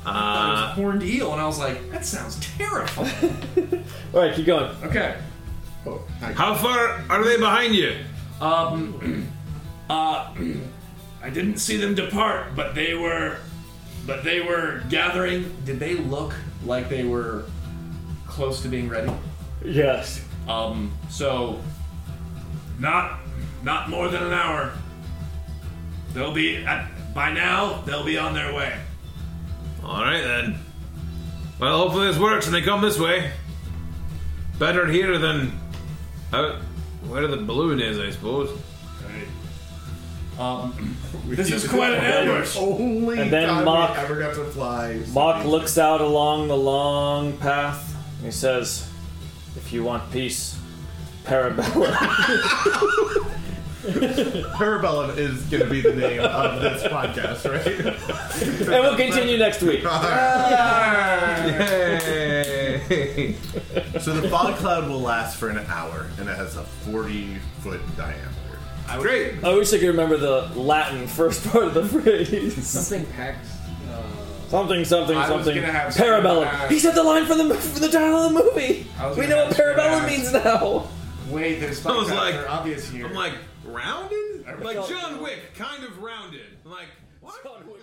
[SPEAKER 9] Uh,
[SPEAKER 7] a horned eel, and I was like, that sounds terrifying.
[SPEAKER 2] All right, keep going.
[SPEAKER 7] okay.
[SPEAKER 8] Oh,
[SPEAKER 9] how far are they behind you?
[SPEAKER 23] Um, uh, I didn't see them depart, but they were, but they were gathering.
[SPEAKER 7] Did they look like they were close to being ready?
[SPEAKER 2] Yes.
[SPEAKER 23] Um, so not, not more than an hour. They'll be at, by now. They'll be on their way.
[SPEAKER 9] All right then. Well, hopefully this works and they come this way. Better here than out where the balloon is, I suppose.
[SPEAKER 7] Um,
[SPEAKER 23] This is quite an ambush.
[SPEAKER 8] Only
[SPEAKER 2] And then
[SPEAKER 8] time
[SPEAKER 2] mock-
[SPEAKER 8] we ever got to fly.
[SPEAKER 2] Mock looks out along the long path and he says, If you want peace, Parabellum.
[SPEAKER 8] Parabellum is going to be the name of this podcast, right?
[SPEAKER 2] and we'll continue next week.
[SPEAKER 9] Yay!
[SPEAKER 8] So the fog cloud will last for an hour, and it has a 40 foot diameter.
[SPEAKER 9] Great.
[SPEAKER 2] I wish I could remember the Latin first part of the phrase.
[SPEAKER 24] Something packs.
[SPEAKER 2] Something, something,
[SPEAKER 25] I was
[SPEAKER 2] something.
[SPEAKER 25] gonna have
[SPEAKER 2] Parabellum.
[SPEAKER 25] some, uh,
[SPEAKER 2] he said the line from the mo- from the title of the movie.
[SPEAKER 25] I was
[SPEAKER 2] We
[SPEAKER 25] gonna
[SPEAKER 2] know what
[SPEAKER 25] have some,
[SPEAKER 2] parabellum
[SPEAKER 25] uh,
[SPEAKER 2] means now.
[SPEAKER 25] Wait, there's
[SPEAKER 9] I was
[SPEAKER 25] spike
[SPEAKER 9] like-
[SPEAKER 25] are obvious here.
[SPEAKER 9] I'm like rounded, like John Wick, kind of rounded. I'm like what?
[SPEAKER 2] John Wick